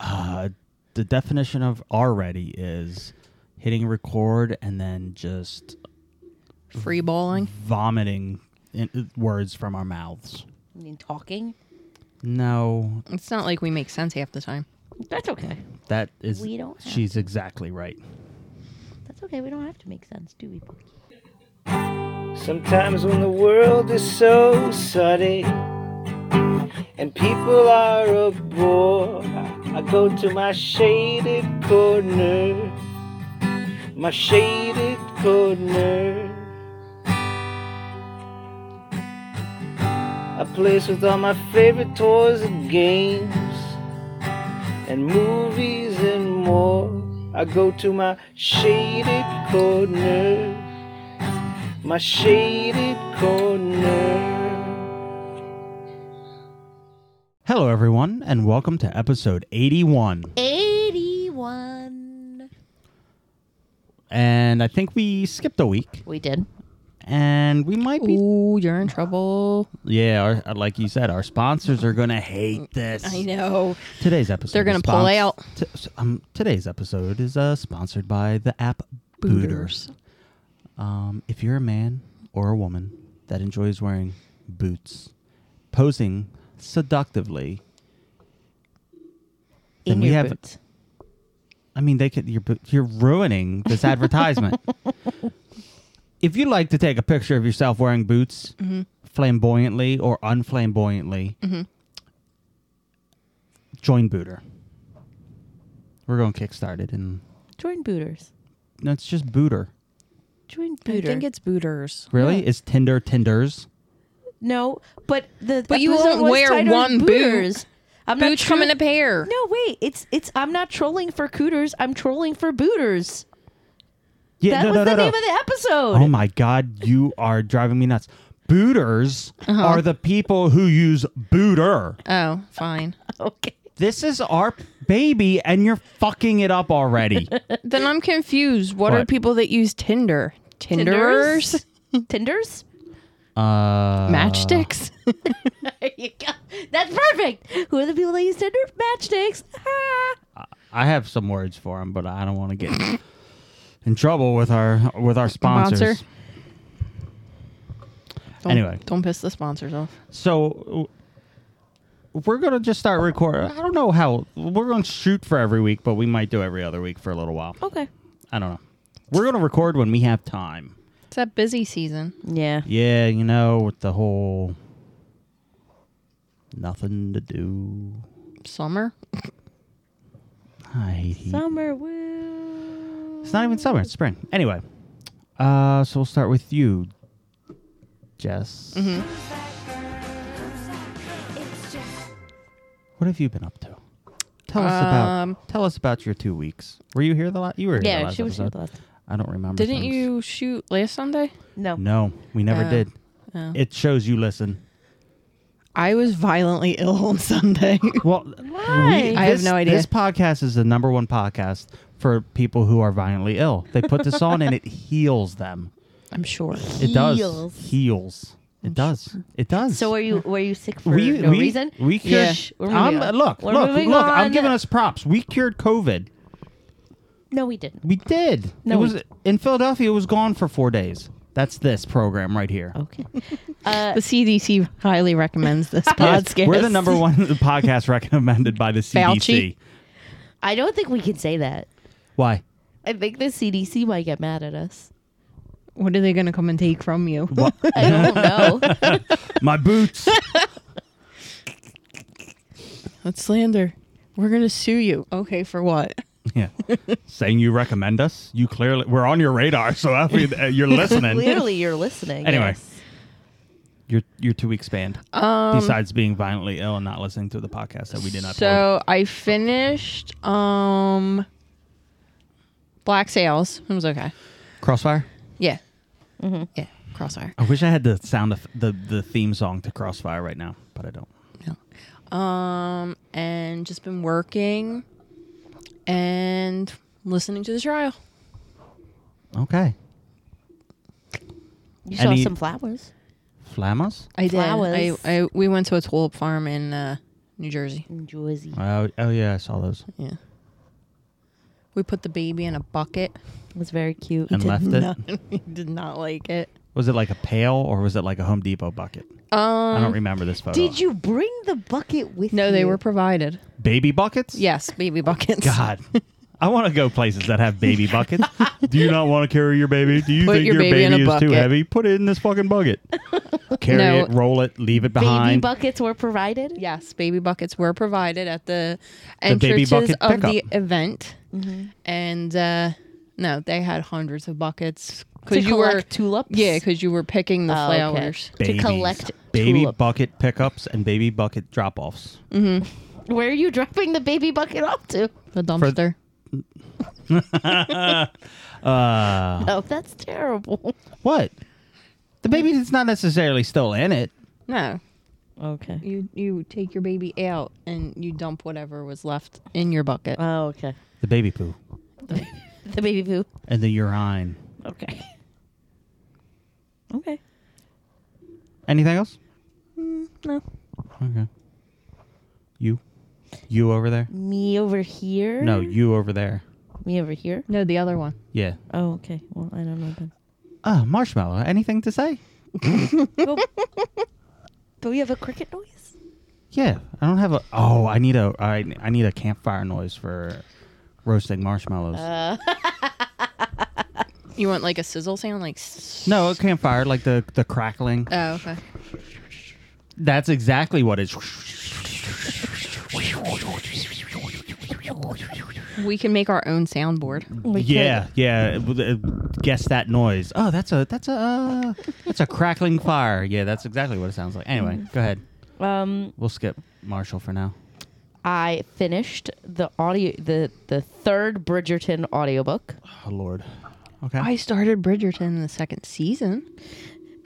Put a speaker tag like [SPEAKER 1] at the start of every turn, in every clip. [SPEAKER 1] Uh, the definition of R ready is hitting record and then just
[SPEAKER 2] Free balling.
[SPEAKER 1] vomiting in, uh, words from our mouths.
[SPEAKER 3] I mean, talking.
[SPEAKER 1] No,
[SPEAKER 2] It's not like we make sense half the time.
[SPEAKER 3] That's okay.
[SPEAKER 1] that is.
[SPEAKER 3] We don't have-
[SPEAKER 1] she's exactly right.
[SPEAKER 3] That's okay. We don't have to make sense, do we? Pookie?
[SPEAKER 4] Sometimes when the world is so sunny and people are a bore, I go to my shaded corner, my shaded corner. A place with all my favorite toys and games and movies and more. I go to my shaded corner my shaded corner.
[SPEAKER 1] Hello, everyone, and welcome to episode 81.
[SPEAKER 3] 81.
[SPEAKER 1] And I think we skipped a week,
[SPEAKER 3] We did.
[SPEAKER 1] and we might be.
[SPEAKER 2] Ooh, you're in trouble.
[SPEAKER 1] Yeah, our, uh, like you said, our sponsors are going to hate this.
[SPEAKER 2] I know.
[SPEAKER 1] Today's episode.
[SPEAKER 2] They're gonna
[SPEAKER 1] is
[SPEAKER 2] pull
[SPEAKER 1] spons-
[SPEAKER 2] out.
[SPEAKER 1] T- s- um, today's episode is uh, sponsored by the app Booters. Um, if you're a man or a woman that enjoys wearing boots, posing seductively,
[SPEAKER 3] In
[SPEAKER 1] Then we
[SPEAKER 3] your
[SPEAKER 1] have-
[SPEAKER 3] boots.
[SPEAKER 1] I mean, they could. You're, bu- you're ruining this advertisement. if you'd like to take a picture of yourself wearing boots,
[SPEAKER 3] Mm-hmm.
[SPEAKER 1] flamboyantly or unflamboyantly, join Booter. We're going kickstarted, and
[SPEAKER 3] Join booters.
[SPEAKER 1] no, it's just Booter.
[SPEAKER 3] Join
[SPEAKER 2] I
[SPEAKER 3] booter.
[SPEAKER 2] think it's booters.
[SPEAKER 1] Really, it's Tinder Tinders.
[SPEAKER 3] no, but the
[SPEAKER 2] But you
[SPEAKER 3] episode
[SPEAKER 2] won't
[SPEAKER 3] was
[SPEAKER 2] wear
[SPEAKER 3] titled
[SPEAKER 2] one boot.
[SPEAKER 3] booters. I'm
[SPEAKER 2] Boots
[SPEAKER 3] not
[SPEAKER 2] come
[SPEAKER 3] tro-
[SPEAKER 2] in a pair.
[SPEAKER 3] No, wait. It's it's. I'm not trolling for cooters. I'm trolling for booters.
[SPEAKER 1] Yeah,
[SPEAKER 3] that
[SPEAKER 1] no,
[SPEAKER 3] was
[SPEAKER 1] no,
[SPEAKER 3] the
[SPEAKER 1] no,
[SPEAKER 3] name
[SPEAKER 1] no.
[SPEAKER 3] of the episode.
[SPEAKER 1] Oh my God, you are driving me nuts. Booters are the people who use Booter.
[SPEAKER 2] Oh, fine.
[SPEAKER 3] Okay.
[SPEAKER 1] This is our baby, and you're fucking it up already.
[SPEAKER 2] then I'm confused. What, are
[SPEAKER 1] What?
[SPEAKER 2] people that use Tinder? Tinderers?
[SPEAKER 3] Tinders? Tinders.
[SPEAKER 1] Uh,
[SPEAKER 2] Matchsticks?
[SPEAKER 3] There you go. That's perfect. Who are the people that use Tinder? Matchsticks. Ah.
[SPEAKER 1] I have some words for them, but I don't want to get in trouble with our with our sponsors.
[SPEAKER 2] Sponsor. Don't-
[SPEAKER 1] Anyway.
[SPEAKER 2] Don't piss the sponsors off.
[SPEAKER 1] So w- we're gonna just start recording. I don't know how we're gonna shoot for every week, but we might do every other week for a little while.
[SPEAKER 3] Okay.
[SPEAKER 1] I don't know. We're gonna record when we have time.
[SPEAKER 2] It's that busy season.
[SPEAKER 3] Yeah.
[SPEAKER 1] Yeah, you know, with the whole nothing to do.
[SPEAKER 2] Summer.
[SPEAKER 1] I hate heat.
[SPEAKER 3] Summer woo.
[SPEAKER 1] It's not even summer. It's spring. Anyway, uh, so we'll start with you, Jess.
[SPEAKER 3] Mm-hmm.
[SPEAKER 1] What have you been up to? Tell us
[SPEAKER 2] Um,
[SPEAKER 1] about. Tell us about your two weeks. Were you here the lot? You were here. the
[SPEAKER 3] Yeah,
[SPEAKER 1] last
[SPEAKER 3] she was here
[SPEAKER 1] episode.
[SPEAKER 3] the last.
[SPEAKER 1] I don't remember.
[SPEAKER 2] Didn't
[SPEAKER 1] things.
[SPEAKER 2] you shoot last Sunday?
[SPEAKER 3] No.
[SPEAKER 1] No, we never
[SPEAKER 2] Oh.
[SPEAKER 1] did.
[SPEAKER 2] Oh.
[SPEAKER 1] It shows you listen.
[SPEAKER 2] I was violently ill on Sunday.
[SPEAKER 1] Well,
[SPEAKER 3] Why?
[SPEAKER 2] I have
[SPEAKER 1] this-
[SPEAKER 2] no idea.
[SPEAKER 1] This podcast is the number one podcast for people who are violently ill. They put this on and it heals them.
[SPEAKER 2] I'm sure.
[SPEAKER 1] It does.
[SPEAKER 3] Heals.
[SPEAKER 1] Heals. It does. It does.
[SPEAKER 3] So were you were you sick for
[SPEAKER 1] we,
[SPEAKER 3] no
[SPEAKER 1] we,
[SPEAKER 3] reason?
[SPEAKER 1] We
[SPEAKER 2] Yeah.
[SPEAKER 1] cured.
[SPEAKER 3] Shh, we're
[SPEAKER 1] I'm,
[SPEAKER 3] moving on.
[SPEAKER 1] look,
[SPEAKER 3] We're
[SPEAKER 1] look,
[SPEAKER 3] moving
[SPEAKER 1] look! I'm
[SPEAKER 3] on.
[SPEAKER 1] giving us props. We cured COVID.
[SPEAKER 3] No, we didn't.
[SPEAKER 1] We did.
[SPEAKER 3] No,
[SPEAKER 1] it
[SPEAKER 3] we
[SPEAKER 1] was in Philadelphia. It was gone for four days. That's this program right here.
[SPEAKER 3] Okay. Uh,
[SPEAKER 2] The CDC highly recommends this
[SPEAKER 1] Yes,
[SPEAKER 2] podcast.
[SPEAKER 1] we're the number one podcast recommended by the
[SPEAKER 2] Fauci?
[SPEAKER 1] CDC.
[SPEAKER 3] I don't think we can say that.
[SPEAKER 1] Why?
[SPEAKER 3] I think the CDC might get mad at us.
[SPEAKER 2] What are they going to come and take from you?
[SPEAKER 3] I don't know.
[SPEAKER 1] My boots.
[SPEAKER 2] That's slander. We're going to sue you. Okay, for what?
[SPEAKER 1] yeah, saying you recommend us. You clearly we're on your radar, so that we- uh, you're listening.
[SPEAKER 3] Clearly, you're listening.
[SPEAKER 1] Anyway.
[SPEAKER 3] yes.
[SPEAKER 1] your your two week span. Besides being violently ill and not listening to the podcast that we did not.
[SPEAKER 2] So I finished um Black Sales. It was okay.
[SPEAKER 1] Crossfire.
[SPEAKER 2] Yeah. Yeah. Crossfire.
[SPEAKER 1] I wish I had the sound of the the theme song to Crossfire right now, but I don't.
[SPEAKER 2] Um, and just been working and listening to the trial.
[SPEAKER 1] Okay.
[SPEAKER 3] you
[SPEAKER 1] Any-
[SPEAKER 3] saw some flowers.
[SPEAKER 1] Flamas?
[SPEAKER 2] I did. I,
[SPEAKER 3] Flowers.
[SPEAKER 2] I we went to a tulip farm in uh, New Jersey.
[SPEAKER 3] Enjoy.
[SPEAKER 1] Oh, oh yeah, I saw those.
[SPEAKER 2] Yeah. We put the baby in a bucket.
[SPEAKER 3] It was very cute.
[SPEAKER 1] and left it?
[SPEAKER 2] Not, he did not like it.
[SPEAKER 1] Was it like a pail or was it like a Home Depot bucket? I don't
[SPEAKER 2] Um,
[SPEAKER 1] remember this photo.
[SPEAKER 3] Did you bring the bucket with you?
[SPEAKER 2] no, they were provided.
[SPEAKER 1] baby buckets?
[SPEAKER 2] Yes, baby buckets.
[SPEAKER 1] God. I want to go places that have baby buckets. Do you not want to carry your baby? Do you
[SPEAKER 2] Put
[SPEAKER 1] think
[SPEAKER 2] your
[SPEAKER 1] your,
[SPEAKER 2] baby in a
[SPEAKER 1] is too
[SPEAKER 2] bucket.
[SPEAKER 1] heavy? Put it in this fucking bucket. carry
[SPEAKER 2] No.
[SPEAKER 1] it, roll it, leave it
[SPEAKER 3] Baby
[SPEAKER 1] behind.
[SPEAKER 3] buckets were provided.
[SPEAKER 2] Yes, baby buckets were provided at the
[SPEAKER 1] baby
[SPEAKER 2] entrances
[SPEAKER 1] bucket
[SPEAKER 2] of the
[SPEAKER 1] pickup.
[SPEAKER 2] event, and uh, no, they had hundreds of buckets
[SPEAKER 3] To
[SPEAKER 2] you were
[SPEAKER 3] collect tulips?
[SPEAKER 2] Yeah, because you were picking the
[SPEAKER 3] Oh, okay.
[SPEAKER 2] flowers.
[SPEAKER 1] Babies.
[SPEAKER 3] collect
[SPEAKER 1] baby
[SPEAKER 3] tulips.
[SPEAKER 1] bucket pickups and baby bucket drop offs.
[SPEAKER 3] Where are you dropping the baby bucket off to?
[SPEAKER 2] The dumpster.
[SPEAKER 1] Uh,
[SPEAKER 3] Oh, that's terrible.
[SPEAKER 1] what? The baby's not necessarily still in it.
[SPEAKER 2] no,
[SPEAKER 3] Okay.
[SPEAKER 2] you you take your baby out and you dump whatever was left in your bucket.
[SPEAKER 3] Oh, okay.
[SPEAKER 1] The baby poo
[SPEAKER 3] The baby poo.
[SPEAKER 1] and the urine.
[SPEAKER 3] Okay. Okay.
[SPEAKER 1] Anything else?
[SPEAKER 2] Mm,
[SPEAKER 3] No.
[SPEAKER 1] Okay. You? You over there?
[SPEAKER 3] Me over here.
[SPEAKER 1] No, you over there.
[SPEAKER 3] Me over here.
[SPEAKER 2] no, the other one.
[SPEAKER 1] Yeah.
[SPEAKER 3] Oh, okay. Well, I don't know then.
[SPEAKER 1] Ah, Marshmallow, anything to say?
[SPEAKER 3] Do we have a cricket noise?
[SPEAKER 1] Yeah, I don't have a. Oh, I need a. I I need a campfire noise for roasting marshmallows.
[SPEAKER 2] You want like a sizzle sound, like. s-
[SPEAKER 1] no, a campfire like the the crackling.
[SPEAKER 2] Oh, okay.
[SPEAKER 1] That's exactly what it's.
[SPEAKER 2] We can make our own soundboard.
[SPEAKER 1] Yeah, yeah. it- it- Guess that noise. Oh, that's a that's a uh, that's a crackling fire. Yeah, that's exactly what it sounds like. Anyway, go ahead.
[SPEAKER 3] Um,
[SPEAKER 1] We'll skip Marshall for now.
[SPEAKER 3] I finished the audio the the third Bridgerton audiobook.
[SPEAKER 1] Oh Lord. Okay.
[SPEAKER 2] I started Bridgerton the second season.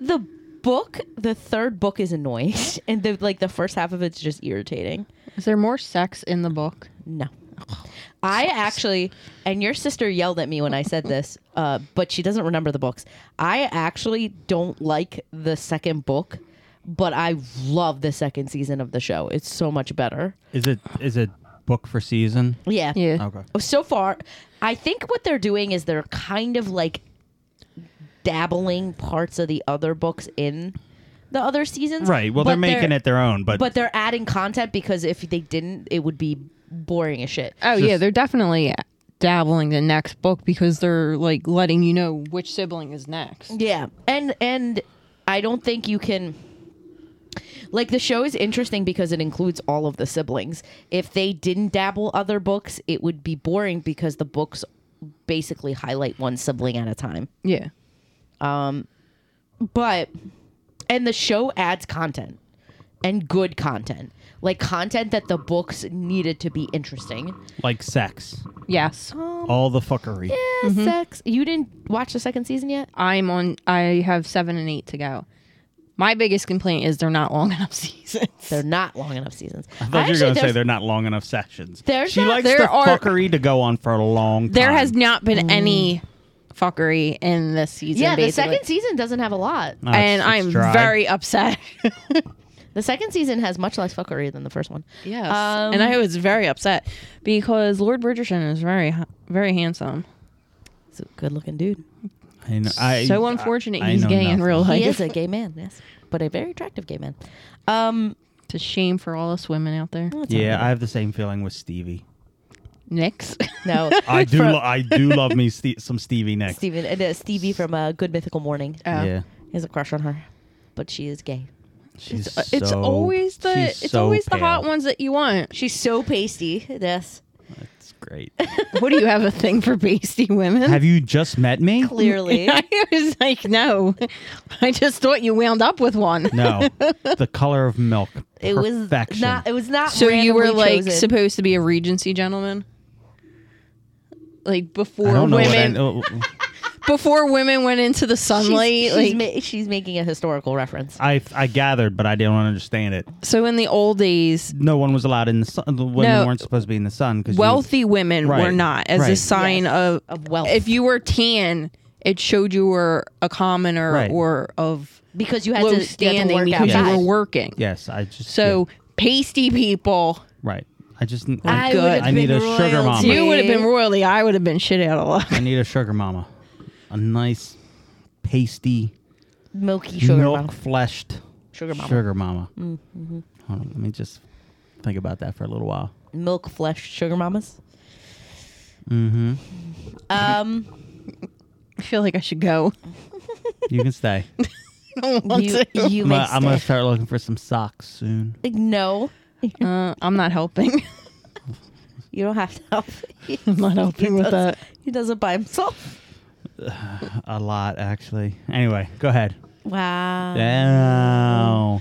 [SPEAKER 3] The book, the third book is annoying, and the like the first half of it's just irritating.
[SPEAKER 2] Is there more sex in the book?
[SPEAKER 3] No. I actually, and your sister yelled at me when I said this, uh, but she doesn't remember the books. I actually don't like the second book, but I love the second season of the show. It's so much better.
[SPEAKER 1] is it is it book for season?
[SPEAKER 3] Yeah.
[SPEAKER 2] Yeah.
[SPEAKER 1] Okay.
[SPEAKER 3] So far, I think what they're doing is they're kind of like dabbling parts of the other books in the other seasons.
[SPEAKER 1] Right. Well, they're
[SPEAKER 3] but
[SPEAKER 1] making it their own, but,
[SPEAKER 3] But they're adding content because if they didn't, it would be boring as shit.
[SPEAKER 2] Oh yeah,
[SPEAKER 1] Just-
[SPEAKER 2] they're definitely dabbling the next book because they're like letting you know which sibling is next.
[SPEAKER 3] Yeah, and and I don't think you can. Like the show is interesting because it includes all of the siblings. If they didn't dabble other books, it would be boring because the books basically highlight one sibling at a time.
[SPEAKER 2] Yeah.
[SPEAKER 3] But and the show adds content and good content. Like content that the books needed to be interesting.
[SPEAKER 1] like sex,
[SPEAKER 2] Yes.
[SPEAKER 1] all the fuckery.
[SPEAKER 3] Yeah, sex. Mm-hmm. You didn't watch the second season yet?
[SPEAKER 2] I'm on I have 7 and 8 to go. My biggest complaint is they're not long enough seasons.
[SPEAKER 3] They're not long enough seasons.
[SPEAKER 1] I thought you were
[SPEAKER 3] Actually,
[SPEAKER 1] going to say
[SPEAKER 3] there's-
[SPEAKER 1] they're not long enough sessions.
[SPEAKER 3] There's
[SPEAKER 1] she
[SPEAKER 3] not-
[SPEAKER 1] likes
[SPEAKER 2] there
[SPEAKER 1] the
[SPEAKER 2] are-
[SPEAKER 1] fuckery to go on for a long time.
[SPEAKER 2] There has not been any fuckery in this season.
[SPEAKER 3] Yeah, the
[SPEAKER 2] basically.
[SPEAKER 3] second season doesn't have a lot.
[SPEAKER 1] No, it's-
[SPEAKER 2] and
[SPEAKER 1] it's
[SPEAKER 2] I'm
[SPEAKER 1] dry.
[SPEAKER 2] very upset.
[SPEAKER 3] The second season has much less fuckery than the first one.
[SPEAKER 2] yes.
[SPEAKER 3] Um,
[SPEAKER 2] and I was very upset because Lord Bridgerton is very ha- very handsome.
[SPEAKER 3] He's a good looking dude.
[SPEAKER 1] I know- I-
[SPEAKER 2] so
[SPEAKER 1] I-
[SPEAKER 2] unfortunate
[SPEAKER 1] I
[SPEAKER 2] he's
[SPEAKER 1] know
[SPEAKER 2] gay in
[SPEAKER 1] nothing.
[SPEAKER 2] real life.
[SPEAKER 3] He is a gay man, yes. But a very attractive gay man. Um
[SPEAKER 2] It's a shame for all us women out there.
[SPEAKER 1] Yeah, I have the same feeling with Stevie.
[SPEAKER 2] Nicks.
[SPEAKER 3] no.
[SPEAKER 1] I do.
[SPEAKER 3] From-
[SPEAKER 1] Lo- I do love me ste- some Stevie next.
[SPEAKER 3] Steven and uh, Stevie from uh, Good Mythical Morning
[SPEAKER 2] Uh,
[SPEAKER 1] Yeah,
[SPEAKER 3] He has a crush on her. But she is gay.
[SPEAKER 1] she's
[SPEAKER 2] uh, it's
[SPEAKER 1] so-
[SPEAKER 2] always the
[SPEAKER 1] she's
[SPEAKER 2] it's
[SPEAKER 1] so
[SPEAKER 2] always the hot
[SPEAKER 1] pale.
[SPEAKER 2] ones that you want.
[SPEAKER 3] She's so pasty. Yes.
[SPEAKER 1] That's great.
[SPEAKER 2] what do you have a thing for pasty women?
[SPEAKER 1] have you just met me?
[SPEAKER 3] Clearly.
[SPEAKER 2] I was like, no. I just thought you wound up with one.
[SPEAKER 1] No, the color of milk.
[SPEAKER 3] it was
[SPEAKER 1] Perfection.
[SPEAKER 3] not it was not
[SPEAKER 2] So you were
[SPEAKER 3] randomly
[SPEAKER 2] like
[SPEAKER 3] chosen.
[SPEAKER 2] supposed to be a Regency gentleman? Like
[SPEAKER 1] I
[SPEAKER 2] before
[SPEAKER 1] don't know what
[SPEAKER 2] women before women went into the
[SPEAKER 3] she's,
[SPEAKER 2] sunlight.
[SPEAKER 3] she's
[SPEAKER 2] like
[SPEAKER 3] ma- she's making a historical reference.
[SPEAKER 1] I, I I gathered, but I didn't understand it.
[SPEAKER 2] so in the old days,
[SPEAKER 1] No one was allowed in the sun. The women
[SPEAKER 2] No.
[SPEAKER 1] weren't supposed to be in the sun because
[SPEAKER 2] wealthy women were
[SPEAKER 1] Right.
[SPEAKER 2] not as a
[SPEAKER 1] Right.
[SPEAKER 2] sign
[SPEAKER 3] Yes.
[SPEAKER 2] of
[SPEAKER 3] Of wealth.
[SPEAKER 2] If you were tan, it showed you were a commoner
[SPEAKER 1] Right.
[SPEAKER 2] or of
[SPEAKER 3] because you had
[SPEAKER 2] low
[SPEAKER 3] to you had to
[SPEAKER 2] standing
[SPEAKER 3] work
[SPEAKER 2] because
[SPEAKER 3] outside.
[SPEAKER 2] you were working.
[SPEAKER 1] Yes, I just
[SPEAKER 2] So pasty people
[SPEAKER 1] yeah, right. I I just
[SPEAKER 3] I
[SPEAKER 1] I,
[SPEAKER 3] would have
[SPEAKER 1] I need
[SPEAKER 3] been
[SPEAKER 1] a sugar mama.
[SPEAKER 2] You would have been royally. I would have been shit out of luck.
[SPEAKER 1] I need a sugar mama, a nice, pasty,
[SPEAKER 3] milky sugar
[SPEAKER 1] milk
[SPEAKER 3] mama.
[SPEAKER 1] fleshed
[SPEAKER 3] Sugar mama. Mm-hmm.
[SPEAKER 1] Sugar mama. Hold on, let me just think about that for a little while.
[SPEAKER 3] milk flesh sugar mamas.
[SPEAKER 1] Mm-hmm.
[SPEAKER 3] Um,
[SPEAKER 2] I feel like I should go.
[SPEAKER 1] You can stay.
[SPEAKER 2] I don't want
[SPEAKER 3] you,
[SPEAKER 2] to.
[SPEAKER 3] you
[SPEAKER 1] I'm,
[SPEAKER 3] may
[SPEAKER 1] gonna- I'm gonna
[SPEAKER 3] stay.
[SPEAKER 1] start looking for some socks soon.
[SPEAKER 3] Like, no,
[SPEAKER 2] Uh, I'm not helping.
[SPEAKER 3] you don't have to help.
[SPEAKER 2] I'm not helping with
[SPEAKER 3] does-
[SPEAKER 2] that.
[SPEAKER 3] He does it by himself.
[SPEAKER 1] A lot, actually. Anyway, go ahead.
[SPEAKER 3] Wow.
[SPEAKER 1] Wow.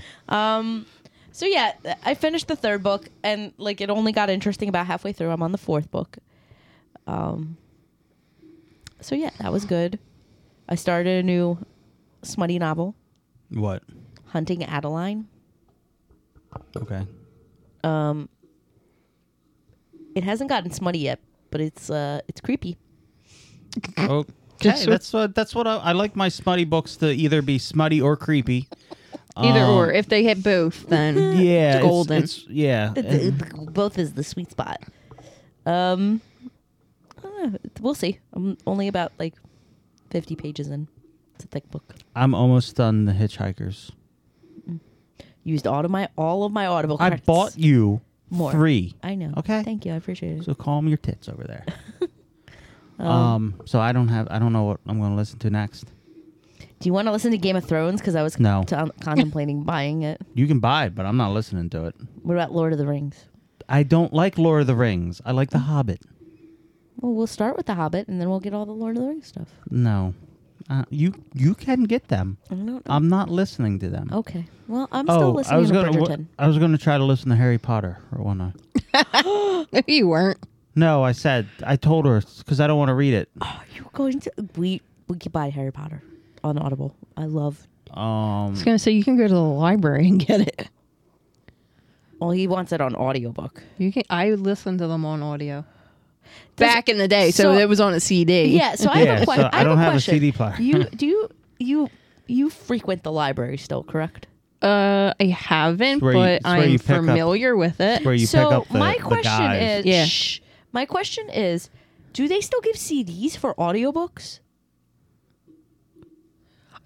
[SPEAKER 3] Um, so yeah, th- I finished the third book, and like it only got interesting about halfway through. I'm on the fourth book. Um, so yeah, that was good. I started a new smutty novel,
[SPEAKER 1] What?
[SPEAKER 3] Hunting Adeline.
[SPEAKER 1] Okay.
[SPEAKER 3] Um, it hasn't gotten smutty yet, but it's uh, it's creepy.
[SPEAKER 1] Okay,
[SPEAKER 2] Just-
[SPEAKER 1] that's what that's what I, I like my smutty books to either be smutty or creepy.
[SPEAKER 2] Either
[SPEAKER 1] Um,
[SPEAKER 2] or, if they hit both, then
[SPEAKER 1] yeah,
[SPEAKER 2] it's golden.
[SPEAKER 1] It's, yeah,
[SPEAKER 3] It's- it- both is the sweet spot. Um, I don't know. we'll see. I'm only about like fifty pages in. It's a thick book.
[SPEAKER 1] I'm almost done the Hitchhikers.
[SPEAKER 3] used all of my all of my audible
[SPEAKER 1] I
[SPEAKER 3] credits.
[SPEAKER 1] bought you
[SPEAKER 3] More.
[SPEAKER 1] three.
[SPEAKER 3] I know.
[SPEAKER 1] Okay.
[SPEAKER 3] Thank you. I appreciate it.
[SPEAKER 1] So calm your tits over there. um. So I don't have. I don't know what I'm going to listen to next.
[SPEAKER 3] Do you want to listen to Game of Thrones? Because I was
[SPEAKER 1] No.
[SPEAKER 3] con- contemplating buying it.
[SPEAKER 1] You can buy it, but I'm not listening to it.
[SPEAKER 3] What about Lord of the Rings?
[SPEAKER 1] I don't like Lord of the Rings. I like The Hobbit.
[SPEAKER 3] Well, we'll start with The Hobbit, and then we'll get all the Lord of the Rings stuff.
[SPEAKER 1] No, uh, you you can get them.
[SPEAKER 3] I don't know.
[SPEAKER 1] I'm not listening to them.
[SPEAKER 3] Okay. Well, I'm
[SPEAKER 1] oh,
[SPEAKER 3] still
[SPEAKER 1] I
[SPEAKER 3] listening
[SPEAKER 1] was
[SPEAKER 3] to
[SPEAKER 1] gonna wha-
[SPEAKER 3] Bridgerton.
[SPEAKER 1] I was going to try to listen to Harry Potter or one night.
[SPEAKER 2] No, you weren't.
[SPEAKER 1] No, I said I told her because I don't want to read it.
[SPEAKER 3] Are you going to? We we could buy Harry Potter on Audible. I love.
[SPEAKER 1] Um,
[SPEAKER 2] I was gonna say you can go to the library and get it.
[SPEAKER 3] Well, he wants it on audiobook.
[SPEAKER 2] You can. I listened to them on audio back in the day, so,
[SPEAKER 3] so-
[SPEAKER 2] it was on a CD.
[SPEAKER 3] Yeah. So I have
[SPEAKER 1] Yeah,
[SPEAKER 3] a question.
[SPEAKER 1] so I don't have
[SPEAKER 3] have a
[SPEAKER 1] a
[SPEAKER 3] question.
[SPEAKER 1] CD player.
[SPEAKER 3] you do you you you frequent the library still? Correct.
[SPEAKER 2] Uh, I haven't,
[SPEAKER 1] It's where you-
[SPEAKER 2] but
[SPEAKER 1] it's where
[SPEAKER 2] I'm
[SPEAKER 1] you pick up-
[SPEAKER 2] familiar with it.
[SPEAKER 1] where you
[SPEAKER 3] so
[SPEAKER 1] pick up the,
[SPEAKER 3] my
[SPEAKER 1] the
[SPEAKER 3] question
[SPEAKER 1] guys.
[SPEAKER 3] is
[SPEAKER 2] Yeah.
[SPEAKER 3] shh, my question is do they still give cds for audiobooks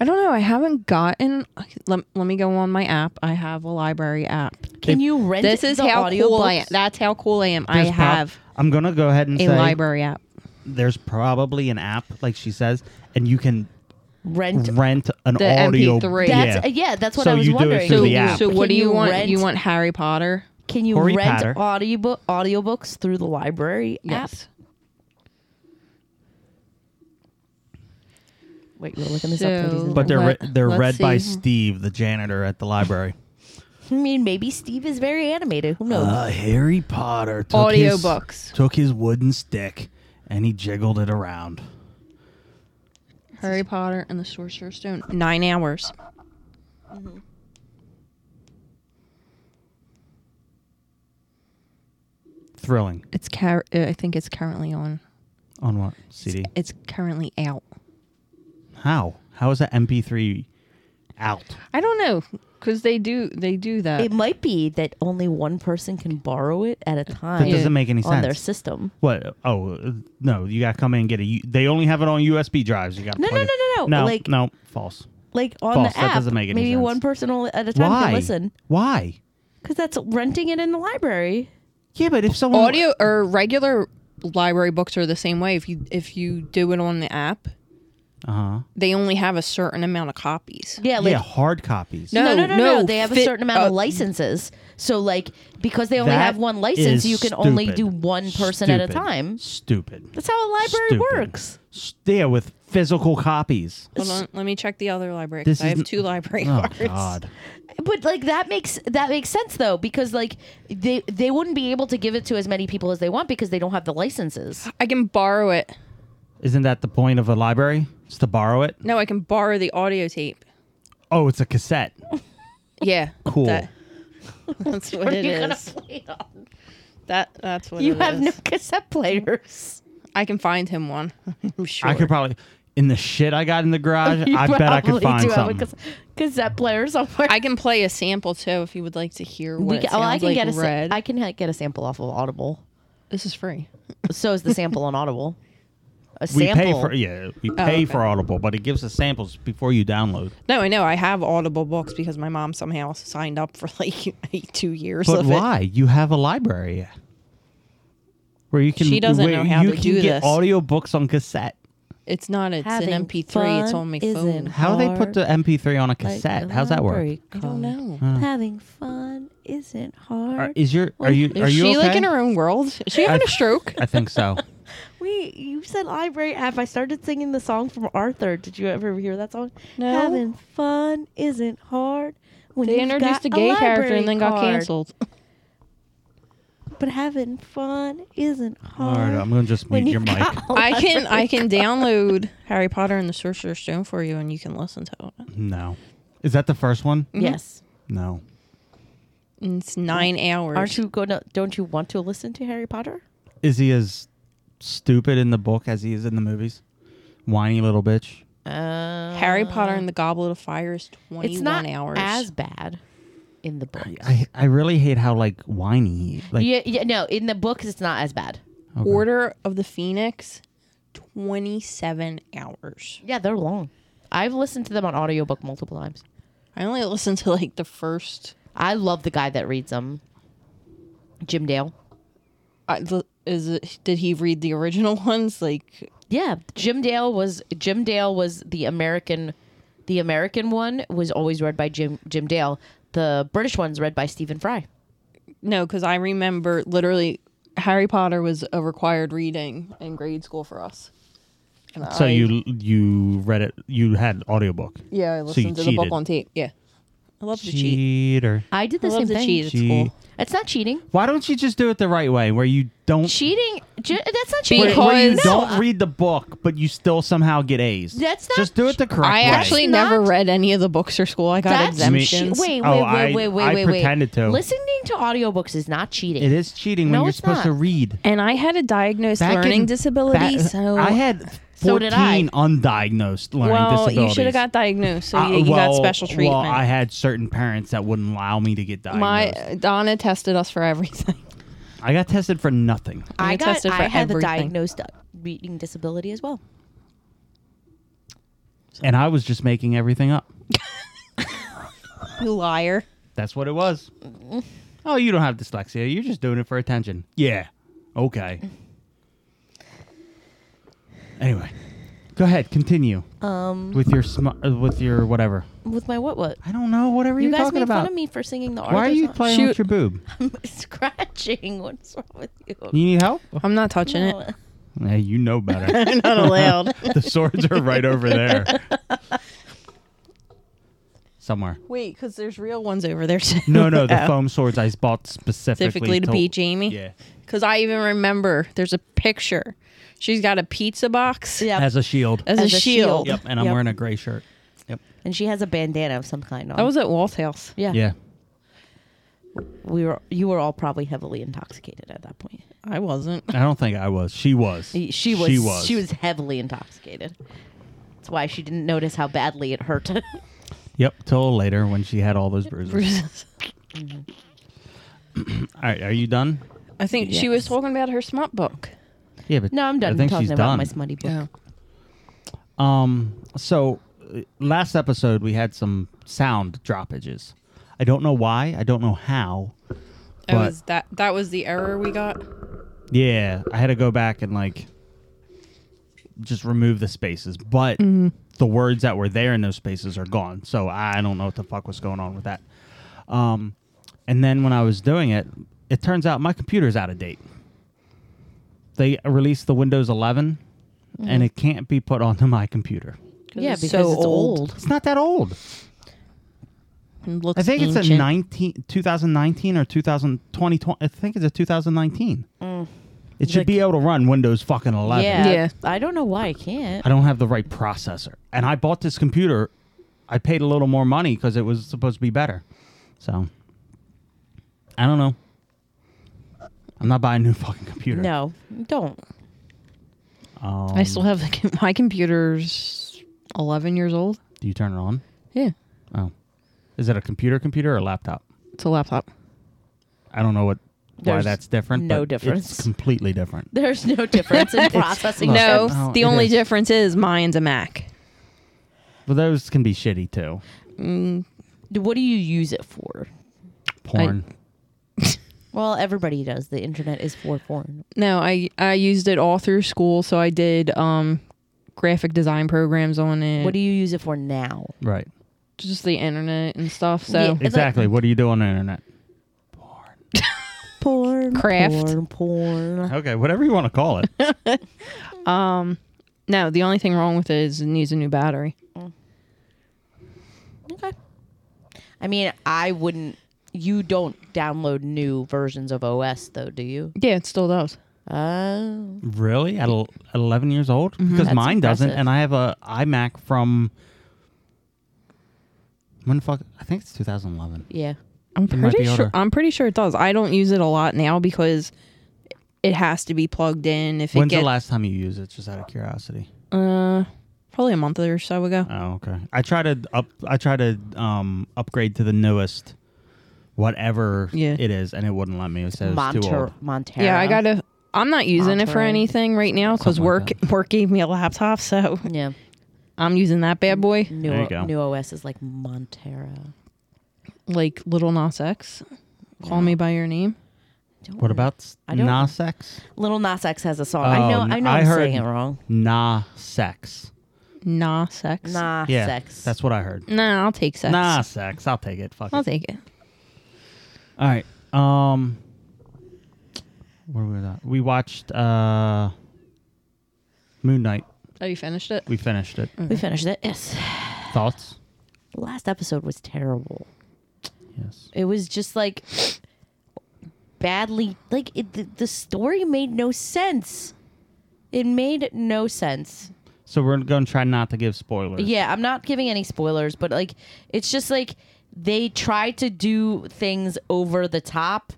[SPEAKER 2] I don't know. I haven't gotten. Let, let me go on my app. I have a library app.
[SPEAKER 3] can
[SPEAKER 1] If-
[SPEAKER 3] you rent
[SPEAKER 2] This is
[SPEAKER 3] the
[SPEAKER 2] how cool I am.
[SPEAKER 3] audiobooks?
[SPEAKER 2] That's how cool I am. I
[SPEAKER 1] There's prob-
[SPEAKER 2] have
[SPEAKER 1] I'm gonna go ahead and
[SPEAKER 2] a
[SPEAKER 1] say
[SPEAKER 2] library app.
[SPEAKER 1] there's probably an app, like she says, and you can
[SPEAKER 3] rent
[SPEAKER 1] rent an
[SPEAKER 2] The
[SPEAKER 1] audio.
[SPEAKER 2] MP3.
[SPEAKER 1] Mm-hmm. Yeah.
[SPEAKER 3] that's yeah. that's what
[SPEAKER 1] So
[SPEAKER 3] i was
[SPEAKER 1] you do it
[SPEAKER 3] wondering
[SPEAKER 1] through
[SPEAKER 2] So,
[SPEAKER 1] the app.
[SPEAKER 2] so what
[SPEAKER 3] Can
[SPEAKER 2] do you, want?
[SPEAKER 3] rent,
[SPEAKER 2] You want Harry Potter?
[SPEAKER 3] can you
[SPEAKER 1] Harry
[SPEAKER 3] rent
[SPEAKER 1] Potter.
[SPEAKER 3] audiobook audiobooks through the library app wait we're looking this up ladies and
[SPEAKER 2] So-
[SPEAKER 1] but they're re-
[SPEAKER 2] Let-
[SPEAKER 1] they're
[SPEAKER 2] let's
[SPEAKER 1] read by
[SPEAKER 2] see.
[SPEAKER 1] Steve, the janitor at the library.
[SPEAKER 3] gentlemen. i mean maybe steve is very animated who knows
[SPEAKER 1] Uh, Harry Potter took
[SPEAKER 2] Audiobooks.
[SPEAKER 1] took his wooden stick and he jiggled it around.
[SPEAKER 2] Harry Potter and the Sorcerer's Stone. Nine hours.
[SPEAKER 1] Thrilling
[SPEAKER 2] It's car- uh, I think it's currently on.
[SPEAKER 1] on what CD?
[SPEAKER 2] It's currently out.
[SPEAKER 1] How how is that MP3 out?
[SPEAKER 2] I don't know because they do they do that.
[SPEAKER 3] it might be that only one person can borrow it at a time
[SPEAKER 1] doesn't make any
[SPEAKER 3] on their
[SPEAKER 1] sense.
[SPEAKER 3] system
[SPEAKER 1] What? Oh uh, no! You got to come in and get a. U- They only have it on USB drives. You got
[SPEAKER 3] No, no, no, no, no.
[SPEAKER 1] no,
[SPEAKER 3] Like-
[SPEAKER 1] no, false.
[SPEAKER 3] like on
[SPEAKER 1] False,
[SPEAKER 3] the
[SPEAKER 1] that
[SPEAKER 3] app
[SPEAKER 1] doesn't make any
[SPEAKER 3] maybe
[SPEAKER 1] sense.
[SPEAKER 3] one person only at a time
[SPEAKER 1] Why?
[SPEAKER 3] can listen
[SPEAKER 1] Why?
[SPEAKER 3] Because that's renting it in the library.
[SPEAKER 1] Yeah, but if someone
[SPEAKER 2] Audio or regular library books are the same way. If you if you do it on the app,
[SPEAKER 1] uh huh,
[SPEAKER 2] they only have a certain amount of copies.
[SPEAKER 3] Yeah, like
[SPEAKER 1] yeah, hard copies.
[SPEAKER 2] No,
[SPEAKER 3] no, no, no, no,
[SPEAKER 2] no,
[SPEAKER 3] They have a
[SPEAKER 2] fit-
[SPEAKER 3] certain amount of
[SPEAKER 2] uh,
[SPEAKER 3] licenses. So like because they only
[SPEAKER 1] That
[SPEAKER 3] have one license,
[SPEAKER 1] is
[SPEAKER 3] you can only
[SPEAKER 1] stupid.
[SPEAKER 3] do one person at a
[SPEAKER 1] Stupid.
[SPEAKER 3] time.
[SPEAKER 1] Stupid.
[SPEAKER 3] That's how a library
[SPEAKER 1] Stupid.
[SPEAKER 3] works.
[SPEAKER 1] S- Yeah, with physical copies.
[SPEAKER 2] Hold on, let me check the other library. 'cause
[SPEAKER 1] This
[SPEAKER 2] I have
[SPEAKER 1] isn't-
[SPEAKER 2] two library
[SPEAKER 1] Oh
[SPEAKER 2] cards.
[SPEAKER 1] God.
[SPEAKER 3] But like that makes that makes sense though because like they they wouldn't be able to give it to as many people as they want because they don't have the licenses.
[SPEAKER 2] I can borrow it.
[SPEAKER 1] Isn't that the point of a library? It's to borrow it.
[SPEAKER 2] No, I can borrow the audio tape.
[SPEAKER 1] Oh, it's a cassette.
[SPEAKER 2] Yeah,
[SPEAKER 1] Cool.
[SPEAKER 2] that- that's what it
[SPEAKER 3] you gonna
[SPEAKER 2] is.
[SPEAKER 3] play it on?
[SPEAKER 2] That that's what
[SPEAKER 3] You
[SPEAKER 2] it
[SPEAKER 3] have no
[SPEAKER 2] is.
[SPEAKER 3] cassette players.
[SPEAKER 2] I can find him one. I'm sure.
[SPEAKER 1] I could probably. in the shit I got in the garage, I bet I could find something.
[SPEAKER 3] cassette player somewhere.
[SPEAKER 2] I can play a sample too if you would like to hear what
[SPEAKER 3] We
[SPEAKER 2] it
[SPEAKER 3] ca- oh, I
[SPEAKER 2] sounds
[SPEAKER 3] can
[SPEAKER 2] like
[SPEAKER 3] get a sa-
[SPEAKER 2] red.
[SPEAKER 3] I can ha- get a sample off of Audible.
[SPEAKER 2] this is free.
[SPEAKER 3] So is the sample on Audible. A
[SPEAKER 1] we
[SPEAKER 3] sample.
[SPEAKER 1] pay for yeah, we pay
[SPEAKER 2] Oh, okay.
[SPEAKER 1] for Audible, but it gives us samples before you download.
[SPEAKER 2] No, I know. I have Audible books because my mom somehow signed up for like two years
[SPEAKER 1] But
[SPEAKER 2] of
[SPEAKER 1] why? You have a library where you can.
[SPEAKER 2] She doesn't
[SPEAKER 1] where
[SPEAKER 2] know how
[SPEAKER 1] you
[SPEAKER 2] to
[SPEAKER 1] can
[SPEAKER 2] do
[SPEAKER 1] get
[SPEAKER 2] this.
[SPEAKER 1] audiobooks on cassette.
[SPEAKER 2] it. It's not. It's
[SPEAKER 3] Having
[SPEAKER 2] an MP3. It's
[SPEAKER 3] fun
[SPEAKER 2] on my
[SPEAKER 3] isn't
[SPEAKER 2] phone.
[SPEAKER 1] How do they put
[SPEAKER 3] Hard.
[SPEAKER 1] the MP3 on a cassette? How's that work?
[SPEAKER 2] I don't know.
[SPEAKER 3] Having fun isn't
[SPEAKER 1] Are,
[SPEAKER 3] hard.
[SPEAKER 1] is your are you
[SPEAKER 2] Is
[SPEAKER 1] are you
[SPEAKER 2] she
[SPEAKER 1] okay?
[SPEAKER 2] like in her own world? Is she having a stroke?
[SPEAKER 1] I think so.
[SPEAKER 3] Wait, you said library app. I started singing the song from Arthur. Did you ever hear that song?
[SPEAKER 2] No.
[SPEAKER 3] Having fun isn't hard. When
[SPEAKER 2] They
[SPEAKER 3] you've
[SPEAKER 2] introduced
[SPEAKER 3] got
[SPEAKER 2] a gay character
[SPEAKER 3] library
[SPEAKER 2] and then got
[SPEAKER 3] card.
[SPEAKER 2] canceled.
[SPEAKER 3] But having fun isn't
[SPEAKER 1] All
[SPEAKER 3] hard.
[SPEAKER 1] right, I'm gonna just
[SPEAKER 3] when
[SPEAKER 1] mute your
[SPEAKER 3] you've
[SPEAKER 1] mic.
[SPEAKER 3] got a
[SPEAKER 2] Oh, I can
[SPEAKER 3] library
[SPEAKER 2] I can
[SPEAKER 3] card.
[SPEAKER 2] download Harry Potter and the Sorcerer's Stone for you, and you can listen to it.
[SPEAKER 1] No, is that the first one?
[SPEAKER 3] Yes.
[SPEAKER 1] No.
[SPEAKER 2] And it's nine hours.
[SPEAKER 3] Aren't you going to? Don't you want to listen to Harry Potter?
[SPEAKER 1] Is he as stupid in the book as he is in the movies? Whiny little bitch.
[SPEAKER 3] Uh,
[SPEAKER 2] Harry Potter and the Goblet of Fire is twenty-one
[SPEAKER 3] It's not
[SPEAKER 2] hours.
[SPEAKER 3] as bad in the book.
[SPEAKER 1] I, I really hate how like whiny he like.
[SPEAKER 3] yeah, yeah, no, in the books it's not as bad.
[SPEAKER 1] Okay.
[SPEAKER 2] Order of the Phoenix, twenty-seven hours.
[SPEAKER 3] Yeah, they're long. I've listened to them on audiobook multiple times.
[SPEAKER 2] I only listened to like the first.
[SPEAKER 3] I love the guy that reads them. Jim Dale.
[SPEAKER 2] I, uh, the, is it, did he read the original ones? Like
[SPEAKER 3] Yeah, Jim Dale was Jim Dale was the American the American one was always read by Jim Jim Dale. The British one's read by Stephen Fry.
[SPEAKER 2] no, because I remember literally Harry Potter was a required reading in grade school for us. And
[SPEAKER 1] So
[SPEAKER 2] I-
[SPEAKER 1] you you read it. You had audiobook.
[SPEAKER 2] yeah, I
[SPEAKER 1] so you
[SPEAKER 2] listened to the book
[SPEAKER 1] cheated.
[SPEAKER 2] on tape. Yeah, I love to cheat.
[SPEAKER 1] Cheater.
[SPEAKER 3] I did
[SPEAKER 2] I
[SPEAKER 3] the
[SPEAKER 2] love
[SPEAKER 3] same
[SPEAKER 2] to
[SPEAKER 3] thing.
[SPEAKER 2] cheat at
[SPEAKER 1] Cheat.
[SPEAKER 2] school.
[SPEAKER 3] It's not cheating.
[SPEAKER 1] Why don't you just do it the right way, where you don't
[SPEAKER 3] Cheating. Ju- that's not
[SPEAKER 1] where,
[SPEAKER 3] cheating.
[SPEAKER 1] where you
[SPEAKER 2] Because-
[SPEAKER 1] don't read the book, but you still somehow get A's?
[SPEAKER 3] That's not
[SPEAKER 1] just do it the correct
[SPEAKER 2] I
[SPEAKER 1] way.
[SPEAKER 2] actually
[SPEAKER 3] Not-
[SPEAKER 2] never read any of the books for school. I got
[SPEAKER 3] That's
[SPEAKER 2] exemptions.
[SPEAKER 3] che- Wait, wait,
[SPEAKER 1] Oh, I-
[SPEAKER 3] wait, wait, wait,
[SPEAKER 1] I
[SPEAKER 3] wait, wait.
[SPEAKER 1] pretended to.
[SPEAKER 3] Listening to audiobooks is not cheating.
[SPEAKER 1] it is cheating when
[SPEAKER 3] No,
[SPEAKER 1] you're
[SPEAKER 3] it's
[SPEAKER 1] supposed
[SPEAKER 3] not.
[SPEAKER 1] to read.
[SPEAKER 2] and I had a diagnosed
[SPEAKER 1] Back
[SPEAKER 2] learning
[SPEAKER 1] in-
[SPEAKER 2] disability,
[SPEAKER 1] back-
[SPEAKER 2] so
[SPEAKER 1] uh, I had
[SPEAKER 3] So did
[SPEAKER 1] 14
[SPEAKER 3] I.
[SPEAKER 1] undiagnosed learning
[SPEAKER 2] well,
[SPEAKER 1] disabilities.
[SPEAKER 2] you should have got diagnosed, so
[SPEAKER 1] I-
[SPEAKER 2] you, you got
[SPEAKER 1] well-
[SPEAKER 2] special treatment.
[SPEAKER 1] Well, I had certain parents that wouldn't allow me to get diagnosed.
[SPEAKER 2] My Donna tested us for everything.
[SPEAKER 1] I got tested for nothing.
[SPEAKER 3] I
[SPEAKER 2] You
[SPEAKER 3] got.
[SPEAKER 2] tested for
[SPEAKER 3] I had the
[SPEAKER 2] everything.
[SPEAKER 3] diagnosed uh, reading disability as well.
[SPEAKER 1] And I was just making everything up.
[SPEAKER 2] You liar.
[SPEAKER 1] That's what it was. Oh, you don't have dyslexia. You're just doing it for attention. Yeah. Okay. Anyway, go ahead. Continue
[SPEAKER 3] Um,
[SPEAKER 1] with your sm- uh, with your whatever.
[SPEAKER 3] with my what what?
[SPEAKER 1] I don't know. Whatever
[SPEAKER 3] You
[SPEAKER 1] you're
[SPEAKER 3] guys
[SPEAKER 1] talking
[SPEAKER 3] made
[SPEAKER 1] about.
[SPEAKER 3] fun of me for singing the.
[SPEAKER 1] Why are you playing with
[SPEAKER 2] Shoot.
[SPEAKER 1] your boob?
[SPEAKER 3] scratching? What's wrong with you?
[SPEAKER 1] You need help?
[SPEAKER 2] I'm not touching it.
[SPEAKER 1] Yeah, you know better.
[SPEAKER 2] I'm not allowed.
[SPEAKER 1] the swords are right over there. Somewhere.
[SPEAKER 2] Wait, because there's real ones over there too.
[SPEAKER 1] No, no, the
[SPEAKER 2] Oh.
[SPEAKER 1] foam swords I bought specifically,
[SPEAKER 2] Specifically to beat Jamie.
[SPEAKER 1] Yeah.
[SPEAKER 2] Because I even remember there's a picture. She's got a pizza box
[SPEAKER 3] Yeah.
[SPEAKER 1] As a shield.
[SPEAKER 2] as,
[SPEAKER 3] As
[SPEAKER 2] a,
[SPEAKER 3] a
[SPEAKER 2] shield.
[SPEAKER 3] shield.
[SPEAKER 1] yep, and I'm
[SPEAKER 3] Yep.
[SPEAKER 1] wearing a gray shirt. Yep.
[SPEAKER 3] And she has a bandana of some kind on.
[SPEAKER 2] I was at Walt's house.
[SPEAKER 3] yeah.
[SPEAKER 1] Yeah.
[SPEAKER 3] We were. You were all probably heavily intoxicated at that point.
[SPEAKER 2] I wasn't.
[SPEAKER 1] I don't think I was. She was.
[SPEAKER 3] She was.
[SPEAKER 1] She was.
[SPEAKER 3] She was heavily intoxicated. That's why she didn't notice how badly it hurt.
[SPEAKER 1] Yep. Till later when she had all those bruises. all right. Are you done?
[SPEAKER 2] I think she was talking about her smut book.
[SPEAKER 1] Yeah, but
[SPEAKER 3] no, I'm done
[SPEAKER 1] I think
[SPEAKER 3] talking
[SPEAKER 1] she's
[SPEAKER 3] about
[SPEAKER 1] done.
[SPEAKER 3] my smutty book.
[SPEAKER 1] Um. So uh, last episode we had some sound droppages. I don't know why. I don't know how.
[SPEAKER 3] Oh,
[SPEAKER 2] That
[SPEAKER 1] But-
[SPEAKER 2] was that. That was the error we got.
[SPEAKER 1] Yeah, I had to go back and like just remove the spaces, but the words that were there in those spaces are gone. So I don't know what the fuck was going on with that. Um, and then when I was doing it, it turns out my computer's out of date. They released the Windows 11, and it can't be put onto my computer.
[SPEAKER 3] Yeah,
[SPEAKER 2] it's
[SPEAKER 3] because
[SPEAKER 2] so
[SPEAKER 3] it's
[SPEAKER 2] old.
[SPEAKER 3] old.
[SPEAKER 1] It's not that old.
[SPEAKER 2] And looks
[SPEAKER 1] I think it's a
[SPEAKER 2] ancient.
[SPEAKER 1] 19, 2019 or 2020. I think it's a 2019. It should
[SPEAKER 3] Like-
[SPEAKER 1] be able to run Windows fucking 11.
[SPEAKER 3] Yeah,
[SPEAKER 2] Mm. Yeah.
[SPEAKER 3] I don't know why I can't.
[SPEAKER 1] I don't have the right processor. And I bought this computer. I paid a little more money because it was supposed to be better. So I don't know. I'm not buying a new fucking computer.
[SPEAKER 3] No, don't.
[SPEAKER 1] Um,
[SPEAKER 2] I still have the, com- my computer's 11 years old.
[SPEAKER 1] Do you turn it on?
[SPEAKER 2] Yeah,
[SPEAKER 1] Oh, is it a computer, computer, or laptop?
[SPEAKER 2] it's a laptop.
[SPEAKER 1] I don't know what why
[SPEAKER 3] There's
[SPEAKER 1] that's different.
[SPEAKER 3] no
[SPEAKER 1] but
[SPEAKER 3] difference.
[SPEAKER 1] It's completely different.
[SPEAKER 3] There's no difference in processing.
[SPEAKER 1] look,
[SPEAKER 2] No,
[SPEAKER 1] Oh,
[SPEAKER 2] the
[SPEAKER 1] it
[SPEAKER 2] only
[SPEAKER 1] is.
[SPEAKER 2] difference is mine's a Mac.
[SPEAKER 1] But those can be shitty too.
[SPEAKER 3] chips. What do you use it for?
[SPEAKER 1] Porn.
[SPEAKER 3] Well, everybody does. The internet is for porn.
[SPEAKER 2] No, I I used it all through school, so I did um graphic design programs on it.
[SPEAKER 3] What do you use it for now?
[SPEAKER 1] right.
[SPEAKER 2] just the internet and stuff. So
[SPEAKER 3] Yeah. It's like-
[SPEAKER 1] Exactly. what do you do on the internet?
[SPEAKER 3] Porn.
[SPEAKER 2] Craft.
[SPEAKER 3] Porn. Porn.
[SPEAKER 1] Okay, whatever you want to call it.
[SPEAKER 2] no, the only thing wrong with it is it needs a new battery.
[SPEAKER 3] Okay. I mean, I wouldn't. You don't download new versions of OS though, do you?
[SPEAKER 2] Yeah, it still does.
[SPEAKER 3] Oh.
[SPEAKER 1] really? At, el- at 11 years old? Because
[SPEAKER 3] Mm-hmm. That's
[SPEAKER 1] mine doesn't
[SPEAKER 3] impressive.
[SPEAKER 1] and I have a iMac from when the fuck I think it's 2011.
[SPEAKER 3] Yeah.
[SPEAKER 2] I'm
[SPEAKER 1] It might
[SPEAKER 2] pretty
[SPEAKER 1] be
[SPEAKER 2] sure.
[SPEAKER 1] older.
[SPEAKER 2] I'm pretty sure it does. I don't use it a lot now because it has to be plugged in. If
[SPEAKER 1] When's
[SPEAKER 2] it gets
[SPEAKER 1] the last time you used it? Just out of curiosity.
[SPEAKER 2] uh, probably a month or so ago.
[SPEAKER 1] Oh, okay. I try to up. I try to um upgrade to the newest, whatever
[SPEAKER 2] Yeah.
[SPEAKER 1] it is, and it wouldn't let me. It says it's too old.
[SPEAKER 3] Monter. Montero.
[SPEAKER 2] yeah, I gotta. I'm not using it for
[SPEAKER 3] Monterey.
[SPEAKER 2] anything right now because
[SPEAKER 1] Something like
[SPEAKER 2] work work gave me a laptop, so
[SPEAKER 3] Yeah.
[SPEAKER 2] I'm using that bad boy
[SPEAKER 3] New,
[SPEAKER 1] There you go.
[SPEAKER 3] new OS is like Montero.
[SPEAKER 2] like Little Nas X. Call me by your name.
[SPEAKER 3] Don't
[SPEAKER 1] What
[SPEAKER 3] worry.
[SPEAKER 1] about s-
[SPEAKER 3] Mm. I don't-
[SPEAKER 1] Nas X?
[SPEAKER 3] Little Nas X has a song.
[SPEAKER 1] Oh,
[SPEAKER 3] I know. I
[SPEAKER 1] n-
[SPEAKER 3] know.
[SPEAKER 1] I
[SPEAKER 3] I'm
[SPEAKER 1] heard-
[SPEAKER 3] saying it wrong.
[SPEAKER 1] Nah, sex.
[SPEAKER 2] Nah, sex.
[SPEAKER 3] Nah,
[SPEAKER 1] Yeah,
[SPEAKER 3] Ah, sex.
[SPEAKER 1] that's what I heard.
[SPEAKER 2] Nah, I'll take sex.
[SPEAKER 1] Nah, sex. I'll take it. Fuck
[SPEAKER 2] I'll
[SPEAKER 1] it.
[SPEAKER 2] take it.
[SPEAKER 1] All right. Um, where were we at? We watched uh, Moon Knight.
[SPEAKER 2] Oh, you finished it?
[SPEAKER 1] We finished it.
[SPEAKER 3] we finished it. Yes.
[SPEAKER 1] Thoughts?
[SPEAKER 3] The last episode was terrible.
[SPEAKER 1] Yes.
[SPEAKER 3] It was just like badly like it, the, the story made no sense. It made no sense.
[SPEAKER 1] So we're going to try not to give spoilers.
[SPEAKER 3] Yeah, I'm not giving any spoilers, but like it's just like they tried to do things over the top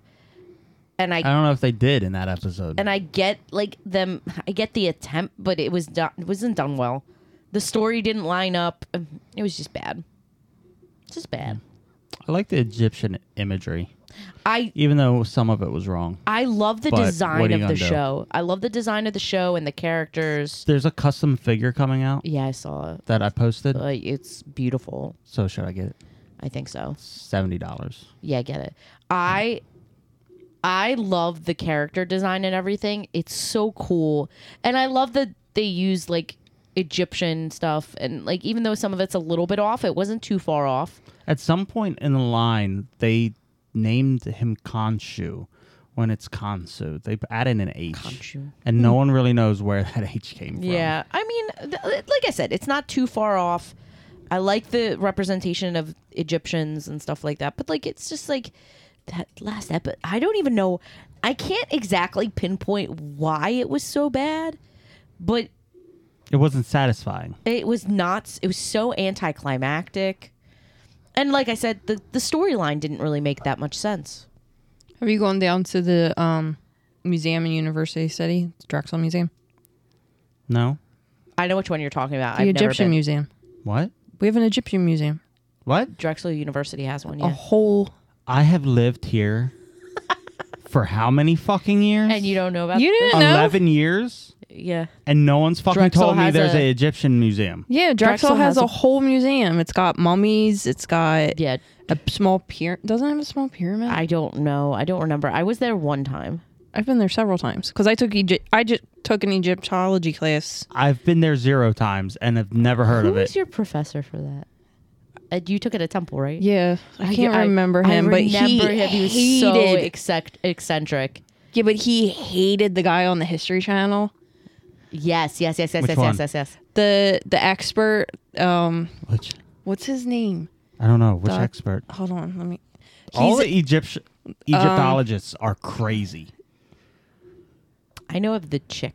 [SPEAKER 3] and I
[SPEAKER 1] I don't know if they did in that episode.
[SPEAKER 3] and I get like them I get the attempt, but it was done it wasn't done well. The story didn't line up. It was just bad. Just bad.
[SPEAKER 1] I like the Egyptian imagery.
[SPEAKER 3] I
[SPEAKER 1] even though some of it was wrong.
[SPEAKER 3] I love the
[SPEAKER 1] But what
[SPEAKER 3] design
[SPEAKER 1] are you
[SPEAKER 3] of
[SPEAKER 1] gonna
[SPEAKER 3] the
[SPEAKER 1] do?
[SPEAKER 3] show. I love the design of the show and the characters.
[SPEAKER 1] There's a custom figure coming out
[SPEAKER 3] Yeah, I saw it.
[SPEAKER 1] that I posted.
[SPEAKER 3] Like, it's beautiful.
[SPEAKER 1] So should I get it?
[SPEAKER 3] I think so.
[SPEAKER 1] Seventy dollars.
[SPEAKER 3] Yeah, I get it. I I love the character design and everything. It's so cool. And I love that they use like Egyptian stuff and like even though some of it's a little bit off, it wasn't too far off.
[SPEAKER 1] At some point in the line, they named him Khonshu when it's Kansu. They added an H,
[SPEAKER 3] Khonshu. Hmm.
[SPEAKER 1] and no one really knows where that H came from.
[SPEAKER 3] Yeah, I mean, th- like I said, it's not too far off. I like the representation of Egyptians and stuff like that, but like it's just like that last episode. I don't even know. I can't exactly pinpoint why it was so bad, but
[SPEAKER 1] it wasn't satisfying.
[SPEAKER 3] it was not. It was so anticlimactic, and like I said, the the storyline didn't really make that much sense.
[SPEAKER 2] Have you gone down to the um museum in University City, the Drexel Museum,
[SPEAKER 1] No,
[SPEAKER 3] I know which one you're talking about.
[SPEAKER 2] the
[SPEAKER 3] I've
[SPEAKER 2] Egyptian
[SPEAKER 3] never been.
[SPEAKER 2] Museum?
[SPEAKER 1] what?
[SPEAKER 2] We have an Egyptian museum.
[SPEAKER 1] What?
[SPEAKER 3] Drexel University has one. Yeah.
[SPEAKER 2] A whole.
[SPEAKER 1] I have lived here for how many fucking years?
[SPEAKER 3] And you don't know about
[SPEAKER 2] You
[SPEAKER 3] the-
[SPEAKER 2] didn't know?
[SPEAKER 1] Eleven years,
[SPEAKER 3] Yeah.
[SPEAKER 1] and no one's fucking
[SPEAKER 3] Drexel
[SPEAKER 1] told me
[SPEAKER 3] has
[SPEAKER 1] there's
[SPEAKER 3] a-
[SPEAKER 1] an Egyptian museum.
[SPEAKER 2] Yeah, Drexel,
[SPEAKER 3] Drexel
[SPEAKER 2] has,
[SPEAKER 3] has
[SPEAKER 2] a,
[SPEAKER 3] a-
[SPEAKER 2] whole museum. It's got mummies. It's got
[SPEAKER 3] Yeah.
[SPEAKER 2] a small pyramid. Doesn't it have a small pyramid. I,
[SPEAKER 3] I don't know. I don't remember. I was there one time.
[SPEAKER 2] have been there several times because I took Egypt. I just took an Egyptology class.
[SPEAKER 1] I've been there zero times and have never heard
[SPEAKER 3] Who
[SPEAKER 1] of it.
[SPEAKER 3] was your professor for that? Uh, you took it at Temple, right?
[SPEAKER 2] Yeah, I can't remember
[SPEAKER 3] I
[SPEAKER 2] him, but he
[SPEAKER 3] remember him. He was so
[SPEAKER 2] hated.
[SPEAKER 3] excec- eccentric.
[SPEAKER 2] yeah, but he hated the guy on the History Channel.
[SPEAKER 3] Yes, yes, yes, yes,
[SPEAKER 1] Which
[SPEAKER 3] yes,
[SPEAKER 1] one?
[SPEAKER 3] yes, yes, yes.
[SPEAKER 2] The the expert. Um,
[SPEAKER 1] Which
[SPEAKER 2] what's his name?
[SPEAKER 1] I don't know which
[SPEAKER 2] Doc-
[SPEAKER 1] expert.
[SPEAKER 2] Hold on, let me.
[SPEAKER 1] All
[SPEAKER 2] He's-
[SPEAKER 1] the e- Egyptian
[SPEAKER 3] Um,
[SPEAKER 1] Egyptologists are crazy.
[SPEAKER 3] I know of the chick.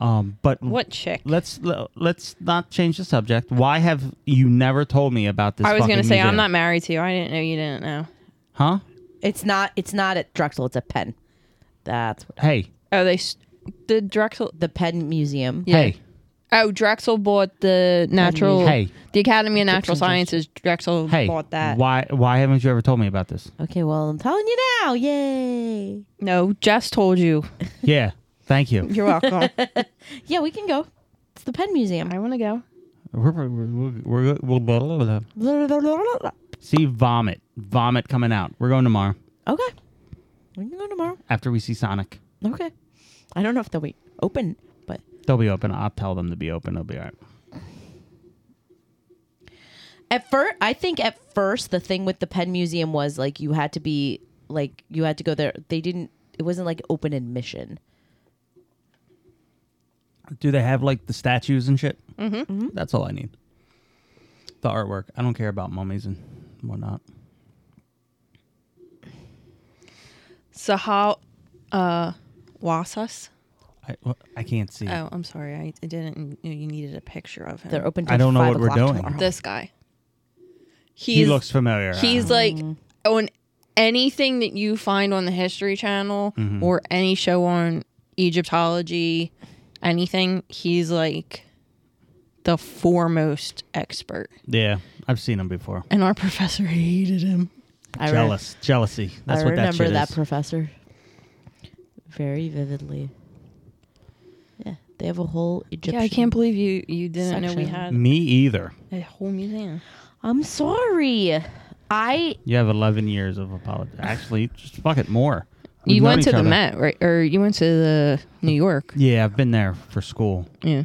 [SPEAKER 1] Um, but
[SPEAKER 2] What chick?
[SPEAKER 1] Let's le- let's not change the subject. Why have you never told me about this?
[SPEAKER 2] I was
[SPEAKER 1] going
[SPEAKER 2] gonna
[SPEAKER 1] to
[SPEAKER 2] say I'm not married to you. I didn't know you didn't know.
[SPEAKER 1] Huh?
[SPEAKER 3] It's not. It's not at Drexel. It's at Penn. That's
[SPEAKER 1] Hey,
[SPEAKER 2] Oh, they s- Did Drexel?
[SPEAKER 3] the Penn Museum.
[SPEAKER 2] Yeah.
[SPEAKER 1] Hey,
[SPEAKER 2] Oh, Drexel bought the natural.
[SPEAKER 1] Hey.
[SPEAKER 2] the Academy of Natural Sciences. Drexel
[SPEAKER 1] hey,
[SPEAKER 2] bought that.
[SPEAKER 1] why why haven't you ever told me about this?
[SPEAKER 3] Okay, well, I'm telling you now. Yay.
[SPEAKER 2] No, Jess told you.
[SPEAKER 1] Yeah, thank you.
[SPEAKER 2] You're welcome.
[SPEAKER 3] Yeah, we can go. It's the Penn Museum.
[SPEAKER 2] I want to go.
[SPEAKER 1] We're, we're, we're, we're, we're- blah, blah, blah.
[SPEAKER 3] Okay.
[SPEAKER 1] See vomit, vomit coming out. We're going tomorrow
[SPEAKER 3] We can go tomorrow.
[SPEAKER 1] after we see Sonic.
[SPEAKER 3] Okay. I don't know if they'll be open, but
[SPEAKER 1] They'll be open. I'll tell them to be open. They'll be all right.
[SPEAKER 3] at first, I think at first the thing with the Penn Museum was like you had to be like you had to go there. They didn't. It wasn't like open admission.
[SPEAKER 1] Do they have like the statues and shit? Mm-hmm. That's all I need. The artwork. I don't care about mummies and whatnot.
[SPEAKER 2] So how, uh, Wasas?
[SPEAKER 1] I well, I can't see.
[SPEAKER 2] Oh, I'm sorry. I, I didn't. You, you needed a picture of him.
[SPEAKER 3] They're open. Till
[SPEAKER 1] I don't know
[SPEAKER 3] five
[SPEAKER 1] what we're
[SPEAKER 3] o'clock
[SPEAKER 1] doing.
[SPEAKER 3] tomorrow.
[SPEAKER 2] this guy. He's,
[SPEAKER 1] he looks familiar. Uh,
[SPEAKER 2] He's like on anything that you find on the History Channel
[SPEAKER 1] Mm-hmm.
[SPEAKER 2] or any show on Egyptology, anything. He's like the foremost expert,
[SPEAKER 1] yeah, I've seen him before.
[SPEAKER 2] and our professor hated him.
[SPEAKER 3] I re-
[SPEAKER 1] Jealous, jealousy. That's
[SPEAKER 3] I
[SPEAKER 1] what that
[SPEAKER 3] remember
[SPEAKER 1] shit
[SPEAKER 3] that
[SPEAKER 1] is.
[SPEAKER 3] professor very vividly. Yeah, they have a whole Egyptian.
[SPEAKER 2] Yeah, I can't believe you you didn't know we
[SPEAKER 3] Section.
[SPEAKER 2] had
[SPEAKER 1] Me either.
[SPEAKER 2] a whole museum.
[SPEAKER 3] I'm sorry. I
[SPEAKER 1] You have 11 years of apology. Actually, just fuck it more. We've
[SPEAKER 2] You
[SPEAKER 1] known
[SPEAKER 2] went to
[SPEAKER 1] each
[SPEAKER 2] the
[SPEAKER 1] other.
[SPEAKER 2] Met, right? Or you went to the New York?
[SPEAKER 1] Yeah, I've been there for school.
[SPEAKER 2] Yeah.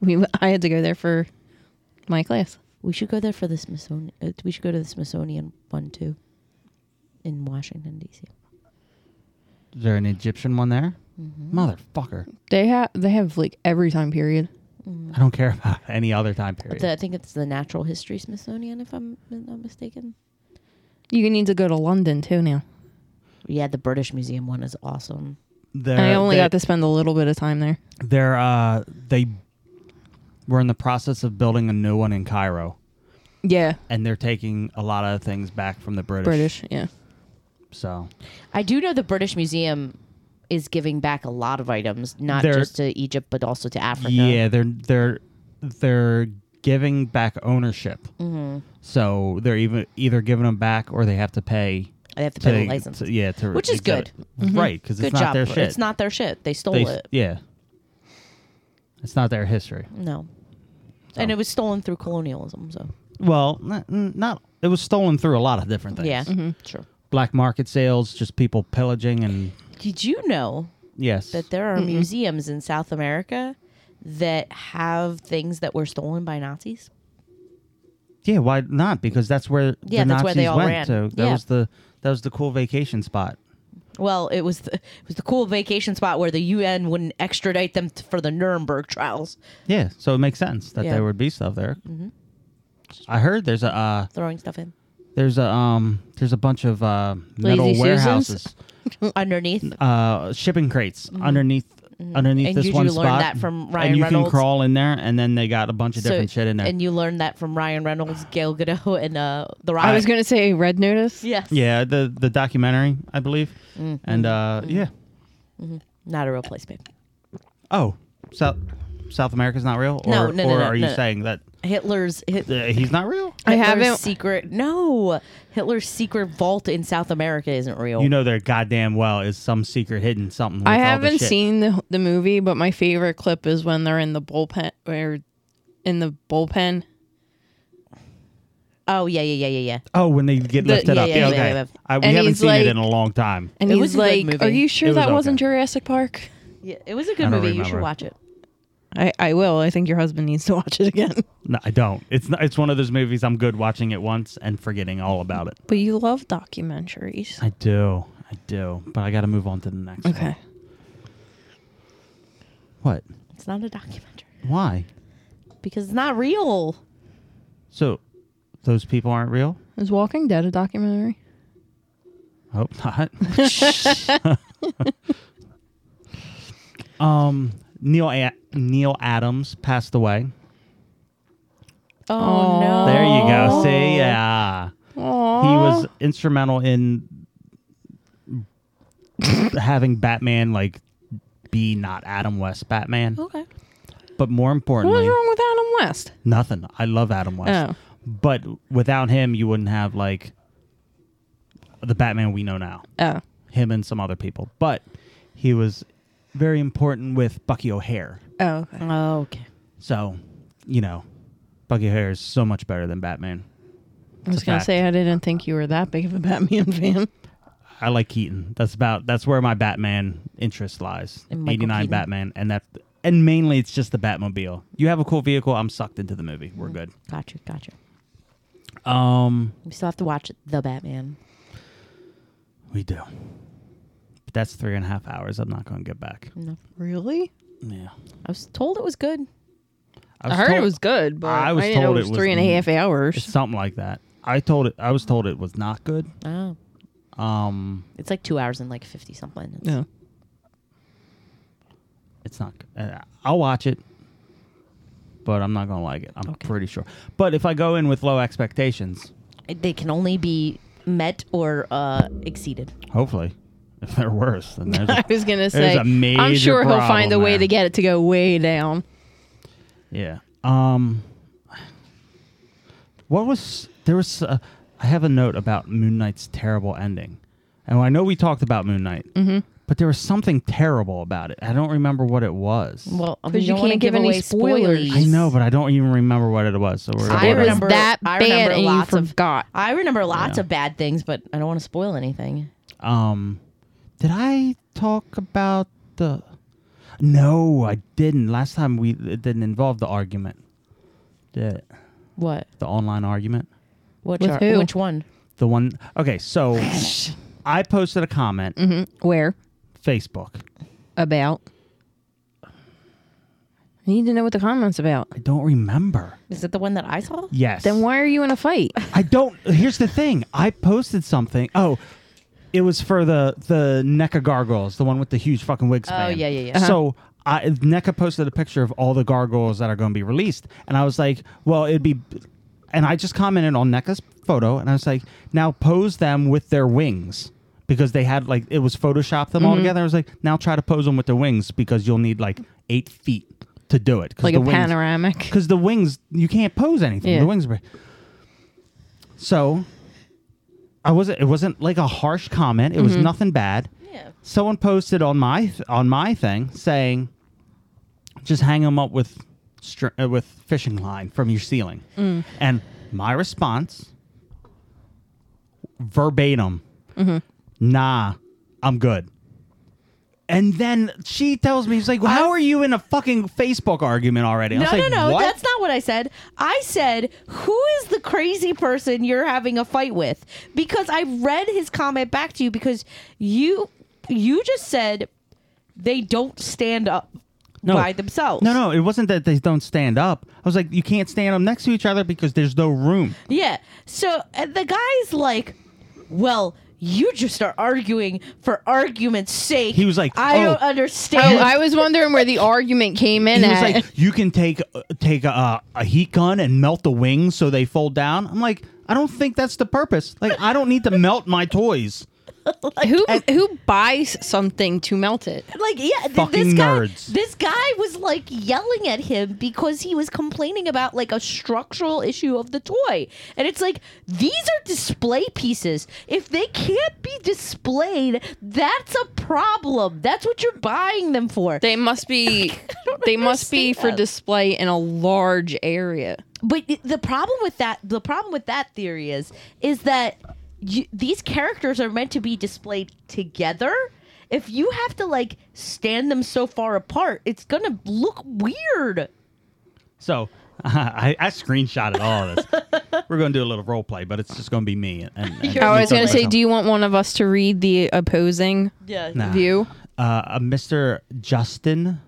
[SPEAKER 2] We I had to go there for my class.
[SPEAKER 3] we should go there for the Smithsonian. uh, We should go to the Smithsonian one too, in Washington D.C.
[SPEAKER 1] Is there an Egyptian one there?
[SPEAKER 2] Mm-hmm.
[SPEAKER 1] Motherfucker.
[SPEAKER 2] They have they have like every time period.
[SPEAKER 1] I don't care about any other time period.
[SPEAKER 3] The, I think it's the Natural History Smithsonian, if I'm not mistaken.
[SPEAKER 2] You need to go to London too now.
[SPEAKER 3] Yeah, the British Museum one is awesome.
[SPEAKER 1] They're-
[SPEAKER 2] I only
[SPEAKER 1] they-
[SPEAKER 2] got to spend a little bit of time there.
[SPEAKER 1] They're uh they were in the process of building a new one in Cairo,
[SPEAKER 2] Yeah,
[SPEAKER 1] and they're taking a lot of things back from the British.
[SPEAKER 2] British. Yeah,
[SPEAKER 1] So
[SPEAKER 3] I do know the British Museum is giving back a lot of items, not
[SPEAKER 1] They're-
[SPEAKER 3] just to Egypt but also to Africa.
[SPEAKER 1] yeah, they're they're they're giving back ownership.
[SPEAKER 3] Mm-hmm.
[SPEAKER 1] So they're even either giving them back or they have to pay.
[SPEAKER 3] they have to
[SPEAKER 1] To,
[SPEAKER 3] pay the license.
[SPEAKER 1] to- yeah, to
[SPEAKER 3] Which is
[SPEAKER 1] exhibit. right? Because
[SPEAKER 3] Good
[SPEAKER 1] it's not
[SPEAKER 3] job.
[SPEAKER 1] their shit.
[SPEAKER 3] It's not their shit. They stole
[SPEAKER 1] They-
[SPEAKER 3] it.
[SPEAKER 1] yeah, it's not their history.
[SPEAKER 3] No. And it was stolen through colonialism, so
[SPEAKER 1] Well, not, not it was stolen through a lot of different things.
[SPEAKER 3] yeah,
[SPEAKER 2] Mm-hmm.
[SPEAKER 3] sure.
[SPEAKER 1] black market sales, just people pillaging and
[SPEAKER 3] Did you know
[SPEAKER 1] yes,
[SPEAKER 3] that there are museums in South America that have things that were stolen by Nazis?
[SPEAKER 1] Yeah, why not? Because that's where
[SPEAKER 3] Yeah,
[SPEAKER 1] the
[SPEAKER 3] that's
[SPEAKER 1] Nazis
[SPEAKER 3] where they all
[SPEAKER 1] went
[SPEAKER 3] ran.
[SPEAKER 1] to. That
[SPEAKER 3] Yeah.
[SPEAKER 1] was the that was the cool vacation spot.
[SPEAKER 3] Well, it was the, it was the cool vacation spot where the UN wouldn't extradite them t- for the Nuremberg trials.
[SPEAKER 1] Yeah, so it makes sense that
[SPEAKER 3] Yeah. Mm-hmm.
[SPEAKER 1] there would be stuff there. I heard there's a uh,
[SPEAKER 3] Throwing stuff in
[SPEAKER 1] there's a um there's a bunch of uh, metal
[SPEAKER 2] Lazy Susans?
[SPEAKER 1] warehouses,
[SPEAKER 2] Mm.
[SPEAKER 3] underneath.
[SPEAKER 1] uh, shipping crates underneath underneath
[SPEAKER 3] Mm-hmm. And
[SPEAKER 1] this
[SPEAKER 3] you-
[SPEAKER 1] one
[SPEAKER 3] you
[SPEAKER 1] spot.
[SPEAKER 3] learned that from Ryan
[SPEAKER 1] and you
[SPEAKER 3] Reynolds?
[SPEAKER 1] can crawl in there, and then they got a bunch of different shit in there.
[SPEAKER 3] And you learned that from Ryan Reynolds, Gail Godot, and uh, The Rock.
[SPEAKER 2] I was gonna say Red Notice.
[SPEAKER 3] Yes.
[SPEAKER 1] yeah, the the documentary, I believe,
[SPEAKER 3] Mm-hmm.
[SPEAKER 1] and uh, yeah.
[SPEAKER 3] Not a real place, babe.
[SPEAKER 1] Oh, South South America's not real, or,
[SPEAKER 3] No, no, no,
[SPEAKER 1] or
[SPEAKER 3] no,
[SPEAKER 1] are you
[SPEAKER 3] no.
[SPEAKER 1] saying that
[SPEAKER 3] Hitler's Hit-
[SPEAKER 1] uh, he's not real?
[SPEAKER 2] I
[SPEAKER 3] Hitler's
[SPEAKER 2] haven't-
[SPEAKER 3] secret. No, Hitler's secret vault in South America isn't real.
[SPEAKER 1] You know there goddamn well is some secret hidden something. With
[SPEAKER 2] I
[SPEAKER 1] all the
[SPEAKER 2] haven't
[SPEAKER 1] shit.
[SPEAKER 2] seen the, the movie, but my favorite clip is when they're in the bullpen or in the bullpen.
[SPEAKER 3] oh yeah, yeah, yeah, yeah, yeah.
[SPEAKER 1] Oh, when they get
[SPEAKER 2] The-
[SPEAKER 1] lifted
[SPEAKER 2] yeah,
[SPEAKER 1] up.
[SPEAKER 3] yeah, yeah,
[SPEAKER 1] okay,
[SPEAKER 3] yeah, yeah.
[SPEAKER 1] I, we
[SPEAKER 2] And
[SPEAKER 1] haven't
[SPEAKER 2] he's
[SPEAKER 1] seen it in
[SPEAKER 2] like-
[SPEAKER 1] a long time.
[SPEAKER 2] And
[SPEAKER 3] It
[SPEAKER 2] he's
[SPEAKER 3] was a
[SPEAKER 2] like,
[SPEAKER 3] good movie.
[SPEAKER 2] "Are you sure
[SPEAKER 1] It was
[SPEAKER 2] that wasn't
[SPEAKER 1] okay.
[SPEAKER 2] Jurassic Park?"
[SPEAKER 3] Yeah, it was a good
[SPEAKER 1] I don't
[SPEAKER 3] movie. You should
[SPEAKER 1] remember.
[SPEAKER 3] watch it.
[SPEAKER 2] I, I will. I think your husband needs to watch it again.
[SPEAKER 1] No, I don't. It's not, it's one of those movies I'm good watching it once and forgetting all about it.
[SPEAKER 2] But you love documentaries.
[SPEAKER 1] I do, I do, but I got to move on to the next. one.
[SPEAKER 2] Okay.
[SPEAKER 1] What?
[SPEAKER 3] It's not a documentary
[SPEAKER 1] Why?
[SPEAKER 3] because it's not real.
[SPEAKER 1] So, those people aren't real.
[SPEAKER 2] Is Walking Dead a documentary?
[SPEAKER 1] Hope not. um, Neil a- Neil Adams passed away.
[SPEAKER 3] Oh,
[SPEAKER 2] no.
[SPEAKER 1] There you go. See, yeah. He was instrumental in having Batman like be not Adam West Batman.
[SPEAKER 2] Okay.
[SPEAKER 1] But more
[SPEAKER 2] What
[SPEAKER 1] importantly,
[SPEAKER 2] was Oh. wrong with Adam West?
[SPEAKER 1] nothing. I love Adam West.
[SPEAKER 2] Oh.
[SPEAKER 1] But without him, you wouldn't have like the Batman we know now.
[SPEAKER 2] Oh.
[SPEAKER 1] Him and some other people. But he was very important with Bucky O'Hare.
[SPEAKER 2] Oh, okay.
[SPEAKER 3] Oh, okay.
[SPEAKER 1] So, you know, Bucky O'Hare is so much better than Batman.
[SPEAKER 2] I was
[SPEAKER 1] a
[SPEAKER 2] going to
[SPEAKER 1] fact.
[SPEAKER 2] say, I didn't think you were that big of a Batman fan.
[SPEAKER 1] I like Keaton. That's about that's where my Batman interest lies.
[SPEAKER 3] And Michael
[SPEAKER 1] Eighty nine
[SPEAKER 3] Keaton.
[SPEAKER 1] Batman, and that and mainly it's just the Batmobile. You have a cool vehicle. I'm sucked into the movie. We're
[SPEAKER 2] Mm-hmm.
[SPEAKER 1] good.
[SPEAKER 3] Gotcha. Gotcha.
[SPEAKER 1] Um,
[SPEAKER 3] We still have to watch The Batman.
[SPEAKER 1] we do. But that's three and a half hours. I'm not going to get back.
[SPEAKER 2] Mm.
[SPEAKER 3] No.
[SPEAKER 2] Really?
[SPEAKER 1] Yeah,
[SPEAKER 3] I was told it was good.
[SPEAKER 2] I, heard it was good, but
[SPEAKER 1] I
[SPEAKER 2] I,
[SPEAKER 1] was
[SPEAKER 2] didn't
[SPEAKER 1] told
[SPEAKER 2] know it was
[SPEAKER 1] it was
[SPEAKER 2] three and a
[SPEAKER 1] n-
[SPEAKER 2] half hours.
[SPEAKER 1] something like that. I told it. I was told it was not good.
[SPEAKER 3] Oh,
[SPEAKER 1] Um,
[SPEAKER 3] it's like two hours and like fifty something. It's-
[SPEAKER 2] No.
[SPEAKER 1] it's not. g- Uh, I'll watch it, but I'm not going to like it. I'm
[SPEAKER 3] Okay.
[SPEAKER 1] pretty sure. But if I go in with low expectations,
[SPEAKER 3] They can only be met or uh, exceeded.
[SPEAKER 1] hopefully, if they're worse, then there's a
[SPEAKER 2] I was going to
[SPEAKER 1] There's
[SPEAKER 2] say,
[SPEAKER 1] a
[SPEAKER 2] I'm
[SPEAKER 1] major
[SPEAKER 2] sure he'll find a
[SPEAKER 1] problem
[SPEAKER 2] way
[SPEAKER 1] there.
[SPEAKER 2] to get it to go way down.
[SPEAKER 1] Yeah. Um. What was there was? Uh, I have a note about Moon Knight's terrible ending, and I know we talked about Moon Knight, mm-hmm. but there was something terrible about it. I don't remember what it was.
[SPEAKER 3] Well, I mean,
[SPEAKER 2] 'Cause
[SPEAKER 3] you,
[SPEAKER 2] you
[SPEAKER 3] don't wanna
[SPEAKER 2] can't
[SPEAKER 3] give,
[SPEAKER 2] give any
[SPEAKER 3] away
[SPEAKER 2] spoilers.
[SPEAKER 3] spoilers.
[SPEAKER 1] I know, but I don't even remember what it was. So we're gonna
[SPEAKER 3] I
[SPEAKER 2] it
[SPEAKER 1] go back.
[SPEAKER 2] was
[SPEAKER 3] remember-
[SPEAKER 2] that
[SPEAKER 3] I
[SPEAKER 2] bad
[SPEAKER 3] remember
[SPEAKER 2] and you
[SPEAKER 3] lots of-
[SPEAKER 2] forgot.
[SPEAKER 3] I remember lots
[SPEAKER 1] Yeah.
[SPEAKER 3] of bad things, but I don't want to spoil anything.
[SPEAKER 1] Um, did I talk about the? No, I didn't. Last time we it didn't involve the argument. The
[SPEAKER 3] What?
[SPEAKER 1] the online argument.
[SPEAKER 3] Which
[SPEAKER 2] With
[SPEAKER 3] are-
[SPEAKER 2] who?
[SPEAKER 3] Which one?
[SPEAKER 1] The one. Okay, so I posted a comment.
[SPEAKER 2] Mm-hmm. Where?
[SPEAKER 1] Facebook.
[SPEAKER 2] About? I need to know what the comment's about.
[SPEAKER 1] I don't remember.
[SPEAKER 3] Is it the one that I saw?
[SPEAKER 1] Yes.
[SPEAKER 2] Then why are you in a fight?
[SPEAKER 1] I don't. Here's the thing. I posted something. Oh, it was for the the NECA gargoyles, the one with the huge fucking wig span.
[SPEAKER 3] yeah, yeah, yeah.
[SPEAKER 1] So. I, NECA posted a picture of all the gargoyles that are going to be released, and I was like, "Well, it'd be," and I just commented on NECA's photo, and I was like, "Now pose them with their wings because they had like it was Photoshop them all together." I was like, "Now try to pose them with their wings because you'll need like eight feet to do it, 'cause
[SPEAKER 2] Like
[SPEAKER 1] the
[SPEAKER 2] a
[SPEAKER 1] wings-
[SPEAKER 2] panoramic.
[SPEAKER 1] because the wings you can't pose anything.
[SPEAKER 2] Yeah.
[SPEAKER 1] The wings break. So I wasn't. It wasn't like a harsh comment. It was nothing bad.
[SPEAKER 3] Mm-hmm. Yeah.
[SPEAKER 1] Someone posted on my on my thing saying, "Just hang them up with str- uh, with fishing line from your ceiling."
[SPEAKER 3] Mm.
[SPEAKER 1] And my response, verbatim,
[SPEAKER 3] Mm-hmm.
[SPEAKER 1] "Nah, I'm good." And then she tells me, "She's like, well, how are you in a fucking Facebook argument already?" I
[SPEAKER 3] No,
[SPEAKER 1] was like,
[SPEAKER 3] no, no.
[SPEAKER 1] "What?"
[SPEAKER 3] That's not what I said. I said, who is the crazy person you're having a fight with? Because I read his comment back to you because you you just said they don't stand up by themselves.
[SPEAKER 1] No, no, it wasn't that they don't stand up. I was like, you can't stand them next to each other because there's no room.
[SPEAKER 3] Yeah. So uh, the guy's like, well, you just are arguing for argument's sake.
[SPEAKER 1] He was like,
[SPEAKER 3] I
[SPEAKER 1] "Oh,
[SPEAKER 3] don't understand.
[SPEAKER 2] Oh, I was wondering where the argument came in
[SPEAKER 1] He was
[SPEAKER 2] at.
[SPEAKER 1] like, you can take take a, a heat gun and melt the wings so they fold down. I'm like, I don't think that's the purpose. Like, I don't need to melt my toys.
[SPEAKER 2] who who buys something to melt it?
[SPEAKER 3] like yeah th-
[SPEAKER 1] Fucking
[SPEAKER 3] this guy
[SPEAKER 1] nerds.
[SPEAKER 3] this guy was like yelling at him because he was complaining about like a structural issue of the toy and it's like these are display pieces if they can't be displayed that's a problem that's what you're buying them for
[SPEAKER 2] They must be they must be for
[SPEAKER 3] understand. display
[SPEAKER 2] display in a large area.
[SPEAKER 3] but i- the problem with that the problem with that theory is is that you, these characters are meant to be displayed together if you have to like stand them so far apart it's gonna look weird
[SPEAKER 1] So I, I screenshotted all of this. We're going to do a little role play, but it's just going to be me. And, and, and
[SPEAKER 2] Oh, I was
[SPEAKER 1] you
[SPEAKER 2] gonna
[SPEAKER 1] talk
[SPEAKER 2] say,
[SPEAKER 1] about
[SPEAKER 2] do you want one of us to read the opposing
[SPEAKER 3] yeah
[SPEAKER 1] Nah.
[SPEAKER 2] view?
[SPEAKER 1] something. uh, uh, Mr. Justin?